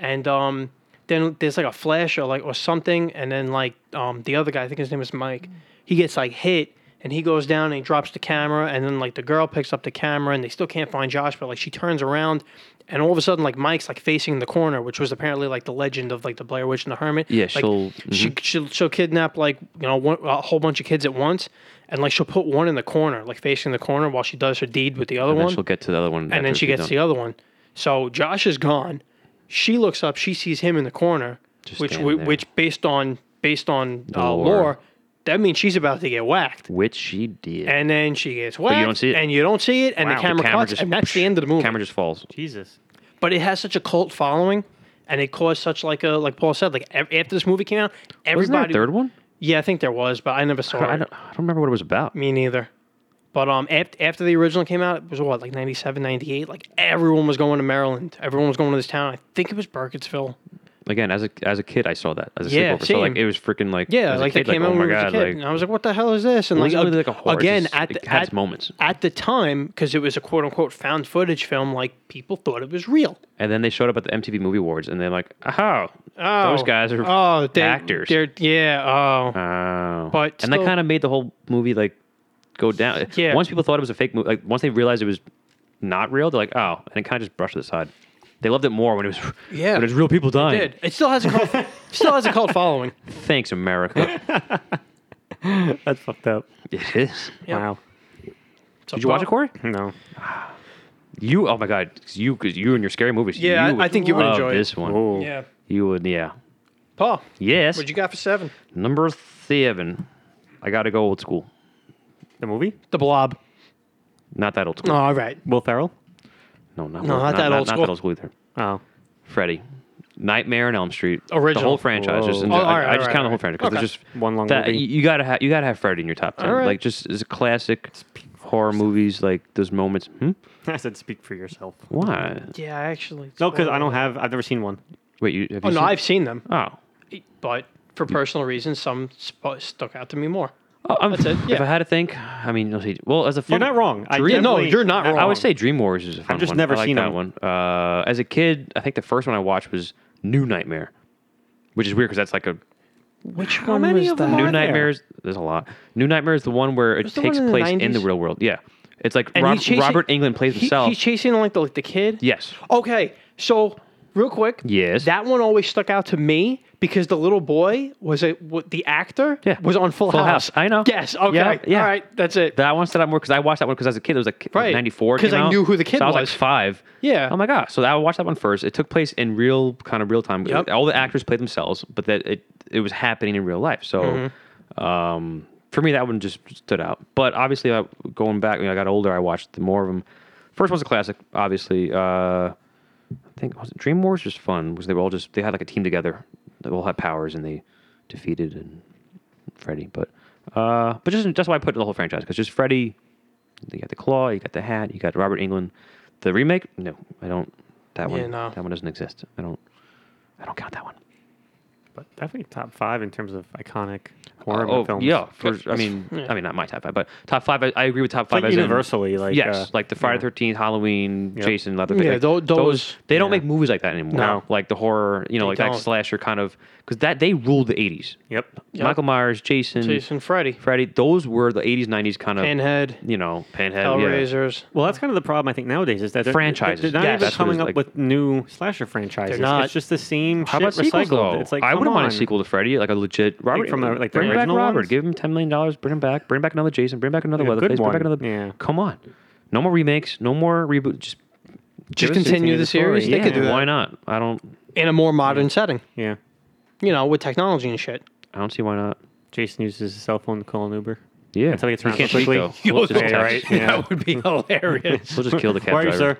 [SPEAKER 1] and um, then there's like a flash or like or something, and then like um, the other guy, I think his name is Mike, he gets like hit, and he goes down and he drops the camera, and then like the girl picks up the camera, and they still can't find Josh, but like she turns around, and all of a sudden like Mike's like facing the corner, which was apparently like the legend of like the Blair Witch and the Hermit.
[SPEAKER 2] Yeah,
[SPEAKER 1] Like,
[SPEAKER 2] she'll- mm-hmm.
[SPEAKER 1] she she'll, she'll kidnap like you know one, a whole bunch of kids at once, and like she'll put one in the corner, like facing the corner, while she does her deed with the other
[SPEAKER 2] And then
[SPEAKER 1] one
[SPEAKER 2] she'll get to the other one.
[SPEAKER 1] and then she gets the other one. So Josh is gone. She looks up. She sees him in the corner, which
[SPEAKER 2] standing
[SPEAKER 1] which,
[SPEAKER 2] there.
[SPEAKER 1] which based on based on uh,
[SPEAKER 2] lore.
[SPEAKER 1] lore, that means she's about to get whacked.
[SPEAKER 2] Which she did.
[SPEAKER 1] And then she gets whacked,
[SPEAKER 2] don't see it.
[SPEAKER 1] and you don't see it, and
[SPEAKER 2] Wow,
[SPEAKER 1] the camera, cuts,
[SPEAKER 2] just-
[SPEAKER 1] and that's the end of the movie.
[SPEAKER 2] Camera just falls.
[SPEAKER 3] Jesus.
[SPEAKER 1] but it has such a cult following, and it caused such like a like Paul said, like ev- after this movie came out,
[SPEAKER 2] Wasn't there a
[SPEAKER 1] everybody.
[SPEAKER 2] third one?
[SPEAKER 1] Yeah, I think there was, but I never saw it.
[SPEAKER 2] I don't, I don't remember what it was about.
[SPEAKER 1] Me neither. But um, after, after the original came out, it was what, like 97, 98? Like everyone was going to Maryland. Everyone was going to this town. I think it was Burkittsville.
[SPEAKER 2] Again, as a as a kid, I saw that as a
[SPEAKER 1] Yeah,
[SPEAKER 2] sleepover. So like
[SPEAKER 1] same.
[SPEAKER 2] it was freaking like
[SPEAKER 1] Yeah,
[SPEAKER 2] as a
[SPEAKER 1] like
[SPEAKER 2] kid,
[SPEAKER 1] they came
[SPEAKER 2] like,
[SPEAKER 1] out when
[SPEAKER 2] oh my
[SPEAKER 1] we were a
[SPEAKER 2] god,
[SPEAKER 1] kid.
[SPEAKER 2] like
[SPEAKER 1] and I was like, what the hell is this? And
[SPEAKER 2] It
[SPEAKER 1] like,
[SPEAKER 2] wasn't
[SPEAKER 1] ag-
[SPEAKER 2] really like a horror, it
[SPEAKER 1] again,
[SPEAKER 2] just-
[SPEAKER 1] at,
[SPEAKER 2] it
[SPEAKER 1] the,
[SPEAKER 2] had
[SPEAKER 1] at,
[SPEAKER 2] its moments.
[SPEAKER 1] at the time, because it was a quote unquote found footage film, like people thought it was real.
[SPEAKER 2] and then they showed up at the MTV Movie Awards, and they're like, "Oh,
[SPEAKER 1] Oh,
[SPEAKER 2] those guys are
[SPEAKER 1] oh, they
[SPEAKER 2] actors."
[SPEAKER 1] They're, yeah, oh.
[SPEAKER 2] Oh.
[SPEAKER 1] But
[SPEAKER 2] and that
[SPEAKER 1] still-
[SPEAKER 2] kind of made the whole movie like go down.
[SPEAKER 1] Yeah.
[SPEAKER 2] Once people thought it was a fake movie, like once they realized it was not real, they're like, "Oh," and it kind of just brushed to the side. They loved it more when it was
[SPEAKER 1] Yeah.
[SPEAKER 2] when it was real people dying.
[SPEAKER 1] Did. It still has a cult, still has a cult following.
[SPEAKER 2] Thanks, America.
[SPEAKER 3] That's fucked up.
[SPEAKER 2] it is.
[SPEAKER 1] Yep.
[SPEAKER 3] Wow.
[SPEAKER 1] So
[SPEAKER 2] Did you watch it,
[SPEAKER 1] Bob-
[SPEAKER 2] Corey?
[SPEAKER 3] No.
[SPEAKER 2] You, oh my God, 'cause you, because you and your scary movies.
[SPEAKER 1] Yeah, I- I think you would
[SPEAKER 2] love
[SPEAKER 1] enjoy it.
[SPEAKER 2] this one.
[SPEAKER 3] Oh.
[SPEAKER 1] Yeah.
[SPEAKER 2] You would, yeah.
[SPEAKER 1] Paul,
[SPEAKER 2] Yes.
[SPEAKER 1] what'd you got for seven?
[SPEAKER 2] Number seven. I got to go old school.
[SPEAKER 3] The movie?
[SPEAKER 1] The Blob.
[SPEAKER 2] Not that old
[SPEAKER 1] Oh,
[SPEAKER 2] school.
[SPEAKER 1] all right.
[SPEAKER 3] Will Ferrell?
[SPEAKER 2] No, not,
[SPEAKER 1] No, not
[SPEAKER 2] not,
[SPEAKER 1] that
[SPEAKER 2] not-
[SPEAKER 1] old
[SPEAKER 2] not
[SPEAKER 1] school.
[SPEAKER 2] that old school either.
[SPEAKER 3] Oh.
[SPEAKER 2] Freddy, Nightmare on Elm Street, the
[SPEAKER 1] Original.
[SPEAKER 2] whole franchise. Just,
[SPEAKER 3] Whoa.
[SPEAKER 2] in-
[SPEAKER 1] Oh,
[SPEAKER 2] I,
[SPEAKER 1] all right,
[SPEAKER 2] I just
[SPEAKER 1] all
[SPEAKER 2] count the
[SPEAKER 1] right,
[SPEAKER 2] whole franchise because there's just
[SPEAKER 3] One long
[SPEAKER 2] that-
[SPEAKER 3] movie.
[SPEAKER 2] you you gotta have you gotta have Freddy in your top ten.
[SPEAKER 1] All right.
[SPEAKER 2] Like just as a classic horror movies, like those moments. Hmm?
[SPEAKER 3] I said speak for yourself.
[SPEAKER 2] Why?
[SPEAKER 1] Yeah, I actually.
[SPEAKER 3] No, because I don't have, I've never seen one.
[SPEAKER 2] Wait, you have
[SPEAKER 1] Oh
[SPEAKER 2] you
[SPEAKER 1] no,
[SPEAKER 2] seen-
[SPEAKER 1] I've seen them,
[SPEAKER 2] oh.
[SPEAKER 1] but for personal reasons, some sp- stuck out to me more.
[SPEAKER 2] Oh, I'm,
[SPEAKER 1] That's it,
[SPEAKER 2] If
[SPEAKER 1] yeah.
[SPEAKER 2] I had to think, I mean, let's see. Well, as a
[SPEAKER 3] You're
[SPEAKER 2] fun,
[SPEAKER 3] not wrong. I
[SPEAKER 1] Dream- no,
[SPEAKER 3] definitely-
[SPEAKER 1] you're not
[SPEAKER 3] I-
[SPEAKER 1] wrong.
[SPEAKER 2] I would say Dream Warriors is a fun
[SPEAKER 3] just
[SPEAKER 2] one.
[SPEAKER 3] never
[SPEAKER 2] I like
[SPEAKER 3] seen
[SPEAKER 2] that
[SPEAKER 3] them.
[SPEAKER 2] one. Uh, as a kid, I think the first one I watched was New Nightmare, which is weird because that's like a
[SPEAKER 1] Which
[SPEAKER 3] one many was of them that?
[SPEAKER 2] New
[SPEAKER 3] are there?
[SPEAKER 2] Nightmares. There's a lot. New Nightmare is the one where it
[SPEAKER 1] Was the one
[SPEAKER 2] takes
[SPEAKER 1] in the
[SPEAKER 2] place in the
[SPEAKER 1] 90s?
[SPEAKER 2] real world. Yeah, it's like
[SPEAKER 1] And
[SPEAKER 2] Rob-
[SPEAKER 1] he's chasing-
[SPEAKER 2] Robert England plays
[SPEAKER 1] he-
[SPEAKER 2] himself.
[SPEAKER 1] he's chasing like the like the kid.
[SPEAKER 2] yes,
[SPEAKER 1] Okay, so real quick.
[SPEAKER 2] Yes.
[SPEAKER 1] That one always stuck out to me because the little boy was a w- the actor.
[SPEAKER 2] Yeah.
[SPEAKER 1] Was on Full,
[SPEAKER 2] Full House. I know.
[SPEAKER 1] Yes. Okay.
[SPEAKER 2] Yeah, yeah.
[SPEAKER 1] All right. That's it.
[SPEAKER 2] that one stood out more because I watched that one because as a kid it was like
[SPEAKER 1] Right.
[SPEAKER 2] '94.
[SPEAKER 1] 'Cause I knew who the kid
[SPEAKER 2] so I was.
[SPEAKER 1] was.
[SPEAKER 2] Like five.
[SPEAKER 1] Yeah.
[SPEAKER 2] Oh my god. So I watched that one first. It took place in real kind of real time.
[SPEAKER 1] Yep.
[SPEAKER 2] All the actors played themselves, but that it it was happening in real life. So.
[SPEAKER 1] Mm-hmm.
[SPEAKER 2] Um, for me, that one just stood out. But obviously, I, going back when I got older, I watched the more of them. First one's a classic, obviously. Uh, I think was it Dream Wars was fun because they were all just they had like a team together. They all had powers and they defeated and Freddy. But uh, but just that's why I put the whole franchise because just Freddy. You got the claw, you got the hat, you got Robert England. The remake? No, I don't. That one.
[SPEAKER 1] Yeah, no.
[SPEAKER 2] That one doesn't exist. I don't. I don't count that one.
[SPEAKER 3] But definitely top five in terms of iconic
[SPEAKER 2] Uh,
[SPEAKER 3] horror
[SPEAKER 2] oh
[SPEAKER 3] films.
[SPEAKER 2] yeah, for, I mean, I mean not my top five, but top five. I, I agree with top five.
[SPEAKER 3] Like
[SPEAKER 2] as in-
[SPEAKER 3] universally, like,
[SPEAKER 2] yes,
[SPEAKER 3] uh,
[SPEAKER 2] like the Friday Thirteenth, Halloween,
[SPEAKER 3] Yep.
[SPEAKER 2] Jason, Leatherface.
[SPEAKER 1] Yeah,
[SPEAKER 2] like,
[SPEAKER 1] tho- those-
[SPEAKER 2] They don't
[SPEAKER 3] yeah.
[SPEAKER 2] make movies like that anymore.
[SPEAKER 3] No.
[SPEAKER 2] like the horror, you know,
[SPEAKER 1] They
[SPEAKER 2] like
[SPEAKER 1] don't.
[SPEAKER 2] that slasher kind of because that they ruled the eighties.
[SPEAKER 3] Yep.
[SPEAKER 2] Michael Myers, Jason,
[SPEAKER 1] Jason, Freddy,
[SPEAKER 2] Freddy. Those were the eighties, nineties kind of
[SPEAKER 1] Pinhead,
[SPEAKER 2] you know, Pinhead, uh, yeah.
[SPEAKER 1] Hellraisers.
[SPEAKER 3] Well, that's kind of the problem I think nowadays is that they're,
[SPEAKER 2] Franchises.
[SPEAKER 3] They're not
[SPEAKER 1] Yes.
[SPEAKER 3] even
[SPEAKER 1] That's
[SPEAKER 2] what
[SPEAKER 3] coming
[SPEAKER 2] it's
[SPEAKER 3] up
[SPEAKER 2] like.
[SPEAKER 3] with new slasher franchises.
[SPEAKER 1] not.
[SPEAKER 3] It's just the same
[SPEAKER 2] How
[SPEAKER 3] shit
[SPEAKER 2] about sequels
[SPEAKER 3] recycled.
[SPEAKER 2] though?
[SPEAKER 3] It's like
[SPEAKER 2] I
[SPEAKER 3] come
[SPEAKER 2] wouldn't mind a
[SPEAKER 3] on.
[SPEAKER 2] sequel to Freddy, like a legit Robert.
[SPEAKER 3] from the- like the
[SPEAKER 2] bring back
[SPEAKER 3] original
[SPEAKER 2] Robert,
[SPEAKER 3] ones?
[SPEAKER 2] give him ten million dollars, bring him back, bring back another Jason, bring back another
[SPEAKER 3] Yeah, good
[SPEAKER 2] Leatherface, bring
[SPEAKER 3] one.
[SPEAKER 2] back another.
[SPEAKER 3] Yeah.
[SPEAKER 2] Come on, no more remakes, no more reboot. Just
[SPEAKER 1] Just
[SPEAKER 3] continue
[SPEAKER 1] continue the
[SPEAKER 3] the story,
[SPEAKER 1] series. They could
[SPEAKER 2] yeah,
[SPEAKER 1] do that
[SPEAKER 2] why not? I don't.
[SPEAKER 1] in a more modern setting.
[SPEAKER 3] Yeah.
[SPEAKER 1] You know, with technology and shit.
[SPEAKER 2] I don't see why not.
[SPEAKER 3] Jason uses his cell phone to call an Uber.
[SPEAKER 2] Yeah,
[SPEAKER 3] Until he gets
[SPEAKER 2] We
[SPEAKER 3] around
[SPEAKER 2] can't
[SPEAKER 3] so quickly.
[SPEAKER 2] speak, though. We'll just
[SPEAKER 3] Yeah,
[SPEAKER 2] text.
[SPEAKER 3] right. Yeah.
[SPEAKER 1] that would be hilarious.
[SPEAKER 2] We'll just kill the cab
[SPEAKER 3] Where are you,
[SPEAKER 2] driver.
[SPEAKER 3] sir?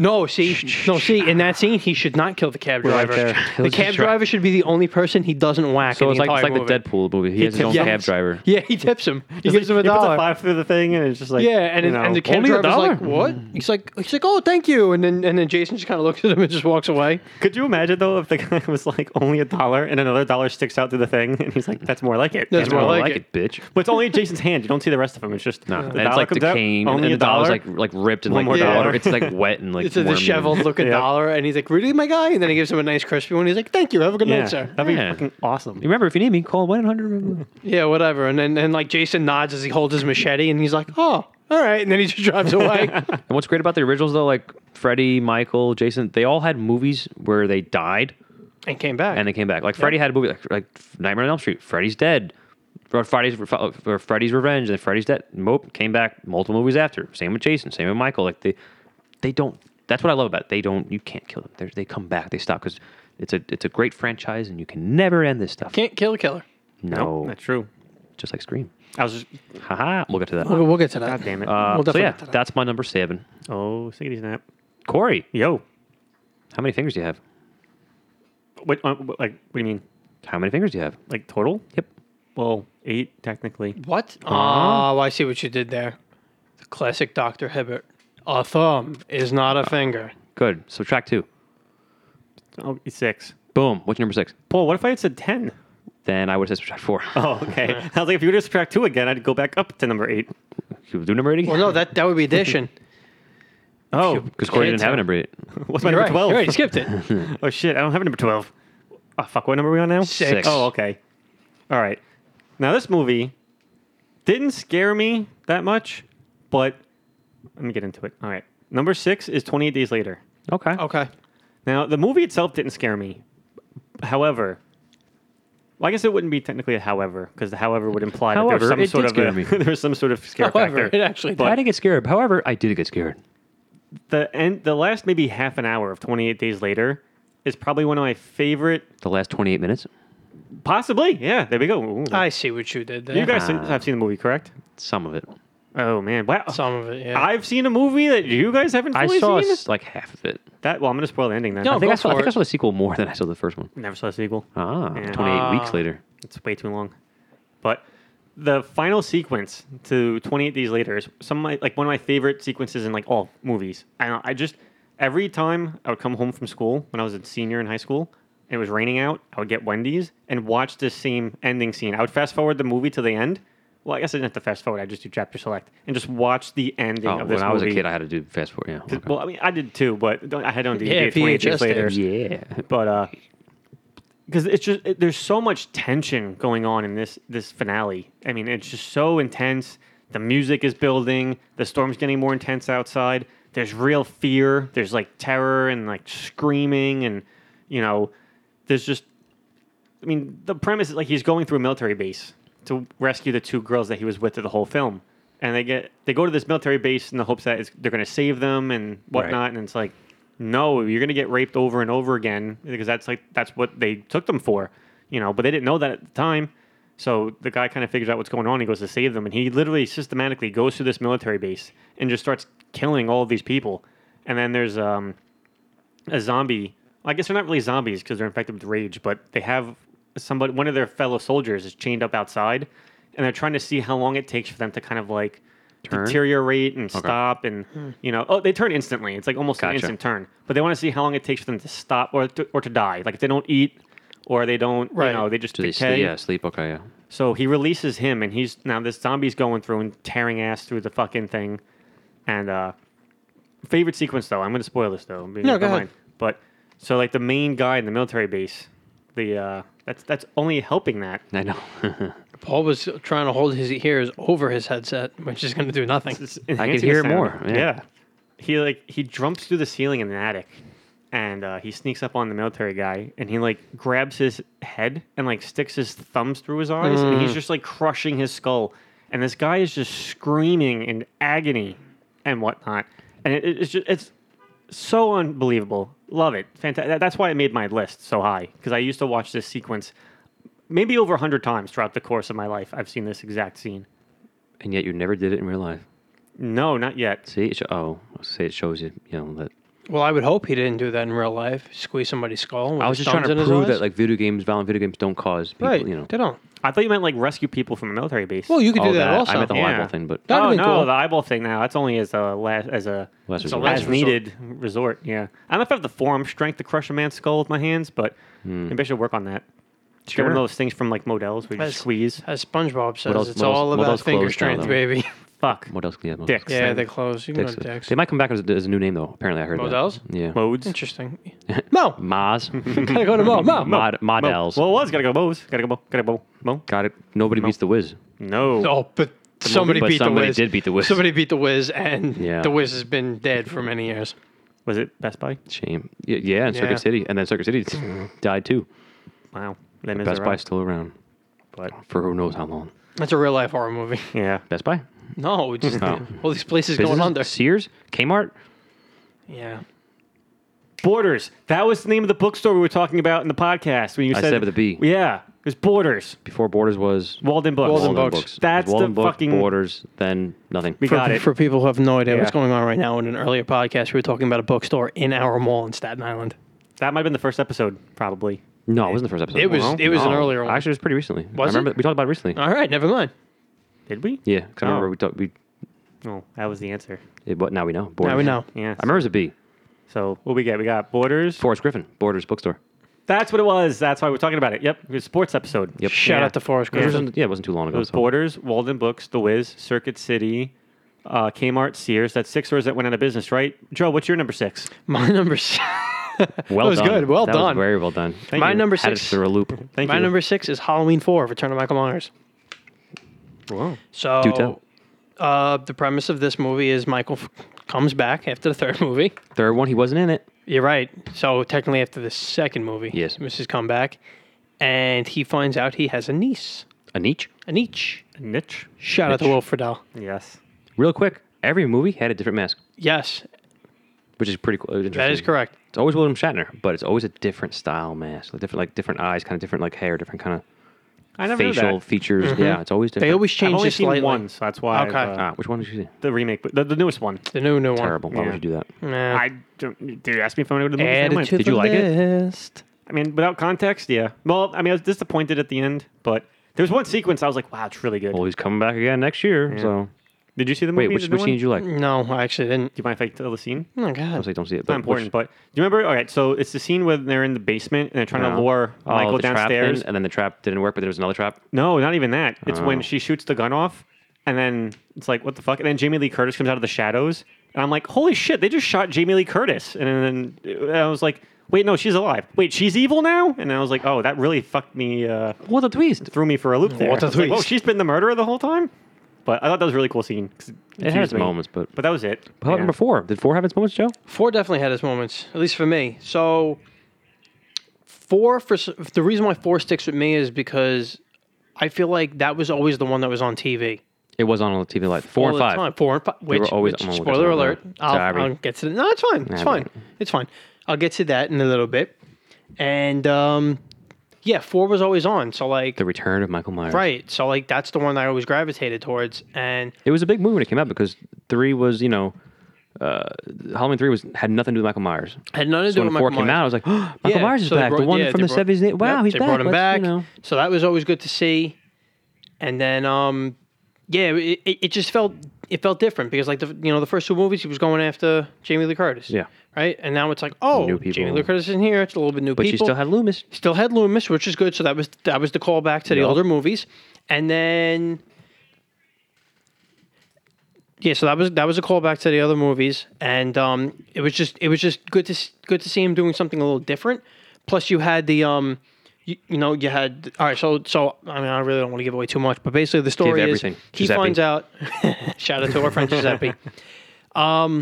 [SPEAKER 1] No, see, no, see. In that scene, he should not kill the cab
[SPEAKER 3] Right
[SPEAKER 1] driver.
[SPEAKER 3] there.
[SPEAKER 1] the
[SPEAKER 2] Let's
[SPEAKER 1] cab
[SPEAKER 2] just try-
[SPEAKER 1] driver should be the only person he doesn't whack.
[SPEAKER 2] So
[SPEAKER 1] in
[SPEAKER 2] it's
[SPEAKER 1] the
[SPEAKER 2] like it's
[SPEAKER 1] entire
[SPEAKER 2] like
[SPEAKER 1] movie.
[SPEAKER 2] the Deadpool movie. He has his
[SPEAKER 3] tips
[SPEAKER 2] own
[SPEAKER 3] him.
[SPEAKER 2] cab driver.
[SPEAKER 1] Yeah, he tips him. He gives him a
[SPEAKER 3] he puts
[SPEAKER 1] dollar.
[SPEAKER 3] a five through the thing, and it's just like
[SPEAKER 1] yeah, and
[SPEAKER 3] you
[SPEAKER 1] and,
[SPEAKER 3] know,
[SPEAKER 1] and the cab
[SPEAKER 2] only a
[SPEAKER 1] driver's like,
[SPEAKER 2] dollar?
[SPEAKER 1] "What?"
[SPEAKER 3] Hmm.
[SPEAKER 1] He's like, "He's like, oh, thank you," and then and then Jason just kind of looks at him and just walks away.
[SPEAKER 3] Could you imagine though if the guy was like only a dollar and another dollar sticks out through the thing and he's like, "That's more like it."
[SPEAKER 1] That's
[SPEAKER 2] I
[SPEAKER 1] more
[SPEAKER 2] don't
[SPEAKER 1] like
[SPEAKER 2] like
[SPEAKER 1] it.
[SPEAKER 2] it, bitch.
[SPEAKER 3] But it's only Jason's hand. You don't see the rest of him. It's just
[SPEAKER 2] No,
[SPEAKER 3] the
[SPEAKER 2] and it's like the
[SPEAKER 3] comes out,
[SPEAKER 2] cane,
[SPEAKER 3] only
[SPEAKER 2] and
[SPEAKER 3] a
[SPEAKER 2] the dollar's
[SPEAKER 3] dollar.
[SPEAKER 2] like like ripped and
[SPEAKER 3] One
[SPEAKER 2] like
[SPEAKER 3] more
[SPEAKER 1] dollar.
[SPEAKER 2] water. It's like wet and like
[SPEAKER 1] It's a
[SPEAKER 2] wormy.
[SPEAKER 1] disheveled looking
[SPEAKER 3] Yeah.
[SPEAKER 1] dollar, and he's like, "Really, my guy?" And then he gives him a nice crispy one. He's like, "Thank you. Have a good
[SPEAKER 3] yeah,
[SPEAKER 1] night, sir."
[SPEAKER 3] that'd be
[SPEAKER 2] Yeah.
[SPEAKER 3] fucking awesome.
[SPEAKER 2] You remember if you need me, call one hundred.
[SPEAKER 1] Yeah, whatever. And then and like Jason nods as he holds his machete, and he's like, "Oh, all right." And then he just drives away.
[SPEAKER 2] And what's great about the originals though, like Freddie, Michael, Jason, they all had movies where they died
[SPEAKER 1] and came back.
[SPEAKER 2] and they came back. Like Freddy had a movie like, like Nightmare on Elm Street. Freddy's dead. Or Freddy's uh, or Freddy's Revenge and then Freddy's dead. Nope, came back multiple movies after. Same with Jason. Same with Michael. Like they, they don't. That's what I love about it. They don't. You can't kill them. They're, they come back. They stop because it's a it's a great franchise and you can never end this stuff.
[SPEAKER 1] Can't kill a killer.
[SPEAKER 2] no,
[SPEAKER 3] that's true.
[SPEAKER 2] just like Scream.
[SPEAKER 3] I was just
[SPEAKER 2] Haha. We'll get to that.
[SPEAKER 1] We'll, we'll get to that.
[SPEAKER 3] god damn it.
[SPEAKER 2] Uh,
[SPEAKER 1] we'll
[SPEAKER 2] so
[SPEAKER 1] definitely
[SPEAKER 2] yeah,
[SPEAKER 1] get to that.
[SPEAKER 2] that's my number seven.
[SPEAKER 3] oh, sickity snap.
[SPEAKER 2] Corey,
[SPEAKER 3] Yo,
[SPEAKER 2] how many fingers do you have?
[SPEAKER 3] what? Uh, what- like, what do you mean?
[SPEAKER 2] How many fingers do you have?
[SPEAKER 3] Like total?
[SPEAKER 2] Yep.
[SPEAKER 3] Well, eight technically.
[SPEAKER 1] What? Oh, I see what you did there. The classic Dr. Hibbert. A thumb is not a finger.
[SPEAKER 2] Good. Subtract two.
[SPEAKER 3] Oh, it's six.
[SPEAKER 2] Boom. What's your number six?
[SPEAKER 3] Paul, what if I had said ten?
[SPEAKER 2] Then I would have said subtract four.
[SPEAKER 3] Oh, okay. I was like, if you were to subtract two again, I'd go back up to number eight.
[SPEAKER 2] You Do number eight again?
[SPEAKER 1] Well, no, that, that would be addition.
[SPEAKER 3] Oh,
[SPEAKER 2] Because Corey didn't
[SPEAKER 1] Kids
[SPEAKER 2] have
[SPEAKER 1] are-
[SPEAKER 2] a number eight.
[SPEAKER 3] what's my
[SPEAKER 1] You're
[SPEAKER 3] number
[SPEAKER 1] right.
[SPEAKER 3] twelve?
[SPEAKER 1] You're right. You skipped it.
[SPEAKER 3] Oh shit, I don't have a number twelve. Oh fuck, what number are we on now?
[SPEAKER 1] Six. Six.
[SPEAKER 3] Oh, okay. All right. Now this movie didn't scare me that much, but let me get into it. All right. Number six is Twenty Eight Days Later.
[SPEAKER 2] Okay.
[SPEAKER 1] Okay.
[SPEAKER 3] Now the movie itself didn't scare me. However, well, I guess it wouldn't be technically a however, because the however would imply
[SPEAKER 2] However, it
[SPEAKER 3] that there's some sort
[SPEAKER 2] did
[SPEAKER 3] of a,
[SPEAKER 2] scare me.
[SPEAKER 3] there's some sort of scare
[SPEAKER 1] However,
[SPEAKER 3] factor.
[SPEAKER 1] it actually
[SPEAKER 2] I
[SPEAKER 1] did.
[SPEAKER 2] didn't get scared. However, I did get scared.
[SPEAKER 3] The end, the last maybe half an hour of Twenty Eight Days Later is probably one of my favorite.
[SPEAKER 2] The last 28 minutes?
[SPEAKER 3] Possibly, yeah. There we go. Ooh.
[SPEAKER 1] I see what you did there.
[SPEAKER 3] You guys have seen the movie, correct?
[SPEAKER 2] Some of it.
[SPEAKER 3] Oh man, wow!
[SPEAKER 1] Some of it, yeah.
[SPEAKER 3] I've seen a movie that you guys haven't. Fully
[SPEAKER 2] I saw
[SPEAKER 3] seen?
[SPEAKER 2] s- like half of it.
[SPEAKER 3] that. Well, I'm gonna spoil the ending then.
[SPEAKER 1] No,
[SPEAKER 3] I
[SPEAKER 2] I think,
[SPEAKER 1] go
[SPEAKER 2] I saw, I
[SPEAKER 1] for
[SPEAKER 2] think I
[SPEAKER 1] it.
[SPEAKER 2] saw the sequel more than I saw the first one.
[SPEAKER 3] never saw the sequel.
[SPEAKER 2] Ah,
[SPEAKER 3] Yeah.
[SPEAKER 2] 28 weeks later.
[SPEAKER 3] It's way too long. But the final sequence to 28 Days Later is some of my, like one of my favorite sequences in like all movies. I don't, I just every time I would come home from school when I was a senior in high school and it was raining out, I would get Wendy's and watch this same ending scene. I would fast forward the movie to the end. Well, I guess I didn't have to fast forward. I just do chapter select and just watch the ending
[SPEAKER 2] Oh,
[SPEAKER 3] of
[SPEAKER 2] when
[SPEAKER 3] this
[SPEAKER 2] I was a
[SPEAKER 3] movie.
[SPEAKER 2] kid, I had to do fast forward. Yeah. okay.
[SPEAKER 3] Well, I mean, I did too, but I had it on DVD.
[SPEAKER 1] Yeah,
[SPEAKER 3] 28
[SPEAKER 1] VHS
[SPEAKER 3] days later.
[SPEAKER 1] tapes.
[SPEAKER 2] yeah.
[SPEAKER 3] But uh, because it's just it, there's so much tension going on in this this finale. I mean, it's just so intense. The music is building. The storm's getting more intense outside. There's real fear. There's like terror and like screaming and you know, there's just. I mean, the premise is like he's going through a military base to rescue the two girls that he was with through the whole film, and they get they go to this military base in the hopes that it's, they're going to save them and whatnot, and it's like, no, you're going to get raped over and over again because that's like that's what they took them for, you know. But they didn't know that at the time, so the guy kind of figures out what's going on. He goes to save them, and he literally systematically goes to this military base and just starts killing all these people. And then there's um, a zombie. Well, I guess they're not really zombies because they're infected with rage, but they have somebody. One of their fellow soldiers is chained up outside, and they're trying to see how long it takes for them to kind of like
[SPEAKER 2] Turn?
[SPEAKER 3] deteriorate and stop, and you know, oh, they turn instantly. It's like almost an
[SPEAKER 2] Gotcha.
[SPEAKER 3] instant turn, but they want to see how long it takes for them to stop or to, or to die. Like if they don't eat or they don't,
[SPEAKER 1] Right.
[SPEAKER 3] you know, they just
[SPEAKER 2] Do they
[SPEAKER 3] decay.
[SPEAKER 2] sleep? Yeah, sleep. Okay, yeah.
[SPEAKER 3] So he releases him, and he's now this zombie's going through and tearing ass through the fucking thing. And uh, favorite sequence though, I'm going to spoil this though. No,
[SPEAKER 1] go ahead.
[SPEAKER 3] But so like the main guy in the military base, the uh, that's that's only helping that.
[SPEAKER 2] I know.
[SPEAKER 1] Paul was trying to hold his ears over his headset, which is going to do nothing.
[SPEAKER 3] It's
[SPEAKER 2] I
[SPEAKER 3] enhancing
[SPEAKER 2] could
[SPEAKER 3] the
[SPEAKER 2] hear it
[SPEAKER 3] sound.
[SPEAKER 2] more, yeah.
[SPEAKER 3] He like he jumps through the ceiling in an attic, and uh, he sneaks up on the military guy, and he like grabs his head and like sticks his thumbs through his eyes, and
[SPEAKER 2] Mm.
[SPEAKER 3] he's just like crushing his skull. And this guy is just screaming in agony and whatnot, and it, it's just it's so unbelievable. Love it. Fantastic. That's why I made my list so high because I used to watch this sequence maybe over a hundred times throughout the course of my life. I've seen this exact scene.
[SPEAKER 2] and yet you never did it in real life.
[SPEAKER 3] No, not yet.
[SPEAKER 2] See, it sho- oh, say it shows you, you know, that
[SPEAKER 1] Well, I would hope he didn't do that in real life. Squeeze somebody's skull. With
[SPEAKER 2] I was
[SPEAKER 1] his
[SPEAKER 2] just trying
[SPEAKER 1] thumbs
[SPEAKER 2] to
[SPEAKER 1] in his
[SPEAKER 2] prove
[SPEAKER 1] eyes.
[SPEAKER 2] that like video games, violent video games, don't cause people,
[SPEAKER 1] right,
[SPEAKER 2] you know.
[SPEAKER 1] they don't.
[SPEAKER 3] I thought you meant like rescue people from a military base.
[SPEAKER 1] Well, you could
[SPEAKER 2] all
[SPEAKER 1] do that,
[SPEAKER 2] that.
[SPEAKER 1] also.
[SPEAKER 2] I meant the whole
[SPEAKER 3] Yeah.
[SPEAKER 2] eyeball thing, but
[SPEAKER 1] That
[SPEAKER 3] oh
[SPEAKER 1] would've
[SPEAKER 3] no,
[SPEAKER 1] been cool.
[SPEAKER 3] the eyeball thing now. That's only as a last as a
[SPEAKER 2] Last
[SPEAKER 3] as
[SPEAKER 2] resort.
[SPEAKER 1] last resort.
[SPEAKER 3] needed resort. Yeah, I don't know if I have the forearm strength to crush a man's skull with my hands, but
[SPEAKER 2] Hmm.
[SPEAKER 3] maybe I should work on that. Get one
[SPEAKER 2] Sure.
[SPEAKER 3] of those things from like Modell's where you
[SPEAKER 1] As-
[SPEAKER 3] just squeeze.
[SPEAKER 1] As SpongeBob says,
[SPEAKER 2] else-
[SPEAKER 1] it's
[SPEAKER 2] what else-
[SPEAKER 1] all
[SPEAKER 2] what
[SPEAKER 1] about
[SPEAKER 2] else
[SPEAKER 1] finger
[SPEAKER 2] clothes now,
[SPEAKER 1] strength,
[SPEAKER 2] though?
[SPEAKER 1] baby.
[SPEAKER 3] Fuck.
[SPEAKER 2] what else? Yeah, what else?
[SPEAKER 3] Dicks.
[SPEAKER 1] yeah,
[SPEAKER 3] Same.
[SPEAKER 1] they're close. You can
[SPEAKER 2] Dicks.
[SPEAKER 1] go to dicks.
[SPEAKER 2] They might come back as a, as a new name though. Apparently, I heard
[SPEAKER 1] Models?
[SPEAKER 2] that. Yeah,
[SPEAKER 3] Modes.
[SPEAKER 1] Interesting.
[SPEAKER 3] Mo.
[SPEAKER 2] Mods.
[SPEAKER 1] Gotta go to Mo. Mo.
[SPEAKER 2] Mod,
[SPEAKER 3] Mo.
[SPEAKER 2] models.
[SPEAKER 3] Well, it was gotta go Mo's. Gotta go Mo. Gotta go Mo.
[SPEAKER 2] Got it. Nobody beats the Wiz.
[SPEAKER 3] No.
[SPEAKER 1] Oh, but somebody
[SPEAKER 2] but
[SPEAKER 1] beat
[SPEAKER 2] somebody
[SPEAKER 1] the Wiz.
[SPEAKER 2] did beat The Wiz.
[SPEAKER 1] Somebody beat the Wiz, and
[SPEAKER 2] Yeah.
[SPEAKER 1] the Wiz has been dead for many years.
[SPEAKER 3] Was it Best Buy?
[SPEAKER 2] Shame. Yeah, yeah and
[SPEAKER 1] Yeah.
[SPEAKER 2] Circuit City, and then Circuit City died too.
[SPEAKER 3] Wow. Les
[SPEAKER 2] Best Buy's
[SPEAKER 3] Miserables.
[SPEAKER 2] still around, but for who knows how long.
[SPEAKER 1] That's a real life horror movie.
[SPEAKER 3] Yeah.
[SPEAKER 2] Best Buy.
[SPEAKER 1] No, it's just
[SPEAKER 2] No.
[SPEAKER 1] all these places going
[SPEAKER 2] Businesses?
[SPEAKER 1] under.
[SPEAKER 2] Sears, Kmart.
[SPEAKER 1] Yeah.
[SPEAKER 3] Borders. That was the name of the bookstore we were talking about in the podcast when you
[SPEAKER 2] I
[SPEAKER 3] said
[SPEAKER 2] said with a B.
[SPEAKER 3] Yeah, it was Borders.
[SPEAKER 2] Before Borders was
[SPEAKER 3] Walden Books.
[SPEAKER 1] Walden Books.
[SPEAKER 2] It
[SPEAKER 3] That's
[SPEAKER 2] was Walden
[SPEAKER 3] the
[SPEAKER 2] Books,
[SPEAKER 3] fucking-
[SPEAKER 2] Borders. Then nothing.
[SPEAKER 3] We got
[SPEAKER 1] for,
[SPEAKER 3] it.
[SPEAKER 1] for people who have no idea what's
[SPEAKER 3] Yeah.
[SPEAKER 1] going on right now, in an earlier podcast, we were talking about a bookstore in our mall in Staten Island.
[SPEAKER 3] That might have been the first episode, probably.
[SPEAKER 2] No, it wasn't the first episode.
[SPEAKER 1] It was-
[SPEAKER 2] No,
[SPEAKER 1] it was an
[SPEAKER 2] no.
[SPEAKER 1] earlier one.
[SPEAKER 2] Actually, it was pretty recently.
[SPEAKER 1] Was
[SPEAKER 2] I remember
[SPEAKER 1] it? Uh,
[SPEAKER 2] we talked about it recently.
[SPEAKER 1] All right, never mind.
[SPEAKER 3] Did we?
[SPEAKER 2] yeah, because I
[SPEAKER 3] Oh.
[SPEAKER 2] remember we talked. We
[SPEAKER 3] Oh, that was the answer.
[SPEAKER 2] it, but now we know. Borders.
[SPEAKER 1] Now we know.
[SPEAKER 3] Yeah.
[SPEAKER 2] I remember it was a B.
[SPEAKER 3] So what we get? We got Borders.
[SPEAKER 2] Forrest Griffin, Borders bookstore.
[SPEAKER 3] That's what it was. That's why we're talking about it. Yep. It was a sports episode.
[SPEAKER 2] Yep.
[SPEAKER 1] Shout
[SPEAKER 3] Yeah.
[SPEAKER 1] out to Forrest
[SPEAKER 2] It
[SPEAKER 1] Griffin.
[SPEAKER 2] wasn't- yeah, it wasn't too long ago.
[SPEAKER 3] It was
[SPEAKER 2] so-
[SPEAKER 3] Borders, Walden Books, The Wiz, Circuit City, uh, Kmart, Sears. That's six stores that went out of business, right? Joe, what's your number six?
[SPEAKER 1] My number six.
[SPEAKER 2] Well
[SPEAKER 1] That was
[SPEAKER 2] done.
[SPEAKER 1] good. Well
[SPEAKER 2] that
[SPEAKER 1] done.
[SPEAKER 2] Was very well done.
[SPEAKER 1] my
[SPEAKER 3] you.
[SPEAKER 1] number
[SPEAKER 2] Had us
[SPEAKER 1] six.
[SPEAKER 2] through a loop.
[SPEAKER 3] Thank
[SPEAKER 1] my
[SPEAKER 3] you.
[SPEAKER 1] number six is Halloween Four: Return of Michael Myers.
[SPEAKER 3] Whoa.
[SPEAKER 1] So
[SPEAKER 2] Do tell.
[SPEAKER 1] Uh, the premise of this movie is Michael f- comes back after the third movie.
[SPEAKER 2] Third one, he wasn't in it.
[SPEAKER 1] You're right. So technically, after the second movie,
[SPEAKER 2] Yes.
[SPEAKER 1] Mrs. Comeback, and he finds out he has a niece,
[SPEAKER 2] A niche.
[SPEAKER 1] a niche.
[SPEAKER 3] Niche.
[SPEAKER 1] Shout out to
[SPEAKER 2] Niche.
[SPEAKER 1] Will Friedle.
[SPEAKER 3] Yes.
[SPEAKER 2] Real quick, every movie had a different mask,
[SPEAKER 1] Yes,
[SPEAKER 2] which is pretty cool. uh, Interesting.
[SPEAKER 1] that is correct.
[SPEAKER 2] It's always William Shatner, but it's always a different style mask, like different like different eyes, kind of different like hair, different kind
[SPEAKER 3] I
[SPEAKER 2] of
[SPEAKER 3] never knew
[SPEAKER 2] facial
[SPEAKER 3] that.
[SPEAKER 2] features. Yeah, it's always different.
[SPEAKER 1] They always
[SPEAKER 3] I've
[SPEAKER 1] change
[SPEAKER 3] only
[SPEAKER 1] this
[SPEAKER 3] seen
[SPEAKER 1] slightly.
[SPEAKER 3] one, so that's why. I've,
[SPEAKER 1] Okay.
[SPEAKER 3] uh,
[SPEAKER 2] Ah, which one did you see?
[SPEAKER 3] the remake, but the, the newest one.
[SPEAKER 1] The new new one.
[SPEAKER 2] Terrible. Why
[SPEAKER 3] Yeah.
[SPEAKER 2] would you do that?
[SPEAKER 1] Nah.
[SPEAKER 3] I don't, dude, ask me if I want to go to the movies.
[SPEAKER 1] Add
[SPEAKER 3] I
[SPEAKER 1] it
[SPEAKER 3] might.
[SPEAKER 1] to
[SPEAKER 2] Did
[SPEAKER 1] the
[SPEAKER 2] you like it?
[SPEAKER 1] list.
[SPEAKER 3] I mean, without context, yeah. Well, I mean, I was disappointed at the end, but there was one sequence I was like, wow, it's really good.
[SPEAKER 2] Well, he's coming back again next year. So
[SPEAKER 3] Did you see the movie?
[SPEAKER 2] wait, which
[SPEAKER 3] the new
[SPEAKER 2] which
[SPEAKER 3] one?
[SPEAKER 2] scene did you like?
[SPEAKER 1] No, I actually didn't.
[SPEAKER 3] Do you mind if I tell the scene?
[SPEAKER 1] Oh God.
[SPEAKER 2] Obviously, don't see it.
[SPEAKER 3] Not
[SPEAKER 2] But
[SPEAKER 3] important,
[SPEAKER 2] which,
[SPEAKER 3] but do you remember? All right, so it's the scene when they're in the basement and they're trying to
[SPEAKER 2] No.
[SPEAKER 3] lure
[SPEAKER 2] Oh,
[SPEAKER 3] Michael
[SPEAKER 2] the trap thing,
[SPEAKER 3] downstairs.
[SPEAKER 2] and then the trap didn't work, but there was another trap.
[SPEAKER 3] No, not even that. It's when
[SPEAKER 2] Oh.
[SPEAKER 3] she shoots the gun off, and then it's like, what the fuck? And then Jamie Lee Curtis comes out of the shadows, and I'm like, holy shit, they just shot Jamie Lee Curtis. And then I was like, wait, no, she's alive. Wait, she's evil now? And I was like, oh, that really fucked me. Uh,
[SPEAKER 2] What a twist!
[SPEAKER 3] threw me for a loop there.
[SPEAKER 1] What a
[SPEAKER 3] I was like, Whoa,
[SPEAKER 1] twist.
[SPEAKER 3] she's been the murderer the whole time. But I thought that was a really cool scene. 'cause
[SPEAKER 2] It had
[SPEAKER 3] confused
[SPEAKER 2] its
[SPEAKER 3] me.
[SPEAKER 2] moments, but
[SPEAKER 3] But that was it.
[SPEAKER 2] How about
[SPEAKER 3] Yeah.
[SPEAKER 2] number four? Did four have its moments, Joe?
[SPEAKER 1] Four definitely had its moments, at least for me. So, four for s- the reason why four sticks with me is because I feel like that was always the one that was on TV.
[SPEAKER 2] It was on all the TV light. Four
[SPEAKER 1] all
[SPEAKER 2] and
[SPEAKER 1] the
[SPEAKER 2] five.
[SPEAKER 1] time. Four and five. Which,
[SPEAKER 2] were always-
[SPEAKER 1] which-
[SPEAKER 2] I'm gonna look at
[SPEAKER 1] spoiler
[SPEAKER 2] that.
[SPEAKER 1] alert. I'll,
[SPEAKER 2] Sorry.
[SPEAKER 1] I'll get to that. No, it's fine. It's
[SPEAKER 2] Yeah,
[SPEAKER 1] fine.
[SPEAKER 2] but-
[SPEAKER 1] It's fine. I'll get to that in a little bit. And um, yeah, four was always on. So like,
[SPEAKER 2] The Return of Michael Myers.
[SPEAKER 1] right. So like, that's the one that I always gravitated towards. And
[SPEAKER 2] It was a big movie when it came out because three was, you know, uh, Halloween three was had nothing to do with Michael Myers.
[SPEAKER 1] had none to
[SPEAKER 2] So
[SPEAKER 1] do
[SPEAKER 2] when
[SPEAKER 1] with
[SPEAKER 2] four
[SPEAKER 1] Michael
[SPEAKER 2] came
[SPEAKER 1] Myers.
[SPEAKER 2] out, I was like, Michael
[SPEAKER 1] Yeah,
[SPEAKER 2] Myers is
[SPEAKER 1] so they
[SPEAKER 2] back. the
[SPEAKER 1] brought-
[SPEAKER 2] one
[SPEAKER 1] yeah,
[SPEAKER 2] from
[SPEAKER 1] they
[SPEAKER 2] the
[SPEAKER 1] brought-
[SPEAKER 2] seventies. Wow,
[SPEAKER 1] yep,
[SPEAKER 2] he's
[SPEAKER 1] they
[SPEAKER 2] back.
[SPEAKER 1] brought him
[SPEAKER 2] Let's,
[SPEAKER 1] back.
[SPEAKER 2] You know.
[SPEAKER 1] So that was always good to see. And then, um, yeah, it, it it just felt it felt different because like the you know the first two movies he was going after Jamie Lee Curtis.
[SPEAKER 2] Yeah.
[SPEAKER 1] Right, and now it's like oh,
[SPEAKER 2] New
[SPEAKER 1] Jamie
[SPEAKER 2] people.
[SPEAKER 1] Lee Curtis isn't here. It's a little bit new
[SPEAKER 2] But
[SPEAKER 1] people.
[SPEAKER 2] you still had Loomis.
[SPEAKER 1] Still had Loomis, which is good. So that was that was the callback to the
[SPEAKER 2] Yeah.
[SPEAKER 1] older movies, and then yeah, so that was that was a callback to the other movies, and um, it was just it was just good to s- good to see him doing something a little different. Plus, you had the um, you, you know, you had all right. So so I mean, I really don't want to give away too much, but basically the story is
[SPEAKER 2] everything,
[SPEAKER 1] he
[SPEAKER 2] Giuseppe.
[SPEAKER 1] finds out. shout out to our friend Giuseppe. Um,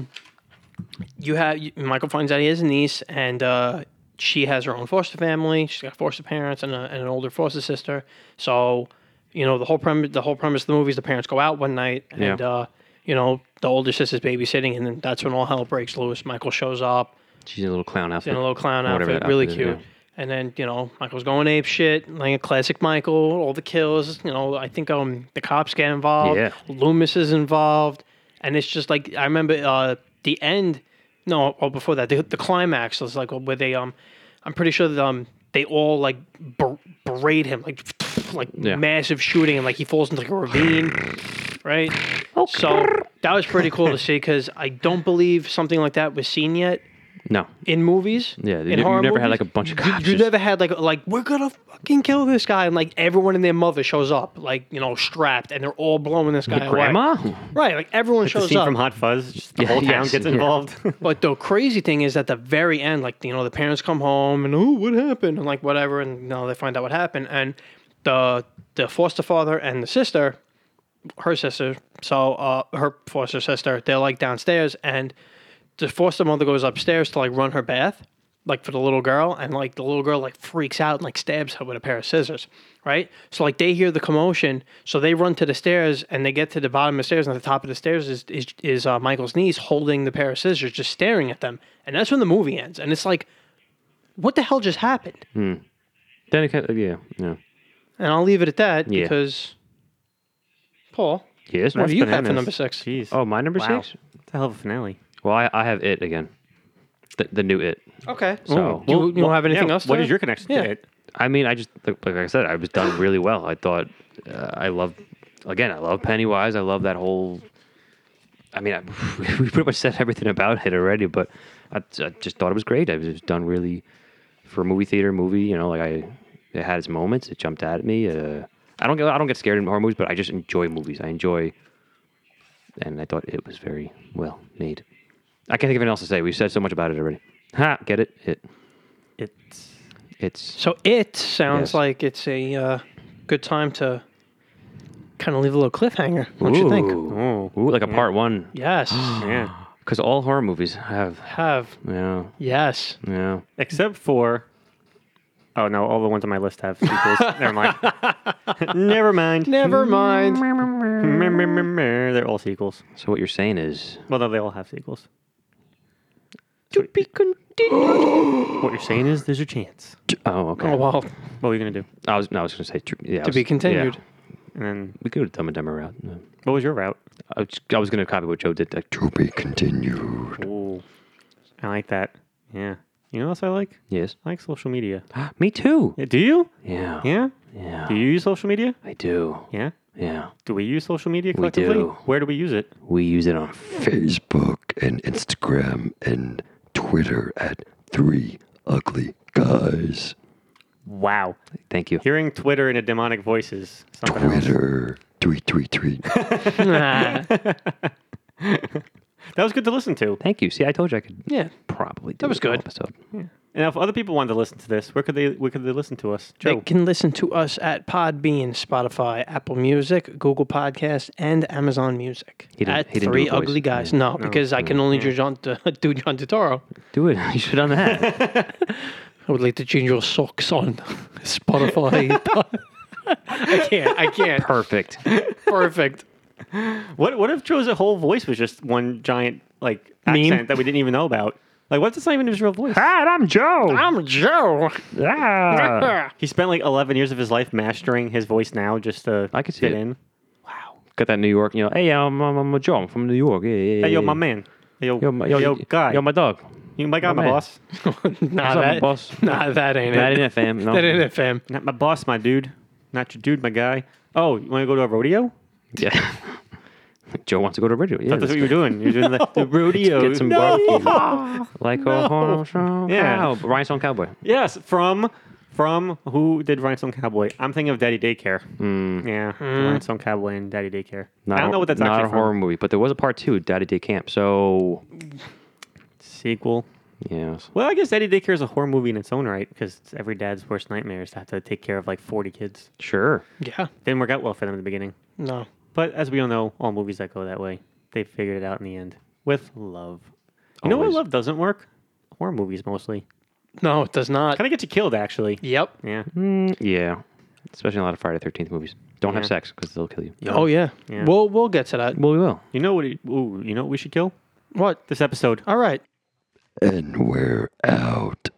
[SPEAKER 1] you have you- Michael finds out he has a niece, and uh, she has her own foster family. She's got foster parents and, a, and an older foster sister. So, you know, the whole premise the whole premise of the movie is the parents go out one night, and
[SPEAKER 2] Yeah.
[SPEAKER 1] uh, you know, the older sister's babysitting, and then that's when all hell breaks loose. Michael shows up
[SPEAKER 2] She's in a little clown outfit.
[SPEAKER 1] in a little clown
[SPEAKER 2] Or whatever
[SPEAKER 1] outfit,
[SPEAKER 2] that
[SPEAKER 1] really
[SPEAKER 2] outfit is,
[SPEAKER 1] cute.
[SPEAKER 2] yeah.
[SPEAKER 1] And then you know Michael's going ape shit, like a classic Michael. All the kills. You know, I think um the cops get involved.
[SPEAKER 2] Yeah.
[SPEAKER 1] Loomis is involved, and it's just like I remember uh the end No, well, before that, the, the climax was like where they um, I'm pretty sure that um, they all like ber- berate him like like
[SPEAKER 2] Yeah.
[SPEAKER 1] massive shooting and like he falls into like a ravine, right? Okay. So that was pretty cool to see because I don't believe something like that was seen yet
[SPEAKER 2] No.
[SPEAKER 1] in movies.
[SPEAKER 2] Yeah, you
[SPEAKER 1] in
[SPEAKER 2] ne- you
[SPEAKER 1] horror
[SPEAKER 2] never had,
[SPEAKER 1] movies.
[SPEAKER 2] like, a bunch of
[SPEAKER 1] You-
[SPEAKER 2] cops
[SPEAKER 1] You,
[SPEAKER 2] just-
[SPEAKER 1] never had like like we're gonna fucking kill this guy, and like everyone and their mother shows up, like you know, strapped, and they're all blowing this guy away.
[SPEAKER 2] Grandma?
[SPEAKER 1] Right, like everyone
[SPEAKER 3] Like the
[SPEAKER 1] shows
[SPEAKER 3] scene
[SPEAKER 1] up.
[SPEAKER 3] from Hot Fuzz, just the whole
[SPEAKER 2] yes,
[SPEAKER 3] town gets
[SPEAKER 2] yeah.
[SPEAKER 3] involved.
[SPEAKER 1] But the crazy thing is at the very end, like you know, the parents come home and oh, what happened? And like whatever, and you know, they find out what happened. And the the foster father and the sister, her sister, so uh, her foster sister, they're like downstairs, and the foster mother goes upstairs to like run her bath, like for the little girl, and like the little girl like freaks out and like stabs her with a pair of scissors, right? So like they hear the commotion, so they run to the stairs and they get to the bottom of the stairs, and at the top of the stairs is is, is uh, Michael's niece holding the pair of scissors, just staring at them, and that's when the movie ends, and it's like, what the hell just happened?
[SPEAKER 2] Then it kind of, yeah, yeah.
[SPEAKER 1] And I'll leave it at that
[SPEAKER 2] Yeah.
[SPEAKER 1] because, Paul,
[SPEAKER 2] Yes,
[SPEAKER 1] what
[SPEAKER 2] my-
[SPEAKER 1] do you have
[SPEAKER 3] bananas.
[SPEAKER 1] for number six?
[SPEAKER 3] Jeez.
[SPEAKER 2] Oh, my number
[SPEAKER 3] Wow.
[SPEAKER 2] six?
[SPEAKER 3] It's a hell of a finale.
[SPEAKER 2] Well, I, I have it again. The, the new it.
[SPEAKER 1] Okay, so
[SPEAKER 2] So,
[SPEAKER 1] you, you don't have
[SPEAKER 3] yeah,
[SPEAKER 1] anything else?
[SPEAKER 3] What
[SPEAKER 1] to-
[SPEAKER 3] is your connection
[SPEAKER 1] Yeah.
[SPEAKER 3] to it?
[SPEAKER 2] I mean, I just like, like I said, I was done really well. I thought uh, I love again. I love Pennywise. I love that whole. I mean, I, we pretty much said everything about it already, but I, I just thought it was great. I was just done really for a movie theater movie. You know, like I, it had its moments. It jumped out at me. Uh, I don't get I don't get scared in horror movies, but I just enjoy movies. I enjoy, and I thought it was very well made. I can't think of anything else to say. We've said so much about it already. Ha! Get it? It.
[SPEAKER 3] It's
[SPEAKER 2] It's
[SPEAKER 1] So it sounds
[SPEAKER 2] Yes.
[SPEAKER 1] like it's a uh, good time to kind of leave a little cliffhanger. What do you think?
[SPEAKER 2] Ooh, ooh, like a part one.
[SPEAKER 1] Yes.
[SPEAKER 3] yeah.
[SPEAKER 2] Because all horror movies have,
[SPEAKER 1] Have.
[SPEAKER 2] yeah,
[SPEAKER 1] Yes.
[SPEAKER 2] yeah.
[SPEAKER 3] Except for Oh no, all the ones on my list have sequels. Never mind. Never mind. Mm,
[SPEAKER 1] Never mind.
[SPEAKER 3] Meh, meh, meh, meh. mm. They're all sequels.
[SPEAKER 2] So what you're saying is,
[SPEAKER 3] Well, no, they all have sequels.
[SPEAKER 2] to be continued.
[SPEAKER 3] What you're saying is there's a chance.
[SPEAKER 2] Oh, okay.
[SPEAKER 1] Oh, well,
[SPEAKER 3] What are you gonna do?
[SPEAKER 2] I was, no, I was going to say, tr- yeah, I
[SPEAKER 1] to
[SPEAKER 2] was-
[SPEAKER 1] be continued.
[SPEAKER 2] yeah.
[SPEAKER 3] And then
[SPEAKER 2] We could have Dumb and Dumber route. No.
[SPEAKER 3] what was your route?
[SPEAKER 2] I was, I was going to copy what Joe did. Like,
[SPEAKER 5] To be continued.
[SPEAKER 3] Ooh, I like that. Yeah. You know what else I like?
[SPEAKER 2] yes,
[SPEAKER 3] I like social media.
[SPEAKER 2] me too.
[SPEAKER 3] Yeah, Do you?
[SPEAKER 2] Yeah,
[SPEAKER 3] Yeah.
[SPEAKER 2] yeah.
[SPEAKER 3] Do you use social media?
[SPEAKER 2] I do.
[SPEAKER 3] Yeah.
[SPEAKER 2] Yeah,
[SPEAKER 3] Do we use social media collectively?
[SPEAKER 2] do.
[SPEAKER 3] Where do we use it?
[SPEAKER 2] we use it on.
[SPEAKER 5] Facebook and Instagram and Twitter at three ugly guys.
[SPEAKER 3] Wow.
[SPEAKER 2] Thank you.
[SPEAKER 3] Hearing Twitter in a demonic voice is something else.
[SPEAKER 5] Twitter. Tweet, tweet, tweet.
[SPEAKER 1] Nah.
[SPEAKER 3] That was good to listen to.
[SPEAKER 2] Thank you. See, I told you I could
[SPEAKER 1] yeah.
[SPEAKER 2] probably do
[SPEAKER 1] That was
[SPEAKER 2] a whole
[SPEAKER 1] good.
[SPEAKER 2] Episode.
[SPEAKER 3] Now, if other people wanted to listen to this, where could they? Where could they listen to us?
[SPEAKER 1] They
[SPEAKER 3] Joe.
[SPEAKER 1] can listen to us at Podbean, Spotify, Apple Music, Google Podcasts, and Amazon Music.
[SPEAKER 2] He didn't-
[SPEAKER 1] at
[SPEAKER 2] he didn't do
[SPEAKER 1] Three
[SPEAKER 2] a voice. Mm.
[SPEAKER 1] Ugly Guys. No, because I can only do John uh, do John Turturro.
[SPEAKER 2] Do it. You should have done that.
[SPEAKER 1] I would like to change your socks on Spotify. I can't. I can't.
[SPEAKER 2] Perfect.
[SPEAKER 1] Perfect.
[SPEAKER 3] What What if Joe's whole voice was just one giant like
[SPEAKER 1] Meme?
[SPEAKER 3] accent that we didn't even know about? Like, what if it's not even his real voice?
[SPEAKER 2] Hi, I'm Joe.
[SPEAKER 1] I'm Joe.
[SPEAKER 2] Ah.
[SPEAKER 1] Uh,
[SPEAKER 3] He spent like 11 years of his life mastering his voice now just to
[SPEAKER 2] I could see
[SPEAKER 3] fit
[SPEAKER 2] it.
[SPEAKER 3] in.
[SPEAKER 2] Got that New York, you know. Hey, I'm, I'm, I'm a Joe. I'm from New York. Yeah, yeah,
[SPEAKER 3] Hey, yo,
[SPEAKER 2] yeah.
[SPEAKER 3] my man. Hey, yo,
[SPEAKER 2] Yo,
[SPEAKER 3] yo,
[SPEAKER 2] my, yo,
[SPEAKER 3] guy.
[SPEAKER 2] Yo, my dog.
[SPEAKER 3] you my guy,
[SPEAKER 2] my
[SPEAKER 3] my,
[SPEAKER 2] man.
[SPEAKER 3] boss.
[SPEAKER 1] nah,
[SPEAKER 2] What's up,
[SPEAKER 1] that,
[SPEAKER 2] boss?
[SPEAKER 1] nah, that ain't
[SPEAKER 2] Ah, That
[SPEAKER 1] it.
[SPEAKER 2] ain't it, fam. No.
[SPEAKER 1] That ain't it, fam.
[SPEAKER 3] Not my boss, my dude. Not your dude, my guy. Oh, you want to go to a rodeo?
[SPEAKER 2] Yeah. Joe wants to go to radio. Yeah,
[SPEAKER 3] That's what you were doing. You're doing the, the rodeo.
[SPEAKER 2] get some barbecue. like a horse.
[SPEAKER 3] Yeah.
[SPEAKER 2] Yeah. Rhinestone Cowboy.
[SPEAKER 3] Yes, from from who did Rhinestone Cowboy? I'm thinking of Daddy Daycare. Yeah, Rhinestone Cowboy and Daddy Daycare. I don't know what that's
[SPEAKER 2] Hmm. not
[SPEAKER 3] actually
[SPEAKER 2] a horror
[SPEAKER 3] from.
[SPEAKER 2] movie, but there was a part two, Daddy Day Camp. So,
[SPEAKER 3] Sequel.
[SPEAKER 2] yes.
[SPEAKER 3] Well, I guess Daddy Daycare is a horror movie in its own right because it's every dad's worst nightmare is to have to take care of like 40 kids.
[SPEAKER 2] Sure.
[SPEAKER 1] Yeah.
[SPEAKER 3] Didn't work out well for them in the beginning.
[SPEAKER 1] No.
[SPEAKER 3] But as we all know, all movies that go that way, they figured it out in the end with love. You know what
[SPEAKER 2] Always.
[SPEAKER 3] love doesn't work? Horror movies mostly.
[SPEAKER 1] No, it does not.
[SPEAKER 3] Kind of gets you killed, actually.
[SPEAKER 1] Yep.
[SPEAKER 3] Yeah.
[SPEAKER 2] Mm, yeah. Especially in a lot of Friday 13th movies. Don't have
[SPEAKER 3] Yeah.
[SPEAKER 2] sex because they'll kill you.
[SPEAKER 1] Oh yeah.
[SPEAKER 3] Yeah.
[SPEAKER 1] We'll we'll get to that.
[SPEAKER 2] Well, we will.
[SPEAKER 3] You know what? it- Ooh, you know what we should kill?
[SPEAKER 1] What?
[SPEAKER 3] This episode.
[SPEAKER 1] All right.
[SPEAKER 5] and we're out.